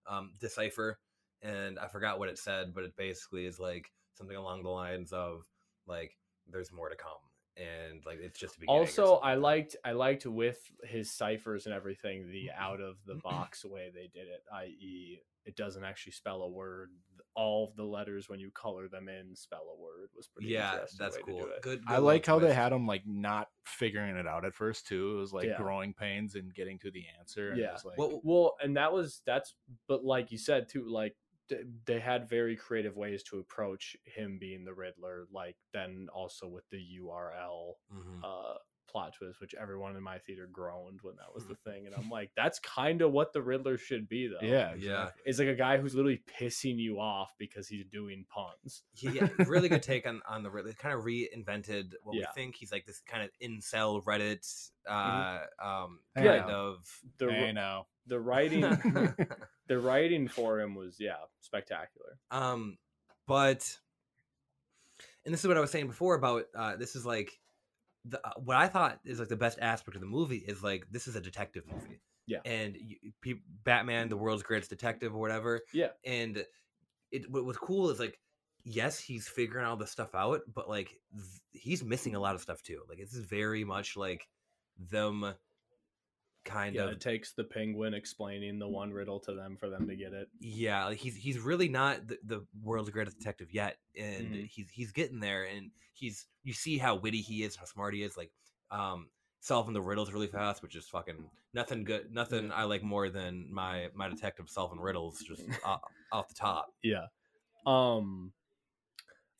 [SPEAKER 4] um, decipher and I forgot what it said but it basically is like something along the lines of like there's more to come and like it's just the beginning or
[SPEAKER 6] also
[SPEAKER 4] something
[SPEAKER 6] i
[SPEAKER 4] that.
[SPEAKER 6] liked i liked with his ciphers and everything the
[SPEAKER 4] Mm-hmm.
[SPEAKER 6] out of the box way they did it i.e it doesn't actually spell a word all of the letters when you color them in spell a word was pretty
[SPEAKER 4] yeah
[SPEAKER 6] interesting
[SPEAKER 4] that's
[SPEAKER 6] way to do
[SPEAKER 4] cool
[SPEAKER 6] it.
[SPEAKER 4] good,
[SPEAKER 5] I
[SPEAKER 4] good
[SPEAKER 5] like how
[SPEAKER 4] little
[SPEAKER 5] they
[SPEAKER 4] twist.
[SPEAKER 5] had him like not figuring it out at first too. It was like
[SPEAKER 6] Yeah.
[SPEAKER 5] growing pains and getting to the answer. And it
[SPEAKER 6] Yeah.
[SPEAKER 5] was, like,
[SPEAKER 4] Well,
[SPEAKER 6] well and that was that's but like you said too like th- they had very creative ways to approach him being the riddler like then also with the url
[SPEAKER 4] mhm.
[SPEAKER 6] uh plot twist which everyone in my theater groaned when that was
[SPEAKER 5] [laughs]
[SPEAKER 6] the thing and i'm like that's kind of what the riddler should be though
[SPEAKER 5] yeah,
[SPEAKER 4] yeah
[SPEAKER 5] exactly.
[SPEAKER 6] is like a guy who's literally pissing you off because he's doing puns.
[SPEAKER 4] he, yeah, really good take on on the Riddler. Kind of reinvented what we
[SPEAKER 6] Yeah.
[SPEAKER 4] think. He's like this kind of incel Reddit, uh,
[SPEAKER 6] Mhm.
[SPEAKER 4] um,
[SPEAKER 5] I
[SPEAKER 4] kind
[SPEAKER 5] know.
[SPEAKER 4] of.
[SPEAKER 6] The
[SPEAKER 5] I know. [laughs]
[SPEAKER 6] the writing the writing for him was yeah spectacular.
[SPEAKER 4] um, but and this is what I was saying before about uh, this is like the uh, what I thought is like the best aspect of the movie is like this is a detective movie.
[SPEAKER 6] Yeah.
[SPEAKER 4] And you, peop Batman, the world's greatest detective or whatever.
[SPEAKER 6] Yeah.
[SPEAKER 4] And it what was cool is like yes, he's figuring all this stuff out, but like th- he's missing a lot of stuff too. Like this is very much like them kind
[SPEAKER 6] yeah,
[SPEAKER 4] of
[SPEAKER 6] it takes the penguin explaining
[SPEAKER 5] Mm.
[SPEAKER 6] the one riddle to them for them to get it.
[SPEAKER 4] yeah like he's he's really not the, the world's greatest detective yet and
[SPEAKER 6] Mhm.
[SPEAKER 4] he's he's getting there and he's you see how witty he is how smart he is like um solving the riddles really fast which is fucking nothing good nothing i like more than my my detective solving riddles just o- off the top
[SPEAKER 6] Yeah. Um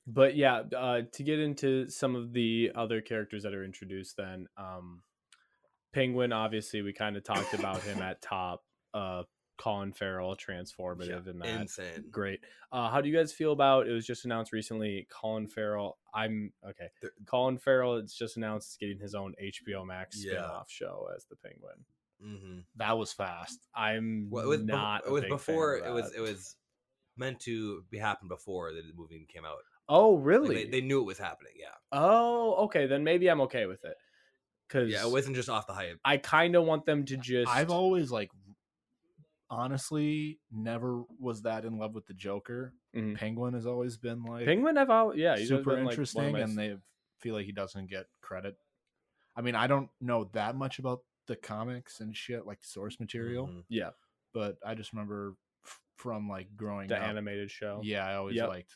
[SPEAKER 6] but yeah, uh to get into some of the other characters that are introduced then, um Penguin obviously we kind of talked about him at top. Uh Colin Farrell transformative in that.
[SPEAKER 4] insane
[SPEAKER 6] Great. Uh how do you guys feel about it was just announced recently Colin Farrell I'm okay.
[SPEAKER 4] There-
[SPEAKER 6] Colin Farrell it's just announced is getting his own HBO Max
[SPEAKER 4] Yeah.
[SPEAKER 6] spin-off show as the Penguin.
[SPEAKER 4] mm-hmm.
[SPEAKER 6] That was fast. I'm
[SPEAKER 4] well, it was bef-
[SPEAKER 6] not a
[SPEAKER 4] it was
[SPEAKER 6] big fan of
[SPEAKER 4] before it was
[SPEAKER 6] that.
[SPEAKER 4] it was meant to be happened before the movie even came out
[SPEAKER 6] Oh,
[SPEAKER 4] Like,
[SPEAKER 6] really?
[SPEAKER 4] they, they knew it was happening yeah
[SPEAKER 6] Oh, okay. Then maybe I'm okay with it. Cause
[SPEAKER 4] yeah it wasn't just off the hype
[SPEAKER 6] I kind of want them to just.
[SPEAKER 5] I've always like honestly never was that in love with the Joker.
[SPEAKER 6] Mhm.
[SPEAKER 5] Penguin has always been like
[SPEAKER 6] Penguin. I've always yeah. he's always
[SPEAKER 5] super
[SPEAKER 6] been, like, one of
[SPEAKER 5] interesting,
[SPEAKER 6] my-
[SPEAKER 5] and they feel like he doesn't get credit. I mean, I don't know that much about the comics and shit, like source material,
[SPEAKER 4] Mhm.
[SPEAKER 6] yeah
[SPEAKER 5] but I just remember f- from like growing
[SPEAKER 6] the
[SPEAKER 5] up.
[SPEAKER 6] animated show.
[SPEAKER 5] Yeah, I always
[SPEAKER 6] Yep.
[SPEAKER 5] liked.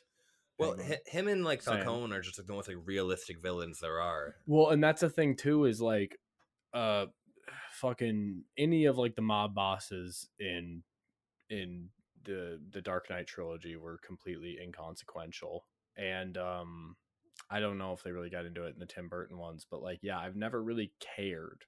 [SPEAKER 4] Well,
[SPEAKER 5] Penguin.
[SPEAKER 4] hi- him and like
[SPEAKER 6] Same.
[SPEAKER 4] Falcone are just like the most like realistic villains there are.
[SPEAKER 6] Well, and that's the thing too is like, uh, fucking any of like the mob bosses in in the the Dark Knight trilogy were completely inconsequential, and um, I don't know if they really got into it in the Tim Burton ones, but like, yeah, I've never really cared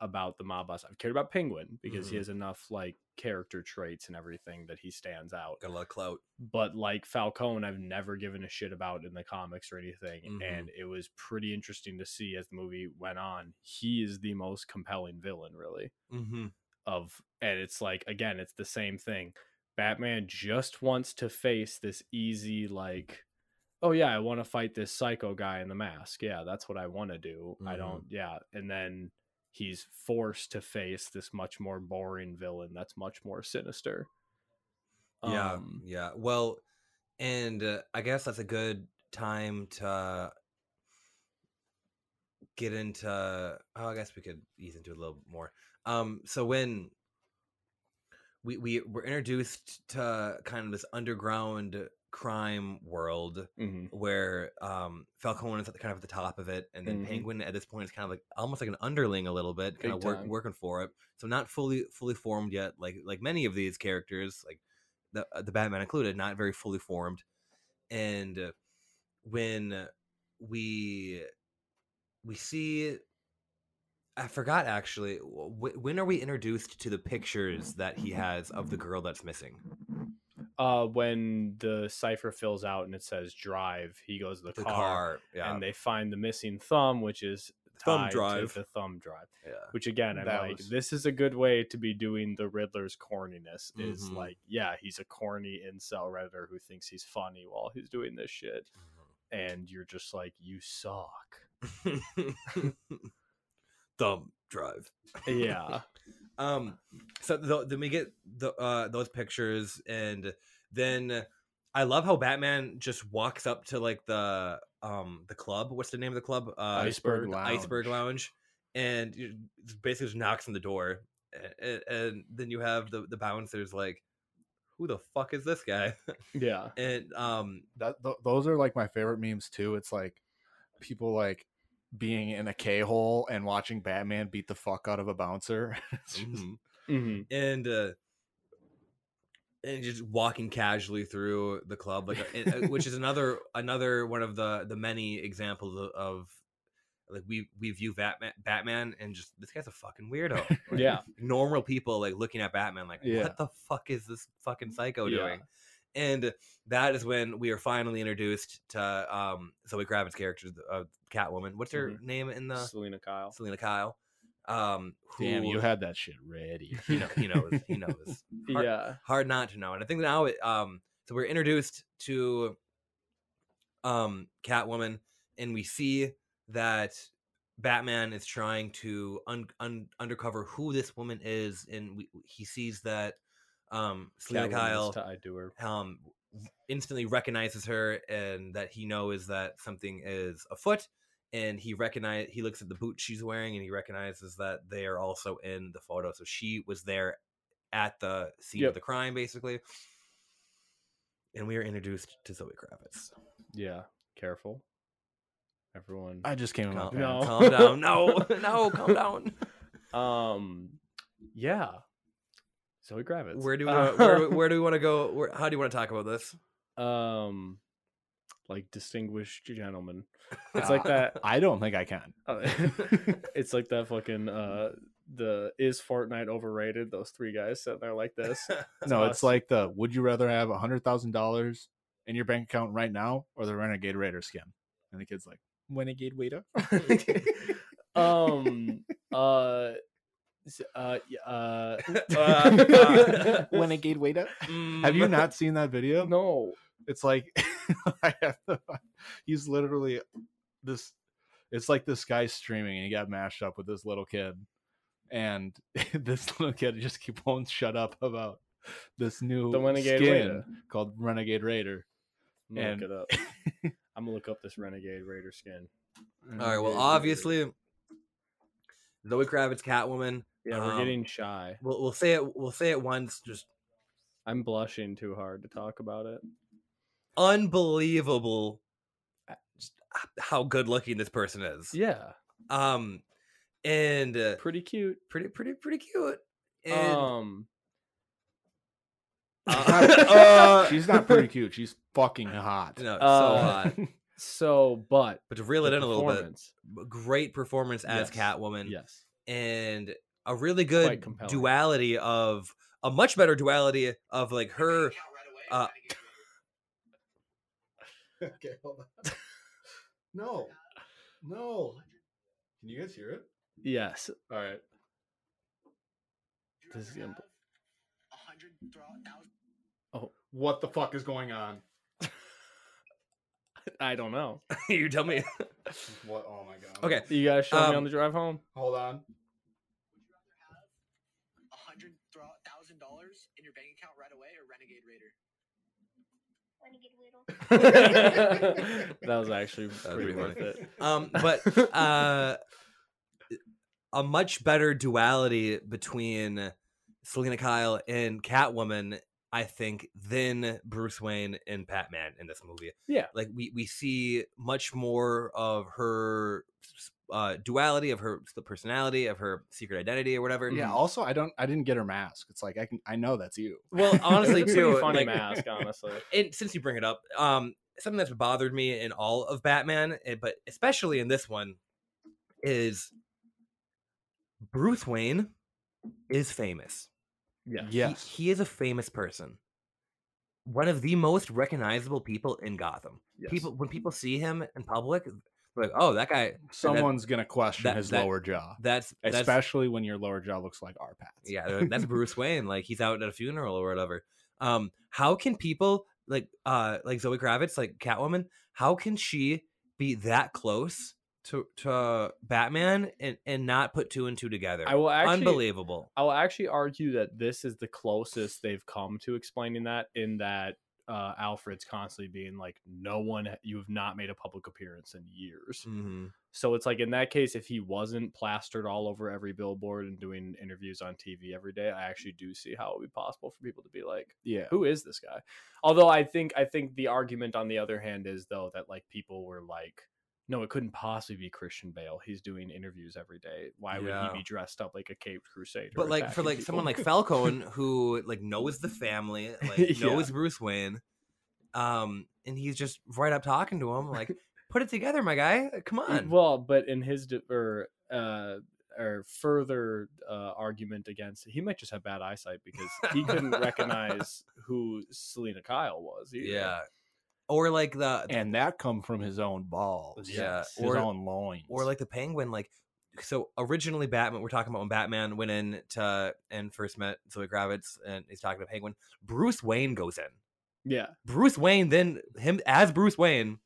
[SPEAKER 6] about the mob boss. I've cared about Penguin because he
[SPEAKER 4] Mhm.
[SPEAKER 6] has enough like character traits and everything that he stands out
[SPEAKER 4] Got a lot of clout.
[SPEAKER 6] but like Falcone, I've never given a shit about in the comics or anything.
[SPEAKER 4] Mhm.
[SPEAKER 6] And it was pretty interesting to see as the movie went on. He is the most compelling villain, really.
[SPEAKER 4] Mm-hmm.
[SPEAKER 6] Of and it's like again, it's the same thing. Batman just wants to face this easy, like, oh yeah, I want to fight this psycho guy in the mask. Yeah, that's what I want to do. I
[SPEAKER 4] Mhm.
[SPEAKER 6] don't. Yeah, and then he's forced to face this much more boring villain that's much more sinister.
[SPEAKER 4] Yeah,
[SPEAKER 6] Um,
[SPEAKER 4] yeah. Well, and uh, I guess that's a good time to get into. Oh, I guess we could ease into it a little more. Um, so when we we were introduced to kind of this underground crime world,
[SPEAKER 6] mhm.
[SPEAKER 4] where um Falcone is at the kind of at the top of it, and then
[SPEAKER 6] Mhm.
[SPEAKER 4] Penguin at this point is kind of like almost like an underling a little bit, kind
[SPEAKER 6] Big
[SPEAKER 4] of work,
[SPEAKER 6] time.
[SPEAKER 4] working for it. So not fully fully formed yet, like like many of these characters, like the uh, the Batman included, not very fully formed. And uh, when we we see, I forgot actually, wh- when are we introduced to the pictures that he has of
[SPEAKER 6] [laughs]
[SPEAKER 4] the girl that's missing?
[SPEAKER 6] uh when the cipher fills out and it says drive he goes to the,
[SPEAKER 4] The
[SPEAKER 6] car,
[SPEAKER 4] car, yeah,
[SPEAKER 6] and they find the missing thumb which is
[SPEAKER 4] Thumb
[SPEAKER 6] tied
[SPEAKER 4] drive.
[SPEAKER 6] to the thumb drive
[SPEAKER 4] yeah.
[SPEAKER 6] which again i'm
[SPEAKER 5] That
[SPEAKER 6] like
[SPEAKER 5] was-
[SPEAKER 6] this is a good way to be doing the riddler's corniness is
[SPEAKER 4] Mhm.
[SPEAKER 6] like yeah he's a corny incel redditor who thinks he's funny while he's doing this shit
[SPEAKER 4] Mm-hmm.
[SPEAKER 6] and you're just like you suck
[SPEAKER 4] [laughs] thumb drive.
[SPEAKER 6] yeah
[SPEAKER 4] Um. So th- then we get the uh those pictures, and then I love how Batman just walks up to like the um the club. What's the name of the club? Uh,
[SPEAKER 5] Iceberg
[SPEAKER 4] the Iceberg Lounge, and you just basically just knocks on the door, and, and then you have the the bouncers like, who the fuck is this guy? [laughs]
[SPEAKER 6] yeah
[SPEAKER 4] and um.
[SPEAKER 5] that th- those are like my favorite memes too. It's like people like being in a K hole and watching Batman beat the fuck out of a bouncer. [laughs] It's [laughs] just-
[SPEAKER 4] mhm.
[SPEAKER 6] hmm
[SPEAKER 4] and uh and just walking casually through the club like uh, and, uh, which is another another one of the the many examples of, of like we we view batman batman and just this guy's a fucking weirdo
[SPEAKER 5] [laughs]
[SPEAKER 4] Like,
[SPEAKER 6] yeah
[SPEAKER 4] normal people like looking at batman like
[SPEAKER 5] Yeah.
[SPEAKER 4] what the fuck is this fucking psycho
[SPEAKER 6] Yeah.
[SPEAKER 4] doing and that is when we are finally introduced to um zoe kravitz's character uh, catwoman what's her
[SPEAKER 6] Mhm.
[SPEAKER 5] Mm-hmm.
[SPEAKER 4] name in the
[SPEAKER 6] selena kyle
[SPEAKER 4] selena kyle um who
[SPEAKER 5] Damn, you had that shit [laughs] ready.
[SPEAKER 4] you know he knows he knows Har-
[SPEAKER 6] yeah
[SPEAKER 4] hard not to know. And I think now it um so we're introduced to um Catwoman, and we see that Batman is trying to un- un- undercover who this woman is, and we- he sees that um Selena
[SPEAKER 6] Catwoman's
[SPEAKER 4] Kyle
[SPEAKER 6] tied to her.
[SPEAKER 4] um, instantly recognizes her and that he knows that something is afoot and he recognize he looks at the boots she's wearing and he recognizes that they are also in the photo so she was there at the scene
[SPEAKER 6] Yep.
[SPEAKER 4] of the crime basically and we are introduced to zoe kravitz
[SPEAKER 6] Yeah, careful. Everyone.
[SPEAKER 5] I just came in Oh my
[SPEAKER 4] calm,
[SPEAKER 6] No.
[SPEAKER 4] calm down no
[SPEAKER 6] [laughs]
[SPEAKER 4] no calm down
[SPEAKER 6] Um, yeah. Zoe Kravitz. Uh,
[SPEAKER 4] where do we wanna- where,
[SPEAKER 6] [laughs]
[SPEAKER 4] where do we want to go where, how do you want to talk about this
[SPEAKER 6] um, like distinguished gentlemen. It's
[SPEAKER 4] [laughs]
[SPEAKER 6] like
[SPEAKER 4] Ah.
[SPEAKER 6] that. uh,
[SPEAKER 5] I don't think I [laughs] can.
[SPEAKER 6] [laughs] it's like that fucking uh the is Fortnite overrated? Those three guys sitting there like
[SPEAKER 4] [laughs]
[SPEAKER 6] this.
[SPEAKER 5] No, it's
[SPEAKER 6] us.
[SPEAKER 5] like the would you rather have a hundred thousand dollars in your bank account right now or the Renegade Raider skin? And the kid's like, Renegade Raider.
[SPEAKER 6] Um uh s- uh y- uh,
[SPEAKER 4] [laughs] Ah,
[SPEAKER 6] [laughs]
[SPEAKER 4] Uh,
[SPEAKER 5] Renegade Raider. [laughs] Have you
[SPEAKER 4] Mm.
[SPEAKER 5] not seen that video?
[SPEAKER 6] no.
[SPEAKER 5] It's like [laughs] I have to, he's literally this it's like this guy streaming and he got mashed up with this little kid. And [laughs] this little kid just keep won't shut up about this new
[SPEAKER 6] The Renegade
[SPEAKER 5] skin
[SPEAKER 6] Raider.
[SPEAKER 5] called Renegade [laughs] Raider.
[SPEAKER 6] I'm gonna
[SPEAKER 5] And-
[SPEAKER 6] look it up.
[SPEAKER 4] [laughs]
[SPEAKER 6] I'm gonna look up this Renegade Raider skin.
[SPEAKER 4] All right.
[SPEAKER 6] Mm-hmm.
[SPEAKER 4] Well, obviously, Zoe Kravitz, Catwoman.
[SPEAKER 6] Yeah, we're
[SPEAKER 4] um,
[SPEAKER 6] getting shy.
[SPEAKER 4] We'll, we'll say it. We'll say it once. Just
[SPEAKER 6] I'm blushing too hard to talk about it.
[SPEAKER 4] unbelievable, uh, just h- how good looking this person is.
[SPEAKER 6] Yeah,
[SPEAKER 4] Um, and uh,
[SPEAKER 6] pretty cute.
[SPEAKER 4] pretty, pretty, pretty cute. And,
[SPEAKER 6] Um,
[SPEAKER 4] uh,
[SPEAKER 6] [laughs] Uh,
[SPEAKER 5] she's not pretty cute. She's fucking hot. [laughs]
[SPEAKER 4] no,
[SPEAKER 6] [laughs]
[SPEAKER 4] so
[SPEAKER 6] uh,
[SPEAKER 4] hot.
[SPEAKER 6] so but
[SPEAKER 4] But to reel it
[SPEAKER 6] the
[SPEAKER 4] in a little bit,
[SPEAKER 6] performance,
[SPEAKER 4] b- great performance as
[SPEAKER 6] Yes,
[SPEAKER 4] Catwoman.
[SPEAKER 6] Yes,
[SPEAKER 4] and a really
[SPEAKER 6] Quite
[SPEAKER 4] good
[SPEAKER 6] compelling.
[SPEAKER 4] duality of a much better duality of like her [laughs] uh
[SPEAKER 5] Okay, hold on. No. No. Can you guys hear it?
[SPEAKER 6] yes.
[SPEAKER 5] All right.
[SPEAKER 6] This is gonna-
[SPEAKER 5] What the fuck is going on?
[SPEAKER 6] I don't know.
[SPEAKER 4] you tell me
[SPEAKER 5] What? Oh my god.
[SPEAKER 4] okay
[SPEAKER 6] You guys show me
[SPEAKER 4] Um,
[SPEAKER 6] on the drive
[SPEAKER 4] [laughs]
[SPEAKER 6] home. [laughs]
[SPEAKER 5] Hold on.
[SPEAKER 2] $100,000 in your bank account right away or Renegade Raider?
[SPEAKER 6] that was actually
[SPEAKER 4] was
[SPEAKER 6] pretty
[SPEAKER 4] pretty
[SPEAKER 6] worth
[SPEAKER 4] funny.
[SPEAKER 6] it.
[SPEAKER 4] um but uh a much better duality between Selena Kyle and Catwoman I think than Bruce Wayne and Batman in this movie.
[SPEAKER 6] Yeah.
[SPEAKER 4] Like we we see much more of her uh duality of her personality of her secret identity or whatever.
[SPEAKER 5] Yeah. Also, I don't. I didn't get her mask. It's like I can. I know [laughs] that's you.
[SPEAKER 4] Well, honestly
[SPEAKER 6] It's a pretty
[SPEAKER 4] too
[SPEAKER 6] funny
[SPEAKER 4] like,
[SPEAKER 6] mask. Honestly,
[SPEAKER 4] and since you bring it up, um, something that's bothered me in all of Batman, eh, but especially in this one, is Bruce Wayne is famous. [laughs]
[SPEAKER 6] yeah.
[SPEAKER 4] [laughs] He- he, is a famous person, one of the most recognizable people in Gotham.
[SPEAKER 6] Yes.
[SPEAKER 4] People, when people see him in public, they're like, "Oh, that guy,
[SPEAKER 5] Someone's gonna question
[SPEAKER 4] that-
[SPEAKER 5] his
[SPEAKER 4] that-
[SPEAKER 5] lower jaw,
[SPEAKER 4] that's that's
[SPEAKER 5] especially when your lower jaw looks like our Pat's.
[SPEAKER 4] yeah they're like, that's bruce wayne like he's out at a funeral or whatever um how can people like uh like zoe kravitz like catwoman how can she be that close to to batman and and not put two and two together
[SPEAKER 6] I will actually.
[SPEAKER 4] unbelievable
[SPEAKER 6] I will actually argue that this is the closest they've come to explaining that in that uh, Alfred's constantly being like, no one, you have not made a public appearance in years.
[SPEAKER 4] Mhm.
[SPEAKER 6] So it's like in that case, if he wasn't plastered all over every billboard and doing interviews on TV every day, I actually do see how it would be possible for people to be like,
[SPEAKER 5] Yeah.
[SPEAKER 6] who is this guy? Although I think I think the argument on the other hand is though that like people were like, no, it couldn't possibly be Christian Bale. He's doing interviews every day. Why would
[SPEAKER 4] Yeah.
[SPEAKER 6] he be dressed up like a caped crusader?
[SPEAKER 4] but like for
[SPEAKER 6] attacking
[SPEAKER 4] like someone like
[SPEAKER 6] people?"
[SPEAKER 4] falcon who like knows
[SPEAKER 6] [laughs]
[SPEAKER 4] the family like
[SPEAKER 6] Yeah.
[SPEAKER 4] knows bruce wayne um and he's just right up talking to him like put it together my guy come
[SPEAKER 6] [laughs] Y-
[SPEAKER 4] on
[SPEAKER 6] Well, but in his de- or uh or further uh, argument against, he might just have bad eyesight because he
[SPEAKER 4] [laughs]
[SPEAKER 6] couldn't recognize who Selena Kyle was. either.
[SPEAKER 4] yeah or like the
[SPEAKER 5] And that come from his own balls.
[SPEAKER 4] Yeah,
[SPEAKER 5] His
[SPEAKER 4] or-
[SPEAKER 5] own loins.
[SPEAKER 4] or like the penguin like so originally batman we're talking about when batman went in to and first met zoe kravitz and he's talking to penguin bruce wayne goes in
[SPEAKER 6] yeah.
[SPEAKER 4] bruce wayne then him as bruce wayne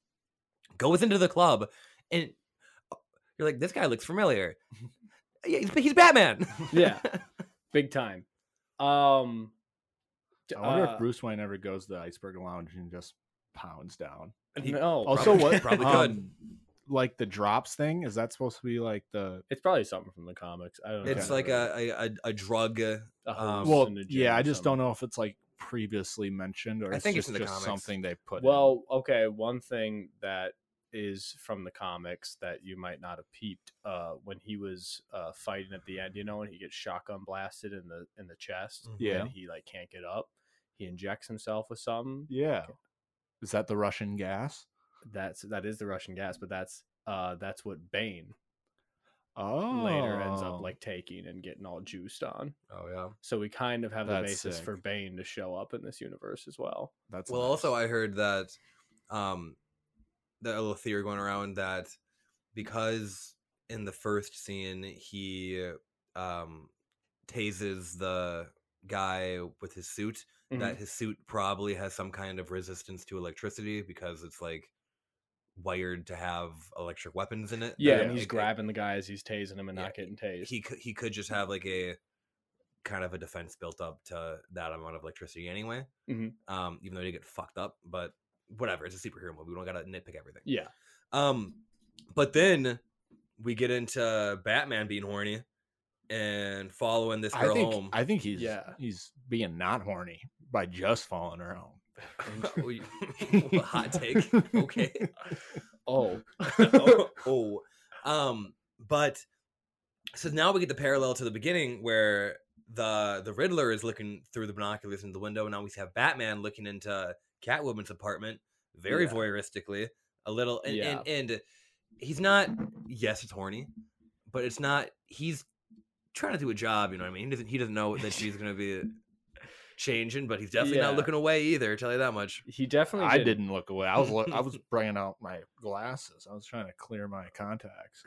[SPEAKER 4] goes into the club, and uh, you're like, this guy looks familiar. yeah, he's, he's Batman.
[SPEAKER 6] Yeah. big time. Um, d-
[SPEAKER 5] I wonder
[SPEAKER 6] uh,
[SPEAKER 5] if Bruce Wayne ever goes to the Iceberg Lounge and just pounds down.
[SPEAKER 4] [laughs] He-
[SPEAKER 6] no,
[SPEAKER 5] Also,
[SPEAKER 6] probably- [laughs] Uh,
[SPEAKER 5] what
[SPEAKER 4] Oh, probably
[SPEAKER 5] um,
[SPEAKER 4] could.
[SPEAKER 5] like the drops thing is that supposed to be like the
[SPEAKER 6] it's probably something from the comics. I don't.
[SPEAKER 4] [laughs] It's
[SPEAKER 5] Okay.
[SPEAKER 6] know.
[SPEAKER 4] like uh, a a, a, a drug. uh, Um,
[SPEAKER 5] well,
[SPEAKER 6] hallucinogen
[SPEAKER 5] yeah,
[SPEAKER 6] or
[SPEAKER 5] I just don't
[SPEAKER 6] something.
[SPEAKER 5] know if it's like previously mentioned or
[SPEAKER 4] I
[SPEAKER 5] it's
[SPEAKER 4] think it's
[SPEAKER 5] just,
[SPEAKER 4] in the
[SPEAKER 5] just
[SPEAKER 4] comics.
[SPEAKER 5] something they put. in.
[SPEAKER 6] Well, okay, one thing that is from the comics that you might not have peeped uh, when he was uh, fighting at the end. You know, when he gets shotgun blasted in the in the chest,
[SPEAKER 4] Mhm.
[SPEAKER 5] Yeah.
[SPEAKER 6] and he like can't get up. He injects himself with something.
[SPEAKER 5] yeah, is that the Russian gas?
[SPEAKER 6] That's that is the Russian gas, but that's uh, that's what Bane
[SPEAKER 5] Oh,
[SPEAKER 6] later ends up like taking and getting all juiced on.
[SPEAKER 4] Oh yeah.
[SPEAKER 6] So we kind of have the
[SPEAKER 5] That's
[SPEAKER 6] basis
[SPEAKER 5] sick.
[SPEAKER 6] for Bane to show up in this universe as well.
[SPEAKER 5] that's
[SPEAKER 4] well,
[SPEAKER 5] nice.
[SPEAKER 4] also I heard that um the little theory going around that because in the first scene he um tases the guy with his suit
[SPEAKER 6] Mm-hmm.
[SPEAKER 4] that his suit probably has some kind of resistance to electricity because it's like wired to have electric weapons in it. that
[SPEAKER 6] Yeah,
[SPEAKER 5] Yeah.
[SPEAKER 6] and he's
[SPEAKER 4] it- it-
[SPEAKER 6] grabbing the guys, he's tasing him and
[SPEAKER 4] Yeah,
[SPEAKER 6] not getting tased.
[SPEAKER 4] He could, he could just have like a kind of a defense built up to that amount of electricity anyway.
[SPEAKER 6] Mhm.
[SPEAKER 5] Mm-hmm.
[SPEAKER 4] Um, even though they get fucked up, but whatever. It's a superhero movie. We don't gotta nitpick everything.
[SPEAKER 6] yeah.
[SPEAKER 4] Um, but then we get into Batman being horny and following this
[SPEAKER 5] I
[SPEAKER 4] girl
[SPEAKER 5] think
[SPEAKER 4] [laughs] home.
[SPEAKER 5] I think he's
[SPEAKER 6] Yeah.
[SPEAKER 5] he's being not horny by just following
[SPEAKER 6] [laughs]
[SPEAKER 5] her
[SPEAKER 4] [laughs]
[SPEAKER 5] home. [laughs]
[SPEAKER 4] We- Oh, [laughs] Hot take. Okay. [laughs]
[SPEAKER 6] [laughs] Oh,
[SPEAKER 4] oh, um, but so now we get the parallel to the beginning where the the Riddler is looking through the binoculars into the window, and now we have Batman looking into Catwoman's apartment very
[SPEAKER 6] Yeah.
[SPEAKER 4] voyeuristically, a little, and,
[SPEAKER 6] Yeah.
[SPEAKER 4] and and he's not. Yes, it's horny, but it's not. He's trying to do a job. You know what I mean? He doesn't. He doesn't know that she's gonna be changing, but he's definitely not
[SPEAKER 6] Yeah.
[SPEAKER 4] looking away either. Tell you that much.
[SPEAKER 6] he definitely.
[SPEAKER 5] I
[SPEAKER 6] did.
[SPEAKER 5] didn't look away. I was lo- I
[SPEAKER 4] [laughs]
[SPEAKER 5] was bringing out my glasses. I was trying to clear my contacts.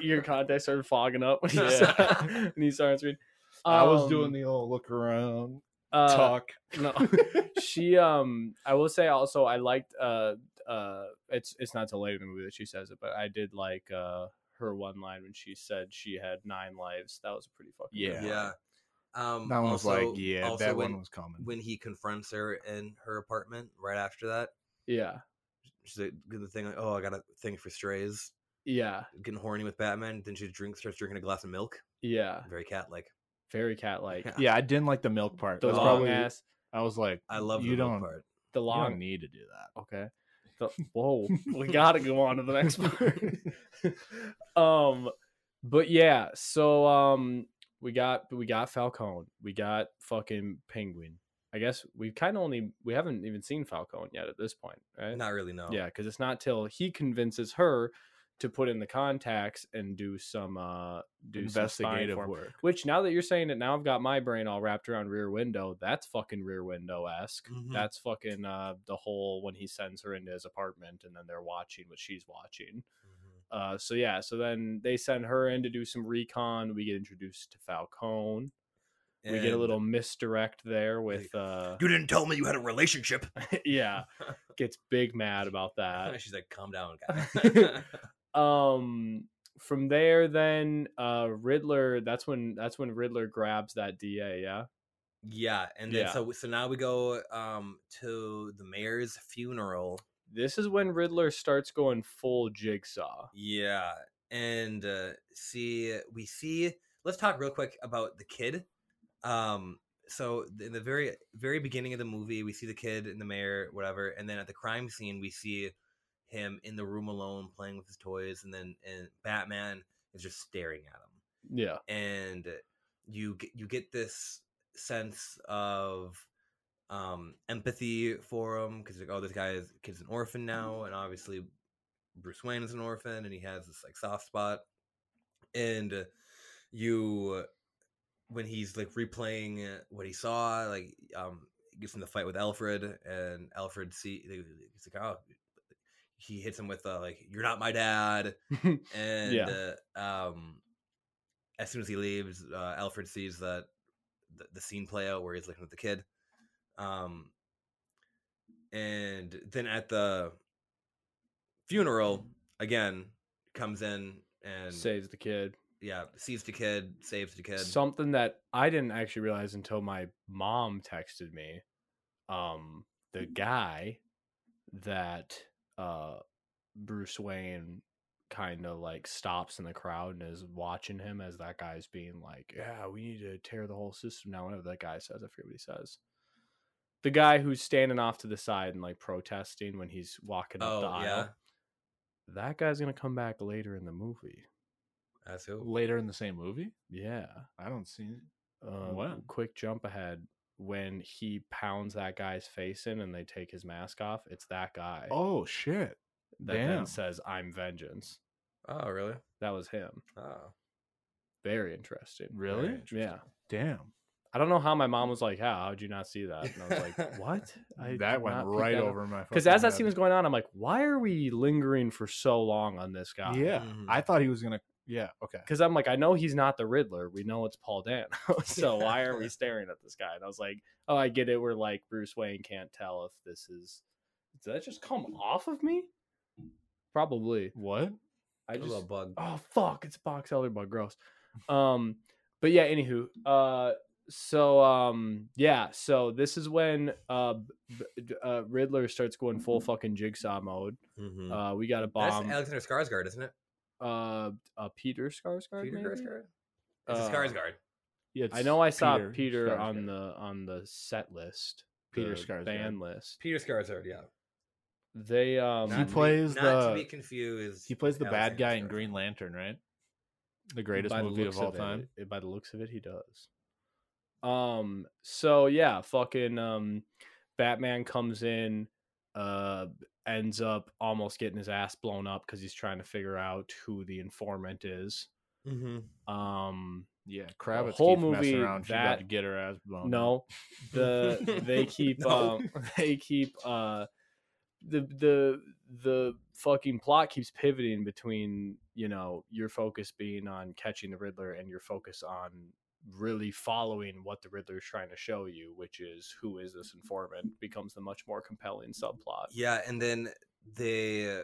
[SPEAKER 6] Your contacts started fogging up when he
[SPEAKER 4] Yeah.
[SPEAKER 6] saw, [laughs] when he saw her screen.
[SPEAKER 5] I was
[SPEAKER 6] Um,
[SPEAKER 5] doing the old look around
[SPEAKER 6] uh,
[SPEAKER 5] talk.
[SPEAKER 6] No,
[SPEAKER 5] [laughs]
[SPEAKER 6] she. Um, I will say also, I liked. Uh, uh, it's it's not till later in the movie that she says it, but I did like uh her one line when she said she had nine lives. That was pretty fucking. good
[SPEAKER 5] Yeah.
[SPEAKER 6] line.
[SPEAKER 4] Yeah. Um,
[SPEAKER 5] That one was like,
[SPEAKER 4] also-
[SPEAKER 5] yeah,
[SPEAKER 4] also
[SPEAKER 5] that
[SPEAKER 4] when-
[SPEAKER 5] one was coming.
[SPEAKER 4] when he confronts her in her apartment right after that.
[SPEAKER 6] yeah,
[SPEAKER 4] She's like, did the thing like, oh, I got a thing for strays,
[SPEAKER 6] yeah,
[SPEAKER 4] getting horny with Batman. Then she drinks, starts drinking a glass of milk.
[SPEAKER 6] yeah.
[SPEAKER 4] Very cat like.
[SPEAKER 6] Very cat like.
[SPEAKER 4] Yeah.
[SPEAKER 5] yeah, I didn't like the milk part.
[SPEAKER 6] The
[SPEAKER 5] That's
[SPEAKER 6] long
[SPEAKER 5] probably-
[SPEAKER 6] ass.
[SPEAKER 5] I was like,
[SPEAKER 4] I love
[SPEAKER 5] you
[SPEAKER 4] the milk
[SPEAKER 5] don't
[SPEAKER 4] part.
[SPEAKER 6] The
[SPEAKER 5] you don't
[SPEAKER 6] long
[SPEAKER 5] need to do that.
[SPEAKER 6] Okay. The- whoa, we gotta go on to the next part. um, but yeah, so um, we got we got Falcone, we got fucking Penguin. I guess we've kind of only we haven't even seen Falcone yet at this point, right?
[SPEAKER 4] Not really, no.
[SPEAKER 6] eh, Yeah, because it's not till he convinces her to put in the contacts and do some uh do
[SPEAKER 5] Investigative
[SPEAKER 6] some spying for him.
[SPEAKER 5] work.
[SPEAKER 6] Which now that you're saying it, now I've got my brain all wrapped around Rear Window. That's fucking Rear Window esque.
[SPEAKER 4] Mhm.
[SPEAKER 6] That's fucking uh, the whole when he sends her into his apartment and then they're watching what she's watching.
[SPEAKER 4] Mhm.
[SPEAKER 6] Uh, so yeah, so then they send her in to do some recon. We get introduced to Falcone. we get a
[SPEAKER 4] Mm-hmm. And
[SPEAKER 6] little misdirect there with uh,
[SPEAKER 4] You didn't tell me you had
[SPEAKER 6] [laughs]
[SPEAKER 4] a relationship. [laughs]
[SPEAKER 6] yeah, gets big mad about that.
[SPEAKER 4] She's like, calm down,
[SPEAKER 6] [laughs]
[SPEAKER 4] guy. [laughs]
[SPEAKER 6] um from there then uh riddler that's when that's when riddler grabs that da yeah
[SPEAKER 4] yeah, and then
[SPEAKER 6] Yeah.
[SPEAKER 4] so so now we go um to the mayor's funeral.
[SPEAKER 6] this is when riddler starts going full jigsaw
[SPEAKER 4] Yeah, and uh, see, we see. Let's talk real quick about the kid. Um, so th- in the very very beginning of the movie, we see the kid and the mayor, whatever, and then at the crime scene, we see him in the room alone playing with his toys, and then and Batman is just staring at him
[SPEAKER 6] yeah
[SPEAKER 4] and you get, you get this sense of um empathy for him because like oh this guy is kid's an orphan now and obviously Bruce Wayne is an orphan and he has this like soft spot and uh, you when he's like replaying uh, what he saw like um gets in the fight with Alfred and Alfred see he's like oh he hits him with uh, like you're not my dad and uh, um as soon as he leaves, uh, Alfred sees that the, the scene play out where he's looking at the kid. Um, and then at the funeral
[SPEAKER 6] Mm-hmm.
[SPEAKER 4] again comes in and
[SPEAKER 6] saves the kid.
[SPEAKER 4] yeah sees the kid saves the kid
[SPEAKER 6] Something that I didn't actually realize until my mom texted me. Um, the
[SPEAKER 4] Mm-hmm.
[SPEAKER 6] guy that uh Bruce Wayne kind of like stops in the crowd and is watching him as that guy's being like, Yeah, we need to tear the whole system down. Whatever that guy says, I forget what he says. The guy who's standing off to the side and like protesting when he's walking up the
[SPEAKER 4] Oh,
[SPEAKER 6] aisle.
[SPEAKER 4] yeah.
[SPEAKER 6] That guy's gonna come back later in the movie.
[SPEAKER 4] that's who
[SPEAKER 5] Later in the same movie,
[SPEAKER 6] Yeah.
[SPEAKER 5] I don't see. it.
[SPEAKER 6] uh,
[SPEAKER 5] Wow.
[SPEAKER 6] quick jump ahead when he pounds that guy's face in and they take his mask off it's that guy
[SPEAKER 5] Oh shit!
[SPEAKER 6] that then
[SPEAKER 5] damn.
[SPEAKER 6] says i'm vengeance
[SPEAKER 4] oh really
[SPEAKER 6] that was him
[SPEAKER 4] oh
[SPEAKER 6] very interesting
[SPEAKER 5] Really?
[SPEAKER 4] Very interesting.
[SPEAKER 6] yeah
[SPEAKER 5] Damn,
[SPEAKER 6] i don't know how my mom was like how how'd you not see that and i was like what I
[SPEAKER 5] that
[SPEAKER 6] did
[SPEAKER 5] went
[SPEAKER 6] not pick
[SPEAKER 5] right
[SPEAKER 6] that up."
[SPEAKER 5] over my.
[SPEAKER 6] because
[SPEAKER 5] fucking
[SPEAKER 6] as that
[SPEAKER 5] head.
[SPEAKER 6] scene was going on i'm like why are we lingering for so long on this guy
[SPEAKER 5] yeah,
[SPEAKER 4] Mhm.
[SPEAKER 5] I thought he was gonna. Yeah, okay.
[SPEAKER 6] because i'm like i know he's not the riddler we know it's paul dano [laughs] so why are we
[SPEAKER 4] Yeah.
[SPEAKER 6] staring at this guy and i was like oh i get it we're like bruce wayne can't tell if this is did that just come off of me probably
[SPEAKER 5] What?
[SPEAKER 6] i
[SPEAKER 4] a
[SPEAKER 6] just
[SPEAKER 4] little bug
[SPEAKER 6] oh fuck it's box elder bug gross um but yeah anywho uh so um yeah so this is when uh, b- d- uh riddler starts going full fucking jigsaw mode
[SPEAKER 4] Mhm.
[SPEAKER 6] uh we got a
[SPEAKER 4] that's
[SPEAKER 6] bomb
[SPEAKER 4] alexander skarsgård isn't it
[SPEAKER 6] uh, uh peter skarsgård
[SPEAKER 4] peter
[SPEAKER 6] maybe?
[SPEAKER 4] skarsgård it's a
[SPEAKER 6] Uh,
[SPEAKER 4] skarsgård
[SPEAKER 5] Yeah,
[SPEAKER 6] I
[SPEAKER 5] it's
[SPEAKER 6] know I saw Peter,
[SPEAKER 5] Skarsgård.
[SPEAKER 6] on the on the set list,
[SPEAKER 5] Peter
[SPEAKER 6] the
[SPEAKER 5] Skarsgård.
[SPEAKER 6] band list.
[SPEAKER 4] peter skarsgård yeah
[SPEAKER 6] They um
[SPEAKER 5] He
[SPEAKER 4] Not to be-
[SPEAKER 5] plays
[SPEAKER 4] not to
[SPEAKER 5] the-
[SPEAKER 4] be confused
[SPEAKER 5] He plays the
[SPEAKER 4] with
[SPEAKER 5] bad guy in
[SPEAKER 4] Alexander Skarsgård.
[SPEAKER 5] Green Lantern, right? The greatest
[SPEAKER 6] by the
[SPEAKER 5] movie
[SPEAKER 6] looks
[SPEAKER 5] of all
[SPEAKER 6] it,
[SPEAKER 5] time.
[SPEAKER 6] it- by the looks of it, he does. Um. So yeah, fucking um, Batman comes in, uh, ends up almost getting his ass blown up because he's trying to figure out who the informant is.
[SPEAKER 4] Mhm.
[SPEAKER 6] Um.
[SPEAKER 5] Yeah, Kravitz
[SPEAKER 6] whole
[SPEAKER 5] keeps messing
[SPEAKER 6] movie,
[SPEAKER 5] around. She got
[SPEAKER 6] that-
[SPEAKER 5] to get her ass blown. up.
[SPEAKER 6] No, the they keep
[SPEAKER 4] No.
[SPEAKER 6] um, [laughs] they keep uh, the the the fucking plot keeps pivoting between you know your focus being on catching the Riddler and your focus on really following what the Riddler is trying to show you, which is who is this informant, becomes the much more compelling subplot.
[SPEAKER 4] Yeah, and then they,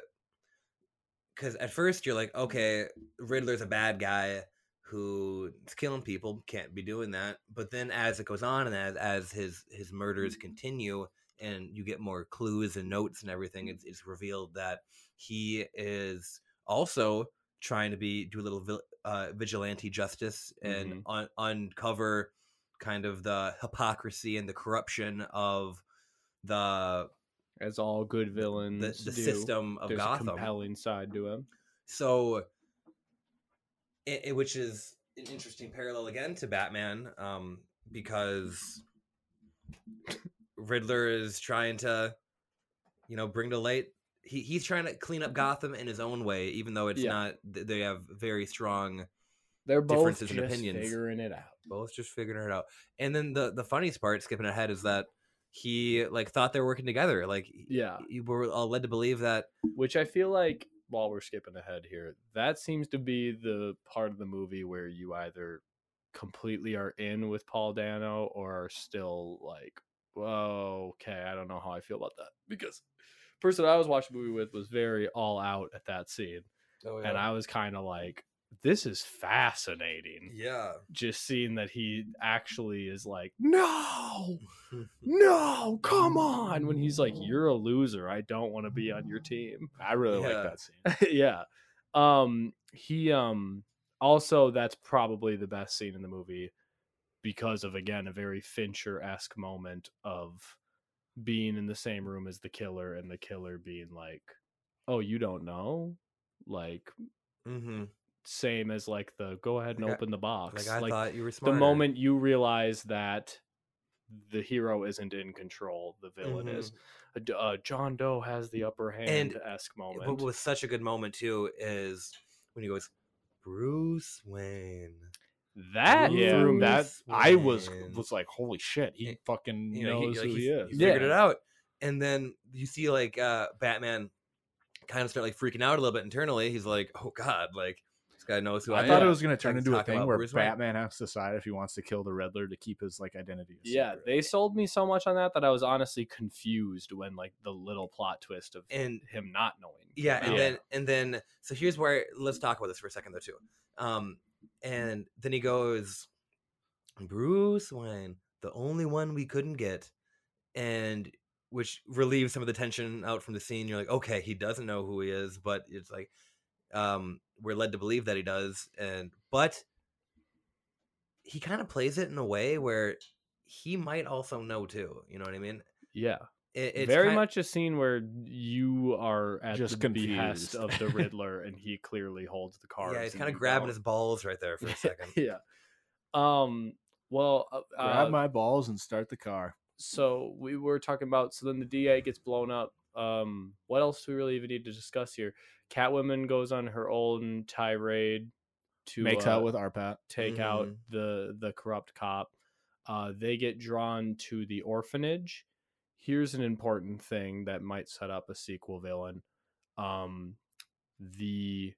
[SPEAKER 4] because at first you're like, okay, Riddler's a bad guy who's killing people, can't be doing that. But then as it goes on, and as as his his murders continue, and you get more clues and notes and everything, it's, it's revealed that he is also trying to be do a little vil, uh, vigilante justice and
[SPEAKER 6] Mhm.
[SPEAKER 4] un- uncover kind of the hypocrisy and the corruption of the
[SPEAKER 6] As all good villains
[SPEAKER 4] the, the
[SPEAKER 6] do,
[SPEAKER 4] system of
[SPEAKER 6] there's a
[SPEAKER 4] Gotham.
[SPEAKER 6] compelling side to him.
[SPEAKER 4] So, it, it- which is an interesting parallel again to Batman, um, because Riddler is trying to, you know, bring to light. He, he's trying to clean up Gotham in his own way, even though it's
[SPEAKER 6] Yeah.
[SPEAKER 4] not. th- They have very strong
[SPEAKER 6] They're both
[SPEAKER 4] Differences
[SPEAKER 6] just
[SPEAKER 4] in opinions.
[SPEAKER 6] figuring it out.
[SPEAKER 4] both just figuring it out. And then the the funniest part, skipping ahead, is that he like thought they were working together. Like
[SPEAKER 6] Yeah.
[SPEAKER 4] you were all led to believe that
[SPEAKER 6] which I feel like while we're skipping ahead here, that seems to be the part of the movie where you either completely are in with Paul Dano or are still like, whoa, okay, I don't know how I feel about that because the person I was watching the movie with was very all out at that scene, and I was kind of like, this is fascinating.
[SPEAKER 4] yeah.
[SPEAKER 6] Just seeing that he actually is like, no, no, come on. When he's like, you're a loser. I don't want to be on your team
[SPEAKER 5] I really
[SPEAKER 4] Yeah.
[SPEAKER 5] like that scene.
[SPEAKER 6] yeah. Um he um also that's probably the best scene in the movie because of again a very Fincher-esque moment of being in the same room as the killer and the killer being like, "Oh, you don't know?" Like
[SPEAKER 4] Mm-hmm.
[SPEAKER 6] same as like the go ahead and
[SPEAKER 4] Like I-
[SPEAKER 6] open the box.
[SPEAKER 4] Like I thought you were
[SPEAKER 6] the
[SPEAKER 4] smarter.
[SPEAKER 6] moment you realize that the hero isn't in control, the villain is.
[SPEAKER 4] Mm-hmm.
[SPEAKER 6] A d- Uh, John Doe has the upper hand. Esque moment.
[SPEAKER 4] eh, What was such a good moment too is when he goes, Bruce Wayne.
[SPEAKER 6] [laughs] That
[SPEAKER 5] yeah,
[SPEAKER 6] threw me
[SPEAKER 5] that I was
[SPEAKER 4] Wayne.
[SPEAKER 5] was like, holy shit, he
[SPEAKER 4] It-
[SPEAKER 5] fucking
[SPEAKER 4] You know,
[SPEAKER 5] knows
[SPEAKER 4] he, like,
[SPEAKER 5] who
[SPEAKER 4] he's-
[SPEAKER 5] he is.
[SPEAKER 4] he figured it out. And then you see like uh Batman kind of start like freaking out a little bit internally. He's like, Oh God, like guy knows who I,
[SPEAKER 5] I, thought
[SPEAKER 4] am.
[SPEAKER 5] it was going to turn
[SPEAKER 4] can
[SPEAKER 5] into a
[SPEAKER 4] talk
[SPEAKER 5] thing
[SPEAKER 4] about
[SPEAKER 5] where
[SPEAKER 4] Bruce Wayne.
[SPEAKER 5] Batman has to decide if he wants to kill the Riddler to keep his like identity. a
[SPEAKER 6] Yeah,
[SPEAKER 5] secret.
[SPEAKER 6] they sold me so much on that that I was honestly confused when like the little plot twist of
[SPEAKER 4] And
[SPEAKER 6] him not knowing.
[SPEAKER 4] yeah,
[SPEAKER 6] came
[SPEAKER 4] and
[SPEAKER 6] out.
[SPEAKER 4] then and then so here's where let's talk about this for a second though too. Um, and then he goes, Bruce Wayne, the only one we couldn't get, and which relieves some of the tension out from the scene. You're like, okay, he doesn't know who he is, but it's like, um, we're led to believe that he does, and but he kind of plays it in a way where he might also know too. You know what I mean?
[SPEAKER 6] yeah,
[SPEAKER 4] It, it's
[SPEAKER 6] very
[SPEAKER 4] kind-
[SPEAKER 6] much a scene where you are at
[SPEAKER 5] Just
[SPEAKER 6] the behest
[SPEAKER 5] confused.
[SPEAKER 6] of
[SPEAKER 4] [laughs]
[SPEAKER 6] the Riddler, and he clearly holds the cards.
[SPEAKER 4] Yeah, he's
[SPEAKER 6] and
[SPEAKER 4] kind of
[SPEAKER 6] you
[SPEAKER 4] grabbing
[SPEAKER 6] don't.
[SPEAKER 4] his balls right there for
[SPEAKER 6] [laughs]
[SPEAKER 4] a second.
[SPEAKER 6] yeah. Um. Well, uh,
[SPEAKER 5] grab
[SPEAKER 6] uh,
[SPEAKER 5] my balls and start the car.
[SPEAKER 6] so we were talking about. So then the DA gets blown up. Um. What else do we really even need to discuss here? Catwoman goes on her own tirade to
[SPEAKER 5] Makes
[SPEAKER 6] uh,
[SPEAKER 5] out with Arpat.
[SPEAKER 6] take out
[SPEAKER 4] Mhm.
[SPEAKER 5] Mm-hmm.
[SPEAKER 6] the the corrupt cop. Uh, they get drawn to the orphanage. Here's an important thing that might set up a sequel villain. Um, the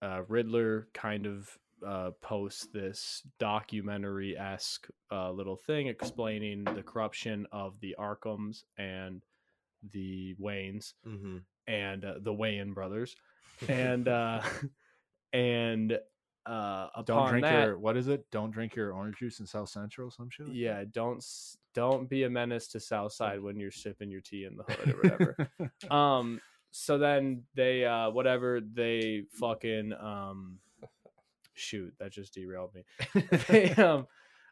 [SPEAKER 6] uh, Riddler kind of uh, posts this documentary esque uh, little thing explaining the corruption of the Arkhams and the Waynes
[SPEAKER 4] hmm
[SPEAKER 6] and uh, the Wayan brothers. And uh, [laughs] and uh, upon
[SPEAKER 5] Don't drink
[SPEAKER 6] that,
[SPEAKER 5] your what is it? Don't drink your orange juice in South Central. Some shit. like that?
[SPEAKER 6] yeah don't s- don't be a menace to southside when you're sipping your tea in the hood or whatever um so then they uh whatever they fucking um shoot that just derailed me They, um,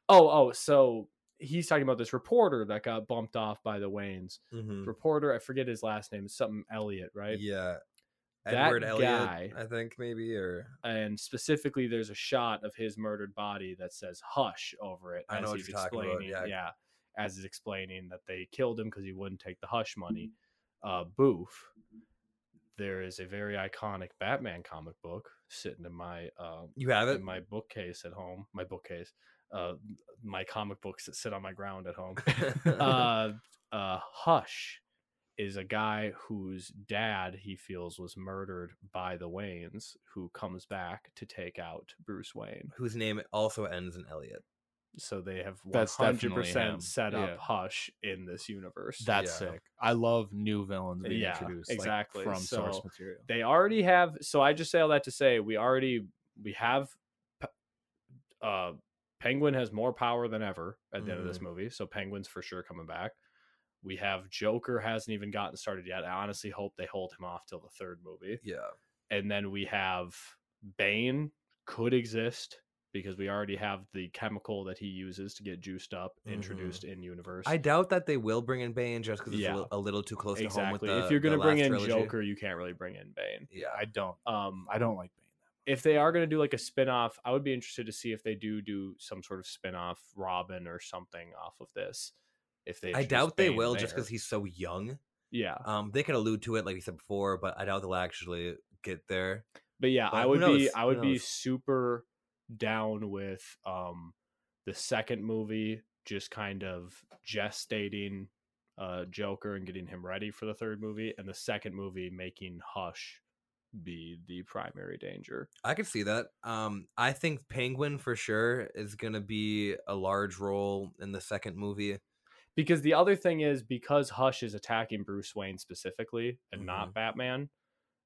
[SPEAKER 6] oh oh so he's talking about this reporter that got bumped off by the waynes
[SPEAKER 4] hmm
[SPEAKER 6] reporter i forget his last name it's something elliot right
[SPEAKER 4] Yeah.
[SPEAKER 6] That
[SPEAKER 4] Edward Elliot,
[SPEAKER 6] guy-
[SPEAKER 4] I think maybe, or
[SPEAKER 6] and specifically there's a shot of his murdered body that says hush over it
[SPEAKER 4] I know what
[SPEAKER 6] he's
[SPEAKER 4] you're talking about,
[SPEAKER 6] explaining
[SPEAKER 4] yeah.
[SPEAKER 6] as he's explaining that they killed him because he wouldn't take the hush money
[SPEAKER 4] Mm-hmm.
[SPEAKER 6] uh boof there is a very iconic batman comic book sitting in my um
[SPEAKER 4] you have it.
[SPEAKER 6] in my bookcase at home my bookcase uh my comic books that sit on my ground at home
[SPEAKER 4] [laughs]
[SPEAKER 6] uh, uh, Hush is a guy whose dad he feels was murdered by the Waynes, who comes back to take out Bruce Wayne.
[SPEAKER 4] Whose name also ends in Elliot.
[SPEAKER 6] So they have one
[SPEAKER 5] That's
[SPEAKER 6] hundred
[SPEAKER 5] definitely him.
[SPEAKER 6] percent set up
[SPEAKER 5] Yeah.
[SPEAKER 6] Hush in this universe.
[SPEAKER 5] That's
[SPEAKER 4] Yeah.
[SPEAKER 5] sick. I love new villains being
[SPEAKER 6] Yeah,
[SPEAKER 5] introduced like,
[SPEAKER 6] exactly.
[SPEAKER 5] from source
[SPEAKER 6] So,
[SPEAKER 5] material.
[SPEAKER 6] they already have. So I just say all that to say we already we have. Pe- Uh, Penguin has more power than ever at the end of this
[SPEAKER 4] Mhm.
[SPEAKER 5] Mm-hmm.
[SPEAKER 6] movie, so Penguin's for sure coming back. We have Joker hasn't even gotten started yet. I honestly hope they hold him off till the third movie.
[SPEAKER 4] Yeah.
[SPEAKER 6] and then we have Bane could exist because we already have the chemical that he uses to get juiced up introduced in universe.
[SPEAKER 4] Mm-hmm. I doubt that they will bring in Bane just because
[SPEAKER 6] Yeah.
[SPEAKER 4] it's a li- a little too close to home with
[SPEAKER 6] exactly.
[SPEAKER 4] the
[SPEAKER 6] if you're
[SPEAKER 4] going
[SPEAKER 6] gonna
[SPEAKER 4] to
[SPEAKER 6] bring in Joker, you can't really bring in Bane.
[SPEAKER 4] Yeah.
[SPEAKER 5] I don't.
[SPEAKER 6] Um,
[SPEAKER 5] I don't like Bane.
[SPEAKER 6] if they are gonna do like a spin off, I would be interested to see if they do do some sort of spin off Robin or something off of this. If they,
[SPEAKER 4] I
[SPEAKER 6] introduce
[SPEAKER 4] doubt they
[SPEAKER 6] Bane
[SPEAKER 4] will just
[SPEAKER 6] there.
[SPEAKER 4] because he's so young.
[SPEAKER 6] yeah.
[SPEAKER 4] Um, they can allude to it, like you said before, but I doubt they'll actually get there.
[SPEAKER 6] But yeah,
[SPEAKER 4] But
[SPEAKER 6] I
[SPEAKER 4] who
[SPEAKER 6] would
[SPEAKER 4] knows?
[SPEAKER 6] be I
[SPEAKER 4] Who
[SPEAKER 6] would be
[SPEAKER 4] knows?
[SPEAKER 6] super down with um the second movie just kind of gestating uh Joker and getting him ready for the third movie and the second movie making Hush be the primary danger.
[SPEAKER 4] I could see that. Um, I think Penguin for sure is going to be a large role in the second movie.
[SPEAKER 6] Because the other thing is because Hush is attacking Bruce Wayne specifically and
[SPEAKER 4] Mm-hmm.
[SPEAKER 6] not Batman,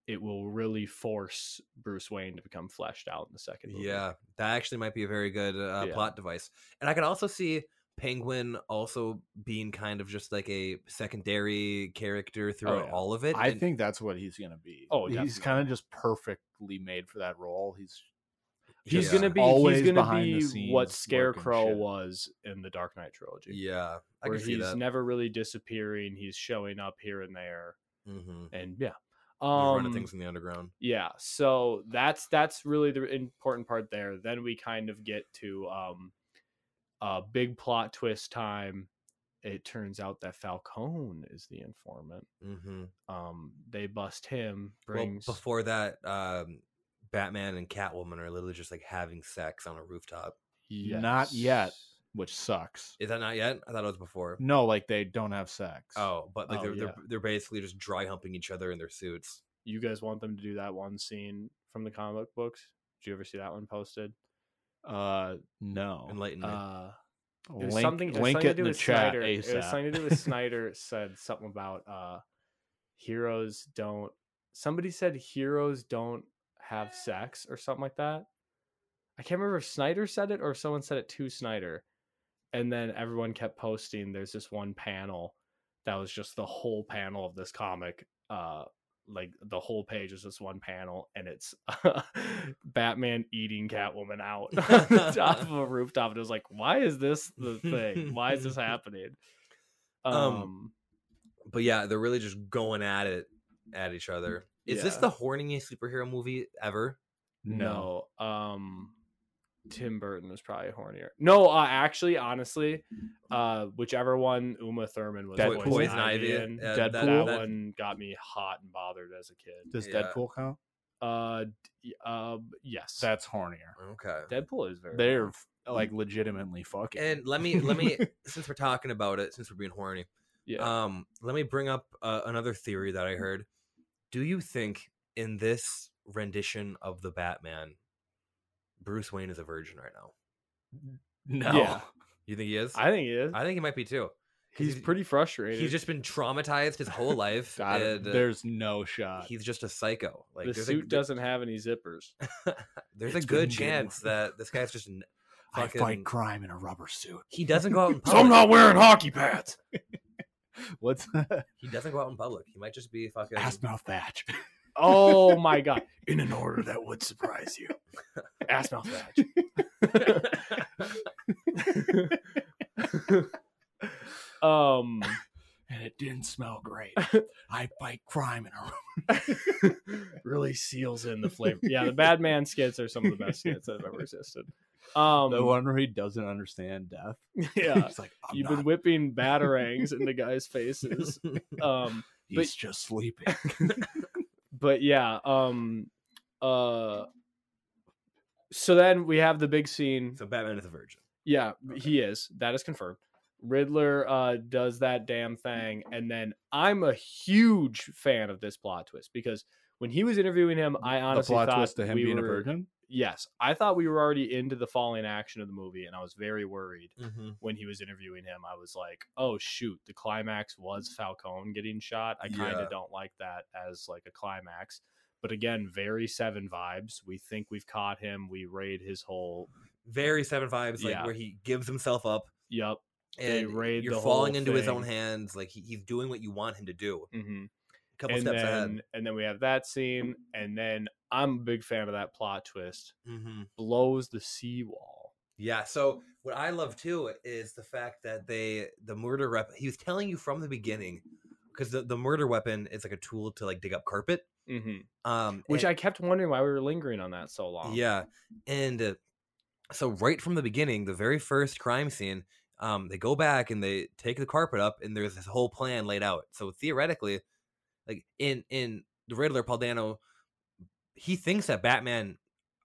[SPEAKER 6] it will really force Bruce Wayne to become fleshed out in the second movie.
[SPEAKER 4] Yeah, that actually might be a very good uh,
[SPEAKER 6] Yeah.
[SPEAKER 4] plot device. And I could also see Penguin also being kind of just like a secondary character throughout
[SPEAKER 6] Oh, yeah.
[SPEAKER 4] all of it.
[SPEAKER 5] I
[SPEAKER 4] and-
[SPEAKER 5] think that's what he's gonna be.
[SPEAKER 6] Oh,
[SPEAKER 5] he's
[SPEAKER 6] definitely.
[SPEAKER 5] kind of just perfectly made for that role. He's
[SPEAKER 6] he's
[SPEAKER 4] Yeah.
[SPEAKER 6] gonna be
[SPEAKER 5] always
[SPEAKER 6] he's gonna be
[SPEAKER 5] behind the
[SPEAKER 6] what
[SPEAKER 5] scenes working
[SPEAKER 6] Scarecrow
[SPEAKER 5] shit.
[SPEAKER 6] was in the Dark Knight trilogy.
[SPEAKER 4] yeah, I
[SPEAKER 6] where
[SPEAKER 4] could see
[SPEAKER 6] he's
[SPEAKER 4] that.
[SPEAKER 6] never really disappearing. He's showing up here and there,
[SPEAKER 4] hmm
[SPEAKER 6] and yeah,
[SPEAKER 4] he's
[SPEAKER 6] um,
[SPEAKER 4] running things in the underground.
[SPEAKER 6] yeah. So that's that's really the important part there. Then we kind of get to um, a big plot twist time. It turns out that Falcone is the informant.
[SPEAKER 4] hmm
[SPEAKER 6] Um, they bust him.
[SPEAKER 4] Well,
[SPEAKER 6] Brings
[SPEAKER 4] before that, um, Batman and Catwoman are literally just like having sex on a rooftop.
[SPEAKER 5] not yet,
[SPEAKER 6] Yes.
[SPEAKER 5] which sucks.
[SPEAKER 4] Is that not yet? I thought it was before.
[SPEAKER 5] No, like they don't have sex.
[SPEAKER 4] Oh, but like
[SPEAKER 6] Oh,
[SPEAKER 4] they're, they're
[SPEAKER 6] yeah.
[SPEAKER 4] they're basically just dry humping each other in their suits.
[SPEAKER 6] You guys want them to do that one scene from the comic books Did you ever see that one posted? Uh,
[SPEAKER 5] No.
[SPEAKER 4] Enlighten me.
[SPEAKER 6] uh, it was
[SPEAKER 5] link
[SPEAKER 6] something, it was
[SPEAKER 5] link
[SPEAKER 6] something
[SPEAKER 5] it
[SPEAKER 6] to do
[SPEAKER 5] in the
[SPEAKER 6] with
[SPEAKER 5] chat
[SPEAKER 6] Snyder. It was
[SPEAKER 5] ASAP.
[SPEAKER 6] something to do with
[SPEAKER 5] [laughs]
[SPEAKER 6] Snyder said something about uh, heroes don't. Somebody said heroes don't have sex or something like that. I can't remember if Snyder said it or if someone said it to Snyder. And then everyone kept posting. There's this one panel that was just the whole panel of this comic. Uh, like the whole page is this one panel, and it's [laughs] Batman eating Catwoman out [laughs] on the top
[SPEAKER 5] [laughs]
[SPEAKER 6] of a rooftop. And it was like, why is this the thing? Why
[SPEAKER 4] [laughs]
[SPEAKER 6] is this happening? Um,
[SPEAKER 4] Um, but yeah, they're really just going at it at each other. Is this
[SPEAKER 6] Yeah.
[SPEAKER 4] the horniest superhero movie ever?
[SPEAKER 6] no. Um, Tim Burton was probably hornier. No, uh, actually, honestly, uh, whichever one Uma Thurman was
[SPEAKER 5] Deadpool.
[SPEAKER 6] poison,
[SPEAKER 5] Poison
[SPEAKER 6] ivy
[SPEAKER 4] uh,
[SPEAKER 6] in, that,
[SPEAKER 4] that-
[SPEAKER 5] Deadpool?
[SPEAKER 6] one got me hot and bothered as a kid.
[SPEAKER 5] Does
[SPEAKER 4] Yeah.
[SPEAKER 5] Deadpool count?
[SPEAKER 6] Uh, d- um, yes,
[SPEAKER 5] That's hornier.
[SPEAKER 4] Okay.
[SPEAKER 6] Deadpool is very.
[SPEAKER 5] They're
[SPEAKER 6] horny.
[SPEAKER 5] f- like legitimately fucking.
[SPEAKER 4] And let me let me since we're talking about it, since we're being horny,
[SPEAKER 6] yeah.
[SPEAKER 4] um, let me bring up uh, another theory that I heard. Do you think in this rendition of the Batman, Bruce Wayne is a virgin right now?
[SPEAKER 5] [laughs] no.
[SPEAKER 6] Yeah.
[SPEAKER 4] You think he is?
[SPEAKER 6] I think he is.
[SPEAKER 4] I think he might be too. 'cause
[SPEAKER 6] he's, pretty frustrated.
[SPEAKER 4] He's just been traumatized his
[SPEAKER 6] [laughs]
[SPEAKER 4] whole life.
[SPEAKER 5] I don't-
[SPEAKER 4] and, uh,
[SPEAKER 5] there's no shot.
[SPEAKER 4] he's just a psycho. Like
[SPEAKER 6] the
[SPEAKER 4] there's
[SPEAKER 6] suit
[SPEAKER 4] a, there-
[SPEAKER 6] doesn't have any
[SPEAKER 4] [laughs]
[SPEAKER 6] zippers.
[SPEAKER 4] There's a
[SPEAKER 5] It's
[SPEAKER 4] good
[SPEAKER 5] been good.
[SPEAKER 4] chance that this guy's
[SPEAKER 6] [laughs]
[SPEAKER 4] just n- fucking.
[SPEAKER 5] crime in a rubber suit.
[SPEAKER 4] He doesn't go out
[SPEAKER 6] Oh.
[SPEAKER 4] in public.
[SPEAKER 5] wearing hockey pads. [laughs] What's [laughs] that?
[SPEAKER 4] He doesn't go out in public. He might just be fucking.
[SPEAKER 5] ass mouth patch?
[SPEAKER 6] Oh my god!
[SPEAKER 5] In an order that would surprise
[SPEAKER 6] [laughs]
[SPEAKER 5] you.
[SPEAKER 6] Ass mouth badge. [laughs] um
[SPEAKER 5] and it didn't smell
[SPEAKER 6] [laughs]
[SPEAKER 5] great. I fight crime in a rubber. [laughs]
[SPEAKER 6] really seals in the flavor. Yeah, the bad man skits are some of the best skits that have ever existed. Um
[SPEAKER 5] no wonder he doesn't understand death.
[SPEAKER 6] yeah.
[SPEAKER 5] He's like, I'm
[SPEAKER 6] You've
[SPEAKER 5] not-
[SPEAKER 6] been whipping batarangs into guys'
[SPEAKER 5] [laughs]
[SPEAKER 6] faces. Um
[SPEAKER 5] he's just sleeping.
[SPEAKER 6] [laughs] but yeah, um uh so then we have the big scene
[SPEAKER 4] so Batman is a virgin.
[SPEAKER 6] Yeah, he is. That is confirmed. Riddler uh, does that damn thing, and then I'm a huge fan of this plot twist because when he was interviewing him, I honestly thought we were, Yes, I thought we were already into the falling action of the movie, and I was very worried
[SPEAKER 4] Mm-hmm.
[SPEAKER 6] when he was interviewing him. I was like, "Oh shoot, the climax was Falcone getting shot." I kind of
[SPEAKER 4] Yeah.
[SPEAKER 6] don't like that as like a climax. But again, very seven vibes. We think we've caught him. We raid his whole.
[SPEAKER 4] Very seven vibes, like
[SPEAKER 6] Yeah.
[SPEAKER 4] where he gives himself up
[SPEAKER 6] Yup. They
[SPEAKER 4] and
[SPEAKER 6] raid
[SPEAKER 4] you're
[SPEAKER 6] the
[SPEAKER 4] falling
[SPEAKER 6] whole
[SPEAKER 4] into his own
[SPEAKER 6] thing.
[SPEAKER 4] hands. Like he, he's doing what you want him to do.
[SPEAKER 6] Mm-hmm.
[SPEAKER 4] A couple
[SPEAKER 6] and
[SPEAKER 4] steps
[SPEAKER 6] then,
[SPEAKER 4] ahead.
[SPEAKER 6] And then we have that scene, and then I'm a big fan of that plot twist.
[SPEAKER 4] Mm-hmm.
[SPEAKER 6] Blows the seawall.
[SPEAKER 4] Yeah. So what I love too is the fact that they the murder rep. He was telling you from the beginning because the, the murder weapon is like a tool to like dig up carpet.
[SPEAKER 6] Mm-hmm.
[SPEAKER 4] Um,
[SPEAKER 6] Which
[SPEAKER 4] and-
[SPEAKER 6] I kept wondering why we were lingering on that so long.
[SPEAKER 4] Yeah, and uh, so right from the beginning, the very first crime scene, um, they go back and they take the carpet up, and there's this whole plan laid out. So theoretically, like in in the Riddler, Paul Dano, he thinks that Batman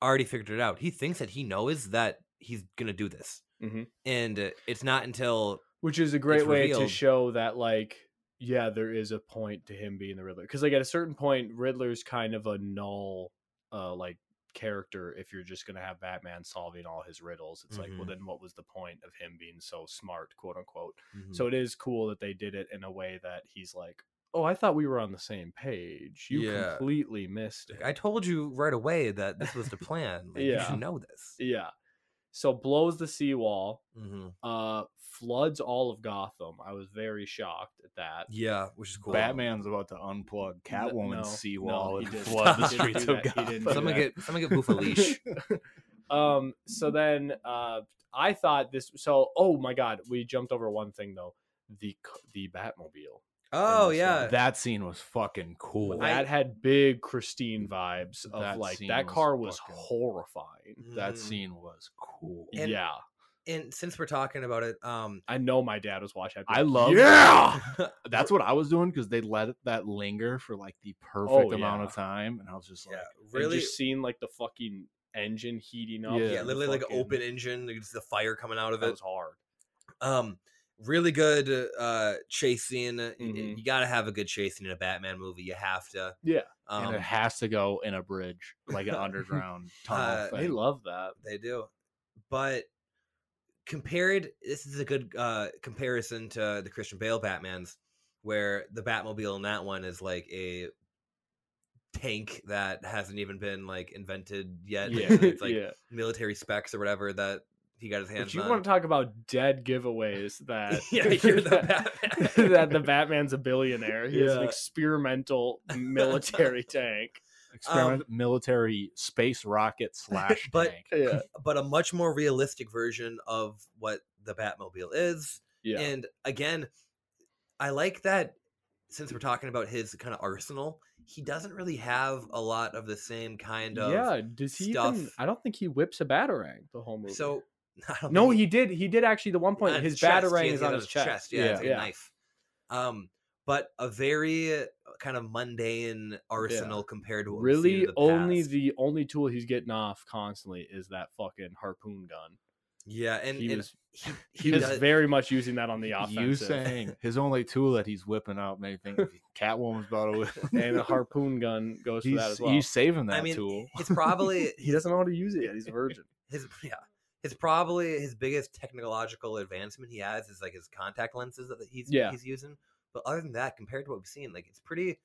[SPEAKER 4] already figured it out. He thinks that he knows that he's gonna do this,
[SPEAKER 6] Mhm.
[SPEAKER 4] and uh, it's not until
[SPEAKER 6] Which is a great
[SPEAKER 4] It's
[SPEAKER 6] way to
[SPEAKER 4] revealed.
[SPEAKER 6] show that, like, yeah, there is a point to him being the Riddler. Because, like, at a certain point, Riddler's kind of a null, uh, like, character if you're just going to have Batman solving all his riddles. It's like, well,
[SPEAKER 4] Mhm.
[SPEAKER 6] then what was the point of him being so smart, quote unquote? So
[SPEAKER 5] Mm-hmm.
[SPEAKER 6] it is cool that they did it in a way that he's like, "Oh, I thought we were on the same page. You
[SPEAKER 4] Yeah.
[SPEAKER 6] completely missed it."
[SPEAKER 4] Like, I told you right away that this was the plan. Like, you
[SPEAKER 6] Yeah.
[SPEAKER 4] should know this.
[SPEAKER 6] yeah. So blows the seawall,
[SPEAKER 4] hmm
[SPEAKER 6] uh, floods all of Gotham. I was very shocked at that.
[SPEAKER 4] Yeah, which is cool.
[SPEAKER 5] Batman's about to unplug Catwoman's
[SPEAKER 6] no, no,
[SPEAKER 5] seawall
[SPEAKER 6] he
[SPEAKER 5] and [laughs]
[SPEAKER 6] didn't.
[SPEAKER 5] flood the
[SPEAKER 4] He didn't
[SPEAKER 5] streets
[SPEAKER 4] do
[SPEAKER 5] of
[SPEAKER 6] that. He didn't
[SPEAKER 5] Gotham.
[SPEAKER 6] do
[SPEAKER 4] Someone [laughs]
[SPEAKER 6] that.
[SPEAKER 4] get someone get Boof a [laughs] leash.
[SPEAKER 5] Mm-hmm.
[SPEAKER 6] Um, so then uh, I thought this. So oh my god, we jumped over one thing though. The c- the Batmobile. this
[SPEAKER 4] Oh
[SPEAKER 6] one.
[SPEAKER 4] yeah,
[SPEAKER 5] that scene was fucking cool.
[SPEAKER 6] that had big Christine vibes of
[SPEAKER 5] That
[SPEAKER 6] like
[SPEAKER 5] scene
[SPEAKER 6] that
[SPEAKER 5] was
[SPEAKER 6] car was
[SPEAKER 5] fucking-
[SPEAKER 6] horrifying.
[SPEAKER 5] that
[SPEAKER 4] Mhm.
[SPEAKER 5] scene was cool.
[SPEAKER 4] And-
[SPEAKER 6] yeah,
[SPEAKER 4] and since we're talking about it, um,
[SPEAKER 6] I know my dad was watching. I'd be
[SPEAKER 5] I
[SPEAKER 6] like,
[SPEAKER 5] love
[SPEAKER 6] [laughs] Yeah,
[SPEAKER 5] That's what I was doing because they let it- that linger for like the perfect
[SPEAKER 6] Oh,
[SPEAKER 5] amount
[SPEAKER 6] yeah.
[SPEAKER 5] of time, and I was just like,
[SPEAKER 4] yeah,
[SPEAKER 6] really
[SPEAKER 4] really,
[SPEAKER 6] just seeing like the fucking engine heating up.
[SPEAKER 5] Yeah,
[SPEAKER 4] yeah,
[SPEAKER 5] the
[SPEAKER 4] literally like an
[SPEAKER 6] fucking-
[SPEAKER 4] open engine, like, just the fire coming out of
[SPEAKER 6] That
[SPEAKER 4] it.
[SPEAKER 6] was hard.
[SPEAKER 4] Um, really good uh chase scene. Y- y-
[SPEAKER 6] Mhm.
[SPEAKER 4] You got to have a good chase scene in a Batman movie. You have to.
[SPEAKER 6] Yeah.
[SPEAKER 5] and
[SPEAKER 4] Um,
[SPEAKER 5] it has to go in a bridge, like an underground tunnel.
[SPEAKER 4] Uh,
[SPEAKER 5] thing.
[SPEAKER 6] They love that.
[SPEAKER 4] they do, but compared, this is a good uh comparison to the Christian Bale Batman's, where the Batmobile in that one is like a tank that hasn't even been like invented yet.
[SPEAKER 6] Yeah.
[SPEAKER 4] It's like
[SPEAKER 6] yeah.
[SPEAKER 4] military specs or whatever that he got his hands
[SPEAKER 6] But you
[SPEAKER 4] on. [laughs]
[SPEAKER 6] want to talk about dead giveaways [laughs] that
[SPEAKER 4] yeah, [laughs] you're the
[SPEAKER 6] that, [laughs]
[SPEAKER 4] Batman. [laughs]
[SPEAKER 6] that the Batman's a billionaire. He has an
[SPEAKER 4] Yeah.
[SPEAKER 6] experimental
[SPEAKER 4] [laughs]
[SPEAKER 6] military tank.
[SPEAKER 5] Experiment military space rocket slash
[SPEAKER 4] But-
[SPEAKER 5] tank.
[SPEAKER 6] Yeah.
[SPEAKER 4] but a much more realistic version of what the Batmobile is.
[SPEAKER 6] Yeah.
[SPEAKER 4] And again, I like that since we're talking about his kind of arsenal, he doesn't really have a lot of the same kind of
[SPEAKER 6] yeah. Does he even
[SPEAKER 4] uh, stuff.
[SPEAKER 6] I don't think he whips a batarang the whole movie.
[SPEAKER 4] [laughs] So [laughs] I don't
[SPEAKER 6] no,
[SPEAKER 4] think
[SPEAKER 6] he did. He did actually. The one [laughs] point,
[SPEAKER 4] on
[SPEAKER 6] his
[SPEAKER 4] chest, he
[SPEAKER 6] batarang
[SPEAKER 4] has
[SPEAKER 6] is
[SPEAKER 4] it
[SPEAKER 6] on his chest.
[SPEAKER 4] Yeah, it's
[SPEAKER 6] Yeah.
[SPEAKER 4] like
[SPEAKER 6] Yeah.
[SPEAKER 4] a knife. Um, but a very uh, kind of mundane arsenal compared to what we've seen
[SPEAKER 6] Really,
[SPEAKER 4] in the
[SPEAKER 6] only
[SPEAKER 4] past.
[SPEAKER 6] the only tool he's getting off constantly is that fucking harpoon gun.
[SPEAKER 4] yeah, and
[SPEAKER 6] he
[SPEAKER 4] and
[SPEAKER 6] was
[SPEAKER 4] [laughs] he,
[SPEAKER 6] he, was
[SPEAKER 4] does-
[SPEAKER 6] very much using that on the offensive.
[SPEAKER 5] You saying [laughs] his only tool that he's whipping out made me think Catwoman's about to whip. [laughs]
[SPEAKER 6] and the harpoon gun goes for
[SPEAKER 5] He's,
[SPEAKER 6] that as well.
[SPEAKER 5] he's saving that
[SPEAKER 4] I mean,
[SPEAKER 5] tool.
[SPEAKER 6] [laughs]
[SPEAKER 4] it's probably
[SPEAKER 5] [laughs]
[SPEAKER 6] he doesn't know how to use it yet. He's a virgin.
[SPEAKER 4] his yeah his probably his biggest technological advancement he has is like his contact lenses that he's
[SPEAKER 6] Yeah.
[SPEAKER 4] he's using. But other than that, compared to what we've seen, like it's pretty.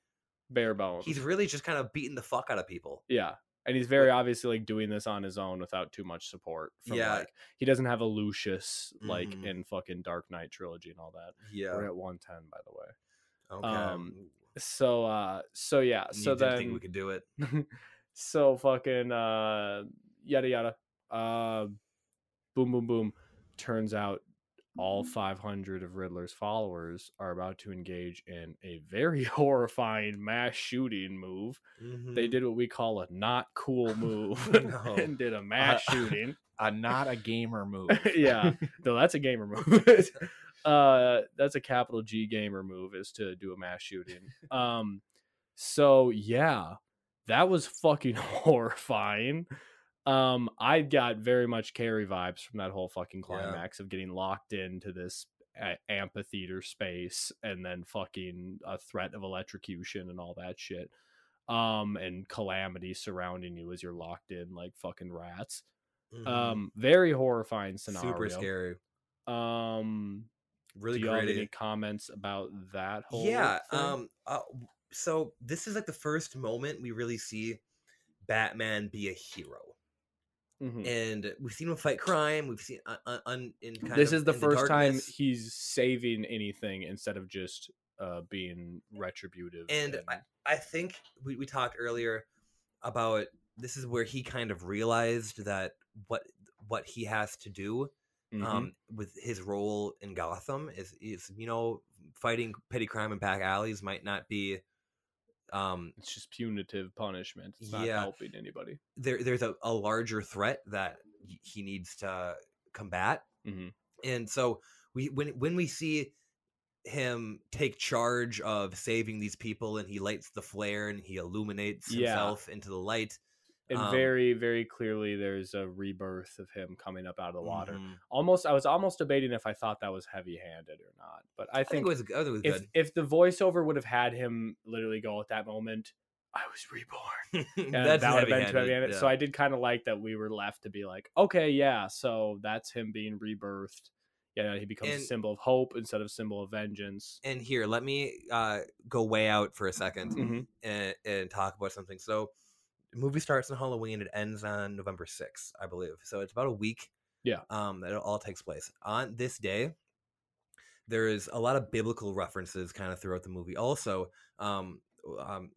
[SPEAKER 6] Bare bones.
[SPEAKER 4] He's really just kind of beating the fuck out of people.
[SPEAKER 6] yeah. And he's very obviously like doing this on his own without too much support. From,
[SPEAKER 4] Yeah.
[SPEAKER 6] Like, he doesn't have a Lucius like
[SPEAKER 4] Mhm.
[SPEAKER 6] in fucking Dark Knight trilogy and all that. We're
[SPEAKER 4] Yeah.
[SPEAKER 6] at 110, by the way.
[SPEAKER 4] Okay.
[SPEAKER 6] um,
[SPEAKER 4] Ooh,
[SPEAKER 6] So, uh, so yeah. So
[SPEAKER 4] you didn't
[SPEAKER 6] then
[SPEAKER 4] think we could do it.
[SPEAKER 6] [laughs] so fucking uh yada yada uh boom boom boom turns out all 500 of riddler's followers are about to engage in a very [laughs] horrifying mass shooting move they
[SPEAKER 4] Mhm.
[SPEAKER 6] did what we call a not cool move
[SPEAKER 4] No.
[SPEAKER 6] [laughs] and did a mass
[SPEAKER 5] Uh,
[SPEAKER 6] shooting
[SPEAKER 5] a not a gamer
[SPEAKER 6] [laughs]
[SPEAKER 5] move.
[SPEAKER 6] yeah no that's a gamer move [laughs] uh that's a capital g gamer move is to do a mass shooting um so yeah that was fucking [laughs] horrifying um i got very much carry vibes from that whole fucking
[SPEAKER 4] Yeah.
[SPEAKER 6] climax of getting locked into this a- amphitheater space and then fucking a threat of electrocution and all that shit um and calamity surrounding you as you're locked in like fucking rats
[SPEAKER 4] Mhm.
[SPEAKER 6] um very horrifying scenario
[SPEAKER 4] super scary.
[SPEAKER 6] um
[SPEAKER 4] Really
[SPEAKER 6] do y'all have
[SPEAKER 4] gritty.
[SPEAKER 6] any comments about that whole
[SPEAKER 4] yeah
[SPEAKER 6] thing?
[SPEAKER 4] um uh, w- so this is like the first moment we really see batman be a hero
[SPEAKER 6] Mhm.
[SPEAKER 4] and we've seen him fight crime we've seen uh, uh, un, in kind
[SPEAKER 6] this
[SPEAKER 4] of
[SPEAKER 6] is the
[SPEAKER 4] in
[SPEAKER 6] first time
[SPEAKER 4] darkness,
[SPEAKER 6] he's saving anything instead of just uh being retributive
[SPEAKER 4] and I, I think we, we talked earlier about this is where he kind of realized that what what he has to do
[SPEAKER 6] Mhm.
[SPEAKER 4] um, with his role in Gotham is is you know fighting petty crime in back alleys might not be um
[SPEAKER 6] it's just punitive punishment it's not
[SPEAKER 4] Yeah.
[SPEAKER 6] helping anybody
[SPEAKER 4] there there's a, a larger threat that y- he needs to combat
[SPEAKER 6] Mhm.
[SPEAKER 4] and so we when when we see him take charge of saving these people and he lights the flare and he illuminates
[SPEAKER 6] Yeah.
[SPEAKER 4] himself into the light
[SPEAKER 6] and
[SPEAKER 4] Um,
[SPEAKER 6] very very clearly there's a rebirth of him coming up out of the water
[SPEAKER 4] Mhm.
[SPEAKER 6] almost i was almost debating if i thought that was heavy handed or not but i
[SPEAKER 4] i
[SPEAKER 6] think
[SPEAKER 4] think it was, I think it was
[SPEAKER 6] if
[SPEAKER 4] good [laughs]
[SPEAKER 6] if the voiceover would have had him literally go at that moment i was reborn
[SPEAKER 4] Mm,
[SPEAKER 6] And that would have been too heavy handed. So I did kind of like that we were left to be like, okay, yeah, so that's him being rebirthed. Yeah, he becomes
[SPEAKER 4] And-
[SPEAKER 6] a symbol of hope instead of symbol of vengeance.
[SPEAKER 4] and here let me uh go way out for a 2nd
[SPEAKER 6] Mm-hmm.
[SPEAKER 4] and, and talk about something so the movie starts on halloween it ends on november 6th i believe so it's about a week
[SPEAKER 6] Yeah.
[SPEAKER 4] um that it all takes place on this day there is a lot of biblical references kind of throughout the movie also um, w- um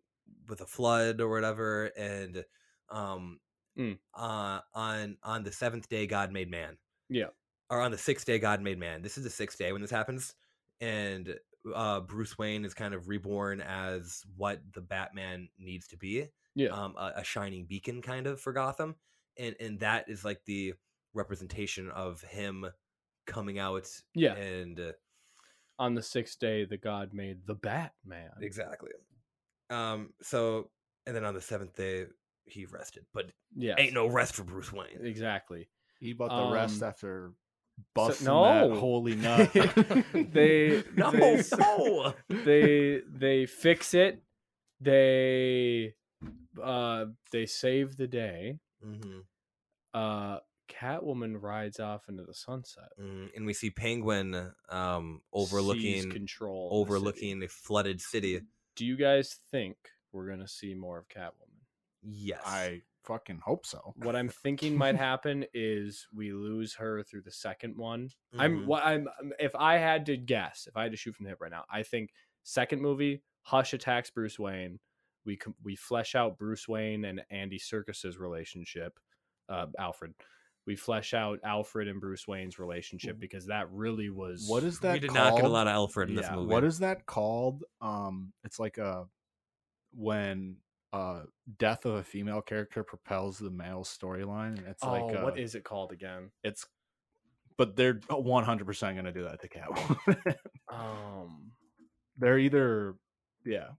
[SPEAKER 4] with a flood or whatever and um
[SPEAKER 6] Mm.
[SPEAKER 4] uh on on the seventh day god made man
[SPEAKER 6] Yeah.
[SPEAKER 4] or on the sixth day god made man this is the sixth day when this happens and uh bruce wayne is kind of reborn as what the batman needs to be
[SPEAKER 6] Yeah.
[SPEAKER 4] um a, a shining beacon kind of for gotham and and that is like the representation of him coming out
[SPEAKER 6] yeah.
[SPEAKER 4] and uh,
[SPEAKER 6] On the sixth day, the God made the Batman.
[SPEAKER 4] exactly um so and then on the seventh day he rested but
[SPEAKER 6] Yeah.
[SPEAKER 4] ain't no rest for bruce wayne
[SPEAKER 6] Exactly.
[SPEAKER 5] He bought the rest
[SPEAKER 6] Um,
[SPEAKER 5] after buff
[SPEAKER 6] So-
[SPEAKER 5] that
[SPEAKER 6] no.
[SPEAKER 5] holy nut.
[SPEAKER 6] [laughs] they
[SPEAKER 4] No,
[SPEAKER 6] they, [laughs] s-
[SPEAKER 4] no.
[SPEAKER 6] they they fix it. They uh they save the day.
[SPEAKER 4] Mhm,
[SPEAKER 6] Uh Catwoman rides off into the sunset.
[SPEAKER 4] mhm. And we see Penguin um,
[SPEAKER 6] Seize
[SPEAKER 4] overlooking
[SPEAKER 6] control of the city.
[SPEAKER 4] overlooking a flooded city.
[SPEAKER 6] Do you guys think we're gonna see more of Catwoman?
[SPEAKER 4] Yes.
[SPEAKER 5] I fucking hope so.
[SPEAKER 6] What I'm thinking [laughs] might happen is we lose her through the second one. I'm
[SPEAKER 4] Mhm.
[SPEAKER 6] what I'm I'm- if I had to guess, if I had to shoot from the hip right now, I think second movie Hush attacks Bruce Wayne. We com- we flesh out Bruce Wayne and Andy Circus's relationship, uh, Alfred. We flesh out Alfred and Bruce Wayne's relationship because that really was
[SPEAKER 5] What is that
[SPEAKER 4] we did
[SPEAKER 5] called?
[SPEAKER 4] not get a lot of Alfred in this
[SPEAKER 6] Yeah,
[SPEAKER 4] movie.
[SPEAKER 5] What is that called? Um, it's like a when uh death of a female character propels the male storyline. and It's
[SPEAKER 6] oh,
[SPEAKER 5] like uh,
[SPEAKER 6] what is it called again?
[SPEAKER 5] it's, but they're one hundred percent gonna do that to Catwoman. [laughs]
[SPEAKER 6] Um,
[SPEAKER 5] they're either, yeah.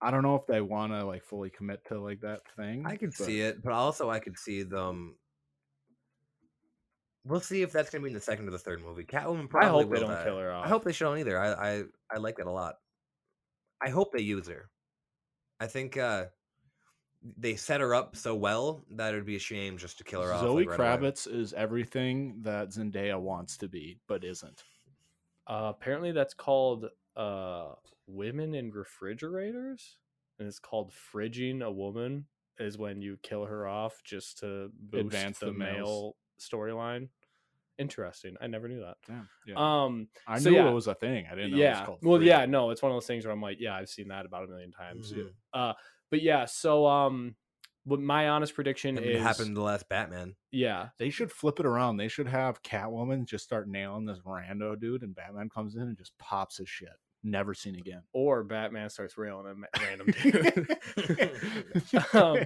[SPEAKER 5] I don't know if they want to like fully commit to like that thing.
[SPEAKER 4] I could
[SPEAKER 5] but
[SPEAKER 4] see it, but also I could see them. We'll see if that's gonna be in the second or the third movie. Catwoman probably
[SPEAKER 6] I hope
[SPEAKER 4] will
[SPEAKER 6] they don't
[SPEAKER 4] die.
[SPEAKER 6] kill her off.
[SPEAKER 4] I hope they should don't either. I, I I like that a lot. I hope they use her. I think uh they set her up so well that it would be a shame just to kill her off.
[SPEAKER 5] Zoe
[SPEAKER 4] like, right away.
[SPEAKER 5] Kravitz is everything that Zendaya wants to be, but isn't.
[SPEAKER 6] Uh, apparently, that's called uh, women in refrigerators, and it's called fridging a woman. Is when you kill her off just to boost
[SPEAKER 5] Advance
[SPEAKER 6] the,
[SPEAKER 5] the males.
[SPEAKER 6] male storyline. Interesting. I never knew that.
[SPEAKER 5] Damn. Yeah.
[SPEAKER 6] Um,
[SPEAKER 5] I
[SPEAKER 6] so
[SPEAKER 5] knew
[SPEAKER 6] yeah.
[SPEAKER 5] it was a thing. I didn't know it
[SPEAKER 6] yeah.
[SPEAKER 5] was called.
[SPEAKER 6] Well,
[SPEAKER 5] Free.
[SPEAKER 6] yeah. No, it's one of those things where I'm like, yeah, I've seen that about a million times. Uh,
[SPEAKER 4] Mhm.
[SPEAKER 6] But yeah, so um, what my honest prediction
[SPEAKER 4] I mean,
[SPEAKER 6] is
[SPEAKER 4] It happened in the last Batman.
[SPEAKER 6] Yeah,
[SPEAKER 5] They should flip it around. They should have Catwoman just start nailing this rando dude, and Batman comes in and just pops his shit. Never seen again. [laughs]
[SPEAKER 6] or Batman starts railing a ma-
[SPEAKER 4] [laughs]
[SPEAKER 6] random dude. [laughs] Um,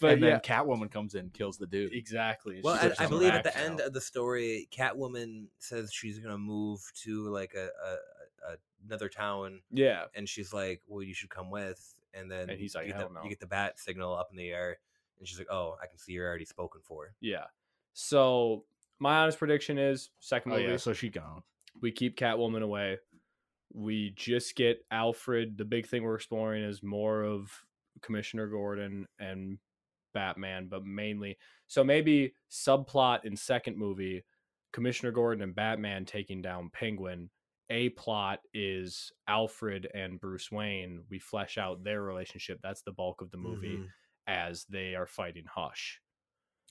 [SPEAKER 6] but
[SPEAKER 5] and
[SPEAKER 6] yeah,
[SPEAKER 5] then Catwoman comes in, and kills the dude.
[SPEAKER 6] exactly. It's
[SPEAKER 4] Well,
[SPEAKER 6] just
[SPEAKER 5] switch
[SPEAKER 6] there's
[SPEAKER 4] I, I
[SPEAKER 5] on
[SPEAKER 6] some
[SPEAKER 5] the
[SPEAKER 4] believe at
[SPEAKER 5] back
[SPEAKER 4] the
[SPEAKER 6] action.
[SPEAKER 4] end of the story, Catwoman says she's gonna move to like a, a, a another town
[SPEAKER 6] Yeah.
[SPEAKER 4] and she's like, "Well, you should come with." And then
[SPEAKER 6] And he's like,
[SPEAKER 4] you get,
[SPEAKER 6] "Hell
[SPEAKER 4] the,
[SPEAKER 6] no."
[SPEAKER 4] you get the bat signal up in the air, and she's like, "Oh, I can see you're already spoken for."
[SPEAKER 6] Yeah. So my honest prediction is second
[SPEAKER 5] Oh
[SPEAKER 6] movie,
[SPEAKER 5] yeah, so she gone.
[SPEAKER 6] we keep Catwoman away. We just get Alfred. The big thing we're exploring is more of Commissioner Gordon and Batman, but mainly so maybe subplot in second movie, Commissioner Gordon and Batman taking down Penguin. A plot is Alfred and Bruce Wayne. We flesh out their relationship. That's the bulk of the movie
[SPEAKER 5] Mm-hmm.
[SPEAKER 4] Mhm.
[SPEAKER 6] as they are fighting Hush.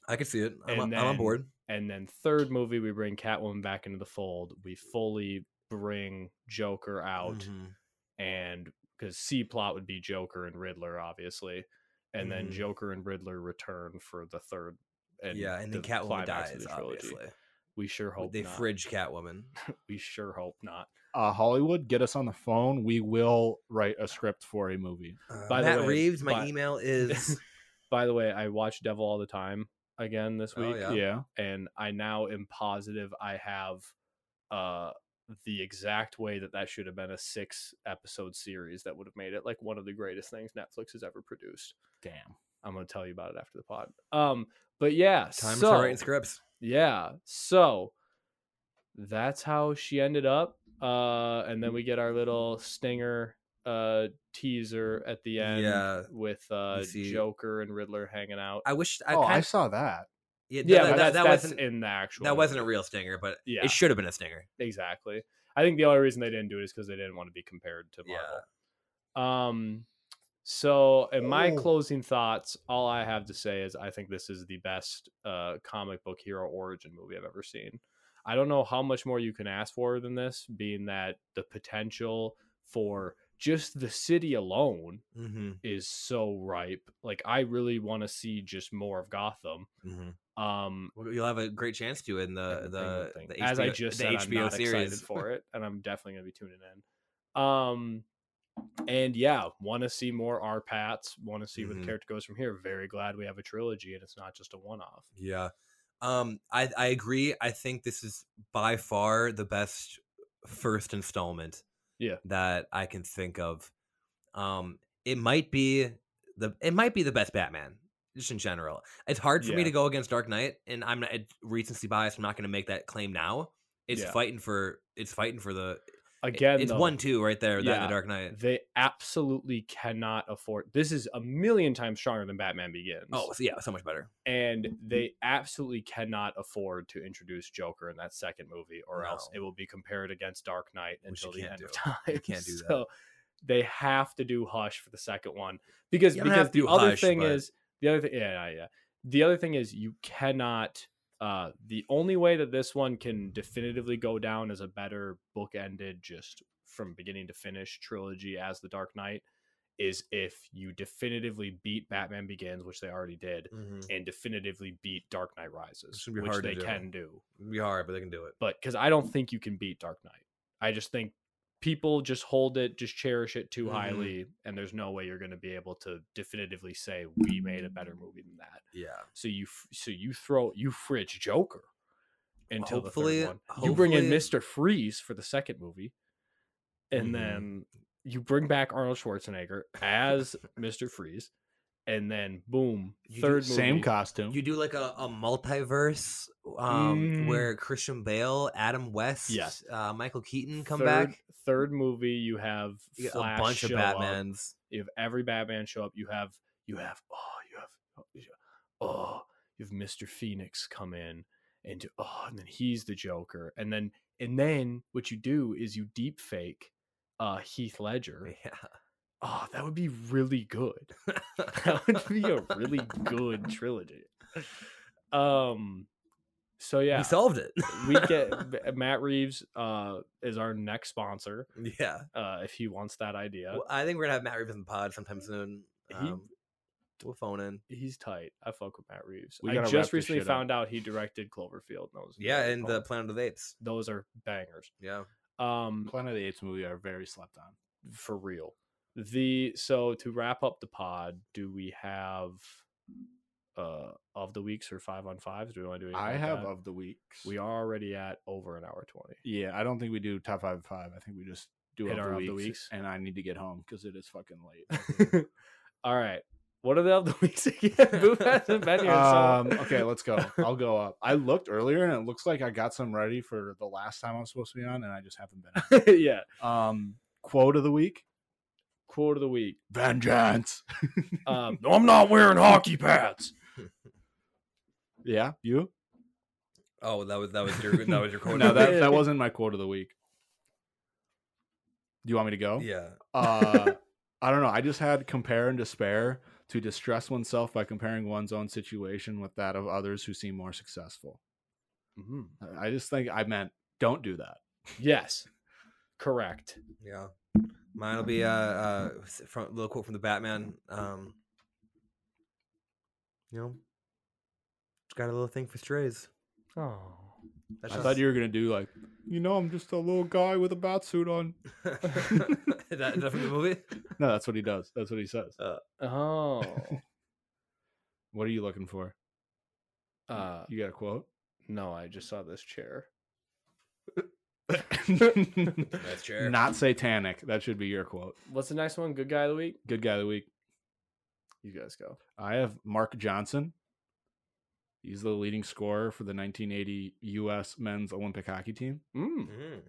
[SPEAKER 4] I could see it. I'm,
[SPEAKER 6] And
[SPEAKER 4] I'm on
[SPEAKER 6] then-
[SPEAKER 4] board.
[SPEAKER 6] And then third movie, we bring Catwoman back into the fold. We fully bring Joker out,
[SPEAKER 4] Mhm.
[SPEAKER 6] and because C plot would be Joker and Riddler, obviously, and then
[SPEAKER 4] Mhm.
[SPEAKER 6] Joker and Riddler return for the third.
[SPEAKER 4] yeah, and then
[SPEAKER 6] the
[SPEAKER 4] Catwoman
[SPEAKER 6] climax of
[SPEAKER 4] dies.
[SPEAKER 6] the trilogy.
[SPEAKER 4] Obviously,
[SPEAKER 6] we sure
[SPEAKER 4] But
[SPEAKER 6] hope
[SPEAKER 4] they
[SPEAKER 6] not.
[SPEAKER 4] fridge Catwoman.
[SPEAKER 6] We sure hope not.
[SPEAKER 5] Uh, Hollywood, get us on the phone. We will write a script for a movie.
[SPEAKER 4] Uh,
[SPEAKER 6] By the
[SPEAKER 4] Matt
[SPEAKER 6] way,
[SPEAKER 4] Reeves, my
[SPEAKER 6] by-
[SPEAKER 4] email
[SPEAKER 6] [laughs]
[SPEAKER 4] is
[SPEAKER 6] By the way, I watch Devil all the time again this
[SPEAKER 4] Oh,
[SPEAKER 6] week,
[SPEAKER 4] Yeah.
[SPEAKER 5] yeah.
[SPEAKER 6] and I now am positive I have uh the exact way that that should have been a six episode series that would have made it like one of the greatest things Netflix has ever produced.
[SPEAKER 5] Damn.
[SPEAKER 6] I'm going to tell you about it after the pod. Um but yeah,
[SPEAKER 4] time
[SPEAKER 6] so
[SPEAKER 4] for writing scripts.
[SPEAKER 6] yeah, so that's how she ended up uh and then we get our little stinger uh teaser at the end
[SPEAKER 4] Yeah,
[SPEAKER 6] with uh
[SPEAKER 4] see-
[SPEAKER 6] Joker and Riddler hanging out.
[SPEAKER 4] I wish I
[SPEAKER 5] oh, I
[SPEAKER 4] kind
[SPEAKER 5] saw that.
[SPEAKER 4] yeah, th-
[SPEAKER 6] yeah,
[SPEAKER 4] that,
[SPEAKER 6] but that's,
[SPEAKER 4] that,
[SPEAKER 6] that's
[SPEAKER 4] wasn't
[SPEAKER 6] in the actual
[SPEAKER 4] that wasn't a
[SPEAKER 6] movie.
[SPEAKER 4] real stinger, but
[SPEAKER 6] Yeah.
[SPEAKER 4] it should have been a stinger.
[SPEAKER 6] Exactly. I think the only reason they didn't do it is because they didn't want to be compared to
[SPEAKER 4] Yeah.
[SPEAKER 6] Marvel. Um. So, in my
[SPEAKER 4] Oh.
[SPEAKER 6] closing thoughts, all I have to say is I think this is the best uh, comic book hero origin movie I've ever seen. I don't know how much more you can ask for than this, being that the potential for just the city alone
[SPEAKER 4] Mm-hmm.
[SPEAKER 6] is so ripe. Like, I really want to see just more of Gotham.
[SPEAKER 4] Mm-hmm.
[SPEAKER 6] Um,
[SPEAKER 4] You'll have a great chance to in the
[SPEAKER 6] and
[SPEAKER 4] the,
[SPEAKER 6] Penguin
[SPEAKER 4] the
[SPEAKER 6] thing.
[SPEAKER 4] HBO,
[SPEAKER 6] as I just
[SPEAKER 4] the
[SPEAKER 6] said,
[SPEAKER 4] HBO
[SPEAKER 6] I'm not
[SPEAKER 4] series.
[SPEAKER 6] excited for it, and I'm definitely gonna be tuning in. Um, and yeah, want to see more R Pats. Want to see where
[SPEAKER 4] Mhm.
[SPEAKER 6] the character goes from here. Very glad we have a trilogy, and it's not just a one off.
[SPEAKER 4] Yeah. Um, I, I agree. I think this is by far the best first installment
[SPEAKER 6] Yeah.
[SPEAKER 4] that I can think of. Um, it might be the it might be the best Batman, just in general. It's hard for me
[SPEAKER 6] Yeah.
[SPEAKER 4] to go against Dark Knight, and I'm not it- recency bias, I'm not gonna make that claim now. It's
[SPEAKER 6] Yeah.
[SPEAKER 4] fighting for it's fighting for the it-
[SPEAKER 6] Again,
[SPEAKER 4] It's
[SPEAKER 6] though,
[SPEAKER 4] one two right there. That and
[SPEAKER 6] Yeah.
[SPEAKER 4] the Dark Knight.
[SPEAKER 6] They absolutely cannot afford. This is a million times stronger than Batman Begins.
[SPEAKER 4] Oh so- yeah, so much better.
[SPEAKER 6] and
[SPEAKER 4] Mm-hmm.
[SPEAKER 6] they absolutely cannot afford to introduce Joker in that second movie, or else
[SPEAKER 4] No.
[SPEAKER 6] it will be compared against Dark Knight
[SPEAKER 4] Which you
[SPEAKER 6] until the
[SPEAKER 4] can't
[SPEAKER 6] end of
[SPEAKER 4] do.
[SPEAKER 6] [laughs] time.
[SPEAKER 4] You can't do that.
[SPEAKER 6] So they have to do Hush for the second one because
[SPEAKER 4] You don't
[SPEAKER 6] because
[SPEAKER 4] have to
[SPEAKER 6] the
[SPEAKER 4] do
[SPEAKER 6] other
[SPEAKER 4] Hush,
[SPEAKER 6] thing
[SPEAKER 4] but-
[SPEAKER 6] is the other thing yeah yeah yeah the other thing is you cannot. Uh, the only way that this one can definitively go down as a better book-ended, just from beginning to finish trilogy as the Dark Knight, is if you definitively beat Batman Begins, which they already did, and definitively beat Dark Knight Rises,
[SPEAKER 4] gonna be
[SPEAKER 6] which
[SPEAKER 4] hard to
[SPEAKER 6] they
[SPEAKER 4] do.
[SPEAKER 6] can do.
[SPEAKER 4] It'd be hard, but they can do it.
[SPEAKER 6] But because I don't think you can beat Dark Knight, I just think people just hold it, just cherish it too
[SPEAKER 4] Mhm.
[SPEAKER 6] highly, and there's no way you're going to be able to definitively say we made a better movie than that.
[SPEAKER 4] Yeah.
[SPEAKER 6] So you, f- so you throw you fridge Joker until
[SPEAKER 4] Hopefully-
[SPEAKER 6] the third one. You bring in
[SPEAKER 4] hopefully-
[SPEAKER 6] Mister Freeze for the second movie, and
[SPEAKER 4] Mhm.
[SPEAKER 6] then you bring back Arnold Schwarzenegger as Mister Freeze, and then boom,
[SPEAKER 4] You do
[SPEAKER 6] third movie.
[SPEAKER 5] Same costume.
[SPEAKER 4] You do like a, a multiverse um,
[SPEAKER 6] Mm.
[SPEAKER 4] where Christian Bale, Adam West,
[SPEAKER 6] Yes.
[SPEAKER 4] uh, Michael Keaton come
[SPEAKER 6] third,
[SPEAKER 4] back.
[SPEAKER 6] Third movie, you have
[SPEAKER 4] You get
[SPEAKER 6] Flash
[SPEAKER 4] a bunch of
[SPEAKER 6] show up, [laughs]
[SPEAKER 4] Batmans. [laughs]
[SPEAKER 6] You have every Batman show up. You have you have oh you have oh, you have- oh you have Mister Phoenix come in and do- oh and then he's the Joker and then and then what you do is you deep fake uh Heath
[SPEAKER 4] [laughs]
[SPEAKER 6] Ledger. Oh, that would be really good. [laughs]
[SPEAKER 4] Yeah.
[SPEAKER 6] That would be a
[SPEAKER 4] [laughs]
[SPEAKER 6] really good trilogy. Um, so yeah,
[SPEAKER 4] We
[SPEAKER 6] [laughs]
[SPEAKER 4] solved it. [laughs]
[SPEAKER 6] we get B- Matt Reeves uh, is our next sponsor
[SPEAKER 4] yeah.
[SPEAKER 6] uh, if he wants that idea.
[SPEAKER 4] Well, I think we're gonna have Matt Reeves in the pod sometime soon.
[SPEAKER 6] He-
[SPEAKER 4] Um, we'll phone in.
[SPEAKER 6] He's tight. I fuck with Matt Reeves.
[SPEAKER 5] We
[SPEAKER 6] I
[SPEAKER 5] gotta wrap
[SPEAKER 6] just
[SPEAKER 5] this
[SPEAKER 6] recently
[SPEAKER 5] shit up.
[SPEAKER 6] found out he directed Cloverfield. and Those
[SPEAKER 4] Yeah,
[SPEAKER 6] very
[SPEAKER 4] and the
[SPEAKER 6] fun.
[SPEAKER 4] Planet of the Apes.
[SPEAKER 6] those are bangers.
[SPEAKER 4] Yeah.
[SPEAKER 6] Um,
[SPEAKER 5] Planet of the Apes movie are very slept on.
[SPEAKER 6] for real. The so to wrap up the pod, do we have uh of the weeks or five on fives? Do we want to do? anything
[SPEAKER 5] I
[SPEAKER 6] like
[SPEAKER 5] have
[SPEAKER 6] that?
[SPEAKER 5] of the weeks.
[SPEAKER 6] We are already at over an hour
[SPEAKER 5] [laughs]
[SPEAKER 6] twenty.
[SPEAKER 5] Yeah, I don't think we do top five and five. I think we just do
[SPEAKER 6] Hit
[SPEAKER 5] of,
[SPEAKER 6] our
[SPEAKER 5] the
[SPEAKER 6] of
[SPEAKER 5] weeks,
[SPEAKER 6] the weeks.
[SPEAKER 5] And I need to get home
[SPEAKER 6] [laughs]
[SPEAKER 5] because it is fucking late.
[SPEAKER 6] All right. What are the other [laughs] weeks again? Boof hasn't been here. in so long.
[SPEAKER 5] um, okay, let's go. I'll go up. I looked earlier and it looks like I got some ready for the last time I was supposed to be on, and I just haven't
[SPEAKER 6] [laughs]
[SPEAKER 5] been.
[SPEAKER 6] yeah. [laughs]
[SPEAKER 5] on. um, quote of the week:
[SPEAKER 6] Quote of the week.
[SPEAKER 5] Vengeance. [laughs]
[SPEAKER 6] Um,
[SPEAKER 5] I'm not wearing hockey pads. [laughs] yeah, you.
[SPEAKER 4] Oh, that was that was your that
[SPEAKER 6] [laughs]
[SPEAKER 4] was your quote.
[SPEAKER 5] No,
[SPEAKER 4] of the
[SPEAKER 5] that that wasn't my quote of the week. Do you want me to go?
[SPEAKER 4] week. Yeah.
[SPEAKER 5] uh, I don't know. I just had compare and despair to distress oneself by comparing one's own situation with that of others who seem more successful.
[SPEAKER 6] mhm.
[SPEAKER 5] I- I just think I meant don't do that.
[SPEAKER 6] Yes. Correct.
[SPEAKER 4] Yeah. Mine will be uh, uh s- from little quote from the Batman. Um, you know, it's got a little thing for strays.
[SPEAKER 6] Oh.
[SPEAKER 4] That's
[SPEAKER 5] I thought
[SPEAKER 4] [laughs]
[SPEAKER 5] you were gonna do like, you know, I'm just a little guy with a bat suit on.
[SPEAKER 4] that, that from
[SPEAKER 5] [laughs]
[SPEAKER 4] the movie.
[SPEAKER 5] No, that's what he does. That's what he says.
[SPEAKER 6] [laughs] Oh.
[SPEAKER 5] What are you looking for?
[SPEAKER 6] Uh,
[SPEAKER 5] You got a quote?
[SPEAKER 6] no, I just saw this chair.
[SPEAKER 4] That's true.
[SPEAKER 5] Not satanic. That should be your quote.
[SPEAKER 6] What's the next one? Good guy of the week?
[SPEAKER 5] Good guy of the week.
[SPEAKER 6] You guys go.
[SPEAKER 5] I have Mark Johnson. He's the leading scorer for the 1980 U.S. men's Olympic hockey team.
[SPEAKER 6] Mm.
[SPEAKER 4] Mhm.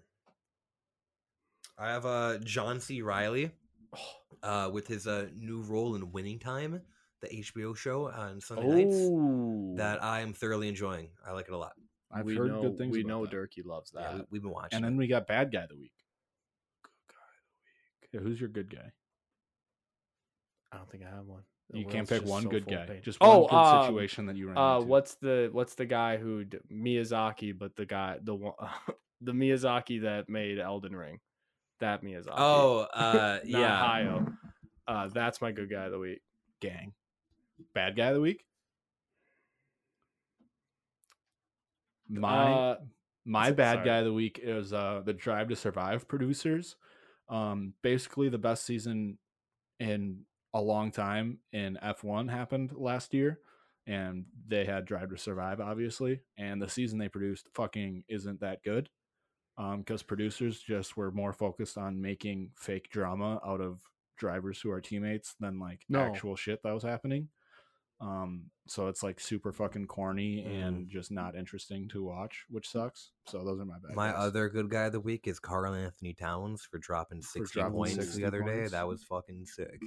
[SPEAKER 4] I have uh John C. Riley,
[SPEAKER 5] Oh.
[SPEAKER 4] uh, with his uh new role in Winning Time, the HBO show on Sunday nights
[SPEAKER 6] Oh.
[SPEAKER 4] that I am thoroughly enjoying. I like it a lot.
[SPEAKER 5] I've
[SPEAKER 6] we
[SPEAKER 5] heard
[SPEAKER 6] know,
[SPEAKER 5] good things.
[SPEAKER 6] We
[SPEAKER 5] about
[SPEAKER 6] know
[SPEAKER 5] that.
[SPEAKER 6] Durkee loves that.
[SPEAKER 4] Yeah, we, we've been watching.
[SPEAKER 5] And
[SPEAKER 4] it.
[SPEAKER 5] then we got bad guy of the week. Good guy of the week. who's your good guy?
[SPEAKER 6] I don't think I have one. The
[SPEAKER 5] You can't
[SPEAKER 6] world's
[SPEAKER 5] pick
[SPEAKER 6] just
[SPEAKER 5] one
[SPEAKER 6] so
[SPEAKER 5] good
[SPEAKER 6] full of
[SPEAKER 5] guy.
[SPEAKER 6] pain.
[SPEAKER 5] Just one
[SPEAKER 6] Oh,
[SPEAKER 5] good
[SPEAKER 6] um,
[SPEAKER 5] situation that you ran
[SPEAKER 6] Uh,
[SPEAKER 5] into.
[SPEAKER 6] what's the what's the guy who d- Miyazaki? But the guy, the one, [laughs] the Miyazaki that made Elden Ring, that Miyazaki.
[SPEAKER 4] oh,
[SPEAKER 5] [laughs]
[SPEAKER 4] uh,
[SPEAKER 6] Not
[SPEAKER 4] yeah.
[SPEAKER 6] Hayao. Uh, that's my good guy of the week.
[SPEAKER 5] gang? Bad guy of the week. My
[SPEAKER 6] uh,
[SPEAKER 5] my
[SPEAKER 6] s-
[SPEAKER 5] bad
[SPEAKER 6] sorry.
[SPEAKER 5] guy of the week is uh, the Drive to Survive producers. Um, basically, the best season in a long time in F1 happened last year, and they had Drive to Survive, obviously. And the season they produced fucking isn't that good because producers just were more focused on making fake drama out of drivers who are teammates than like
[SPEAKER 6] No.
[SPEAKER 5] actual shit that was happening. Um, so it's like super fucking corny
[SPEAKER 4] Mm.
[SPEAKER 5] and just not interesting to watch, which sucks. So those are my bad.
[SPEAKER 4] My
[SPEAKER 5] guys.
[SPEAKER 4] other good guy of the week is Carl Anthony Towns for dropping 60
[SPEAKER 5] dropping
[SPEAKER 4] points
[SPEAKER 5] 60
[SPEAKER 4] the other day.
[SPEAKER 5] points.
[SPEAKER 4] That was fucking sick.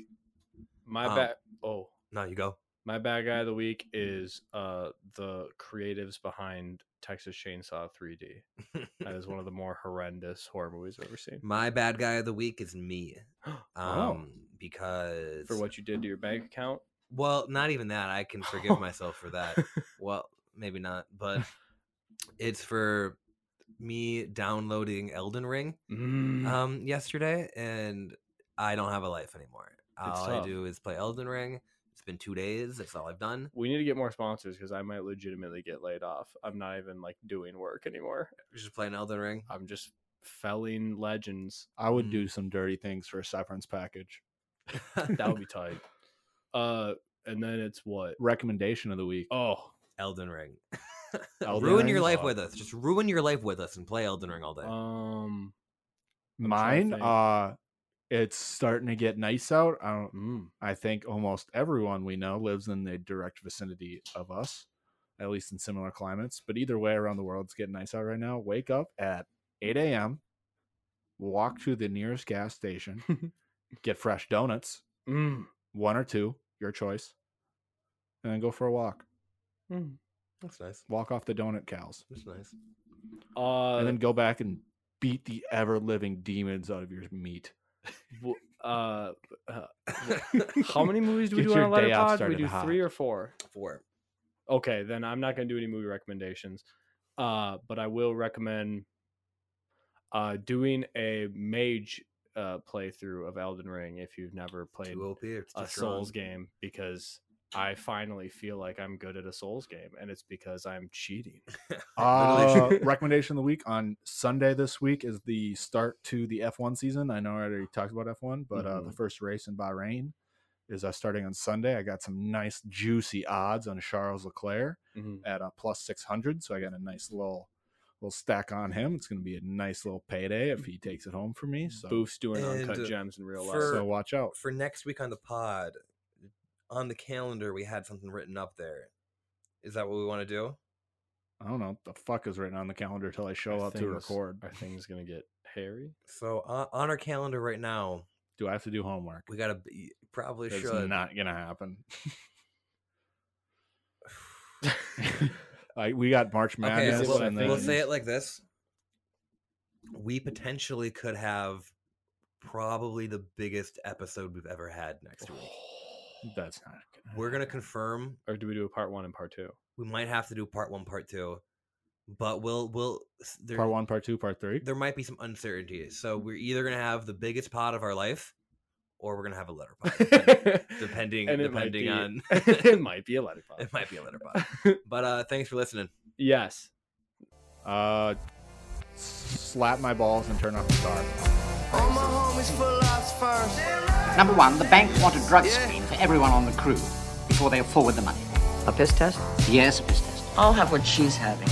[SPEAKER 6] My
[SPEAKER 4] Um,
[SPEAKER 6] bad. Oh,
[SPEAKER 4] No, you go.
[SPEAKER 6] my bad guy of the week is uh the creatives behind Texas Chainsaw 3D. That is one of the more horrendous horror movies I've ever seen. [gasps]
[SPEAKER 4] [laughs] My bad guy of the week is me. Um,
[SPEAKER 5] Oh.
[SPEAKER 4] Because.
[SPEAKER 6] For what you did to your
[SPEAKER 4] [laughs]
[SPEAKER 6] bank account,
[SPEAKER 4] Well, not even that. I can forgive myself for that. Well, maybe not, but it's for me downloading Elden Ring
[SPEAKER 6] [laughs] Mm.
[SPEAKER 4] um, yesterday, and I don't have a life anymore. All I
[SPEAKER 6] tough.
[SPEAKER 4] do is play Elden Ring. It's been two days. That's all I've done.
[SPEAKER 6] we need to get more sponsors because I might legitimately get laid off. I'm not even like doing work anymore.
[SPEAKER 4] Just playing Elden Ring. [laughs]
[SPEAKER 6] I'm just felling legends.
[SPEAKER 5] I would
[SPEAKER 4] Mm.
[SPEAKER 5] do some dirty things for a severance package.
[SPEAKER 6] That would be
[SPEAKER 4] [laughs]
[SPEAKER 6] tight. Uh, and then it's what?
[SPEAKER 5] Recommendation of the week.
[SPEAKER 6] Oh,
[SPEAKER 4] Elden Ring. [laughs]
[SPEAKER 5] Elden
[SPEAKER 4] ruin
[SPEAKER 5] Ring?
[SPEAKER 4] your life
[SPEAKER 5] Fuck.
[SPEAKER 4] with us. Just ruin your life with us and play Elden Ring all day.
[SPEAKER 6] um, I'm trying to
[SPEAKER 5] Mine,
[SPEAKER 6] think.
[SPEAKER 5] uh, it's starting to get nice out. I don't.
[SPEAKER 6] mm,
[SPEAKER 5] I think almost everyone we know lives in the direct vicinity of us, at least in similar climates. But either way, around the world, it's getting nice out right now. Wake up at 8 a.m., walk to the nearest gas station,
[SPEAKER 4] [laughs]
[SPEAKER 5] get fresh donuts,
[SPEAKER 6] mm,
[SPEAKER 5] one or two, your choice, and then go for a walk.
[SPEAKER 6] mm.
[SPEAKER 4] That's nice.
[SPEAKER 5] Walk off the donut cows,
[SPEAKER 4] That's nice.
[SPEAKER 6] Uh,
[SPEAKER 5] and then go back and beat the ever living demons out of your meat.
[SPEAKER 6] w- uh, how many movies do we
[SPEAKER 5] Get
[SPEAKER 6] do on
[SPEAKER 5] your
[SPEAKER 6] a letter
[SPEAKER 5] day off
[SPEAKER 6] pod? We
[SPEAKER 5] started
[SPEAKER 6] do
[SPEAKER 5] hot.
[SPEAKER 6] three or four.
[SPEAKER 4] [laughs] Four.
[SPEAKER 6] Okay, then I'm not going to do any movie recommendations. Uh, but I will recommend uh doing a mage uh playthrough of Elden Ring if you've never played
[SPEAKER 4] Two OP. It's
[SPEAKER 6] a
[SPEAKER 4] just
[SPEAKER 6] Souls
[SPEAKER 4] wrong.
[SPEAKER 6] game because I finally feel like I'm good at a Souls game, and it's because I'm
[SPEAKER 4] [clears throat]
[SPEAKER 6] cheating.
[SPEAKER 5] Uh,
[SPEAKER 4] [laughs] Literally.
[SPEAKER 5] [laughs] recommendation of the week on Sunday this week is the start to the F1 season. I know I already talked about F1, but uh, the first race in Bahrain is uh, starting on Sunday. I got some nice juicy odds on Charles Leclerc at a plus 600, so I got a nice little little stack on him. It's going to be a nice little payday if he takes it home for me. So,
[SPEAKER 6] Boof's doing uncut
[SPEAKER 4] And
[SPEAKER 6] gems in real
[SPEAKER 4] for-
[SPEAKER 5] so
[SPEAKER 6] life.
[SPEAKER 5] watch out.
[SPEAKER 4] [laughs] for next week on the pod, on the calendar, we had something written up there. Is that what we want to do?
[SPEAKER 5] I don't know what the fuck is written on the calendar till I show
[SPEAKER 6] Our
[SPEAKER 5] up to
[SPEAKER 6] things-
[SPEAKER 5] record.
[SPEAKER 6] Our thing's gonna get hairy.
[SPEAKER 4] So on, on our calendar right now,
[SPEAKER 5] Do I have to do homework?
[SPEAKER 4] we gotta be, probably
[SPEAKER 5] It's
[SPEAKER 4] should.
[SPEAKER 5] not going to
[SPEAKER 4] [sighs]
[SPEAKER 5] happen. [laughs] I, we got March
[SPEAKER 4] okay,
[SPEAKER 5] Madness,
[SPEAKER 4] so we'll,
[SPEAKER 5] and then
[SPEAKER 4] we'll say it like this: we potentially could have probably the biggest episode we've ever had next week.
[SPEAKER 5] that's not. Gonna
[SPEAKER 4] We're gonna confirm.
[SPEAKER 6] Or do we do a part one and part
[SPEAKER 4] [laughs]
[SPEAKER 6] two?
[SPEAKER 4] We might have to do part one, part two, but we'll we'll s- there,
[SPEAKER 5] part one, part two, part three.
[SPEAKER 4] there might be some uncertainty. So we're either gonna have the biggest pod of our life, or we're gonna have a letter pod.
[SPEAKER 6] [laughs]
[SPEAKER 4] depending
[SPEAKER 6] And it might
[SPEAKER 4] depending
[SPEAKER 6] be-
[SPEAKER 4] on [laughs]
[SPEAKER 6] it might be a letter
[SPEAKER 4] it
[SPEAKER 6] pod.
[SPEAKER 4] might be a
[SPEAKER 6] [laughs]
[SPEAKER 4] letter pod. But uh, thanks for listening.
[SPEAKER 6] yes.
[SPEAKER 5] Uh, slap my balls and turn off the star.
[SPEAKER 1] All my homies philosophers.
[SPEAKER 3] Number one, the bank want a drug screen for everyone on the crew before they forward the money.
[SPEAKER 7] A piss test?
[SPEAKER 3] Yes, a piss test.
[SPEAKER 7] I'll have what she's having.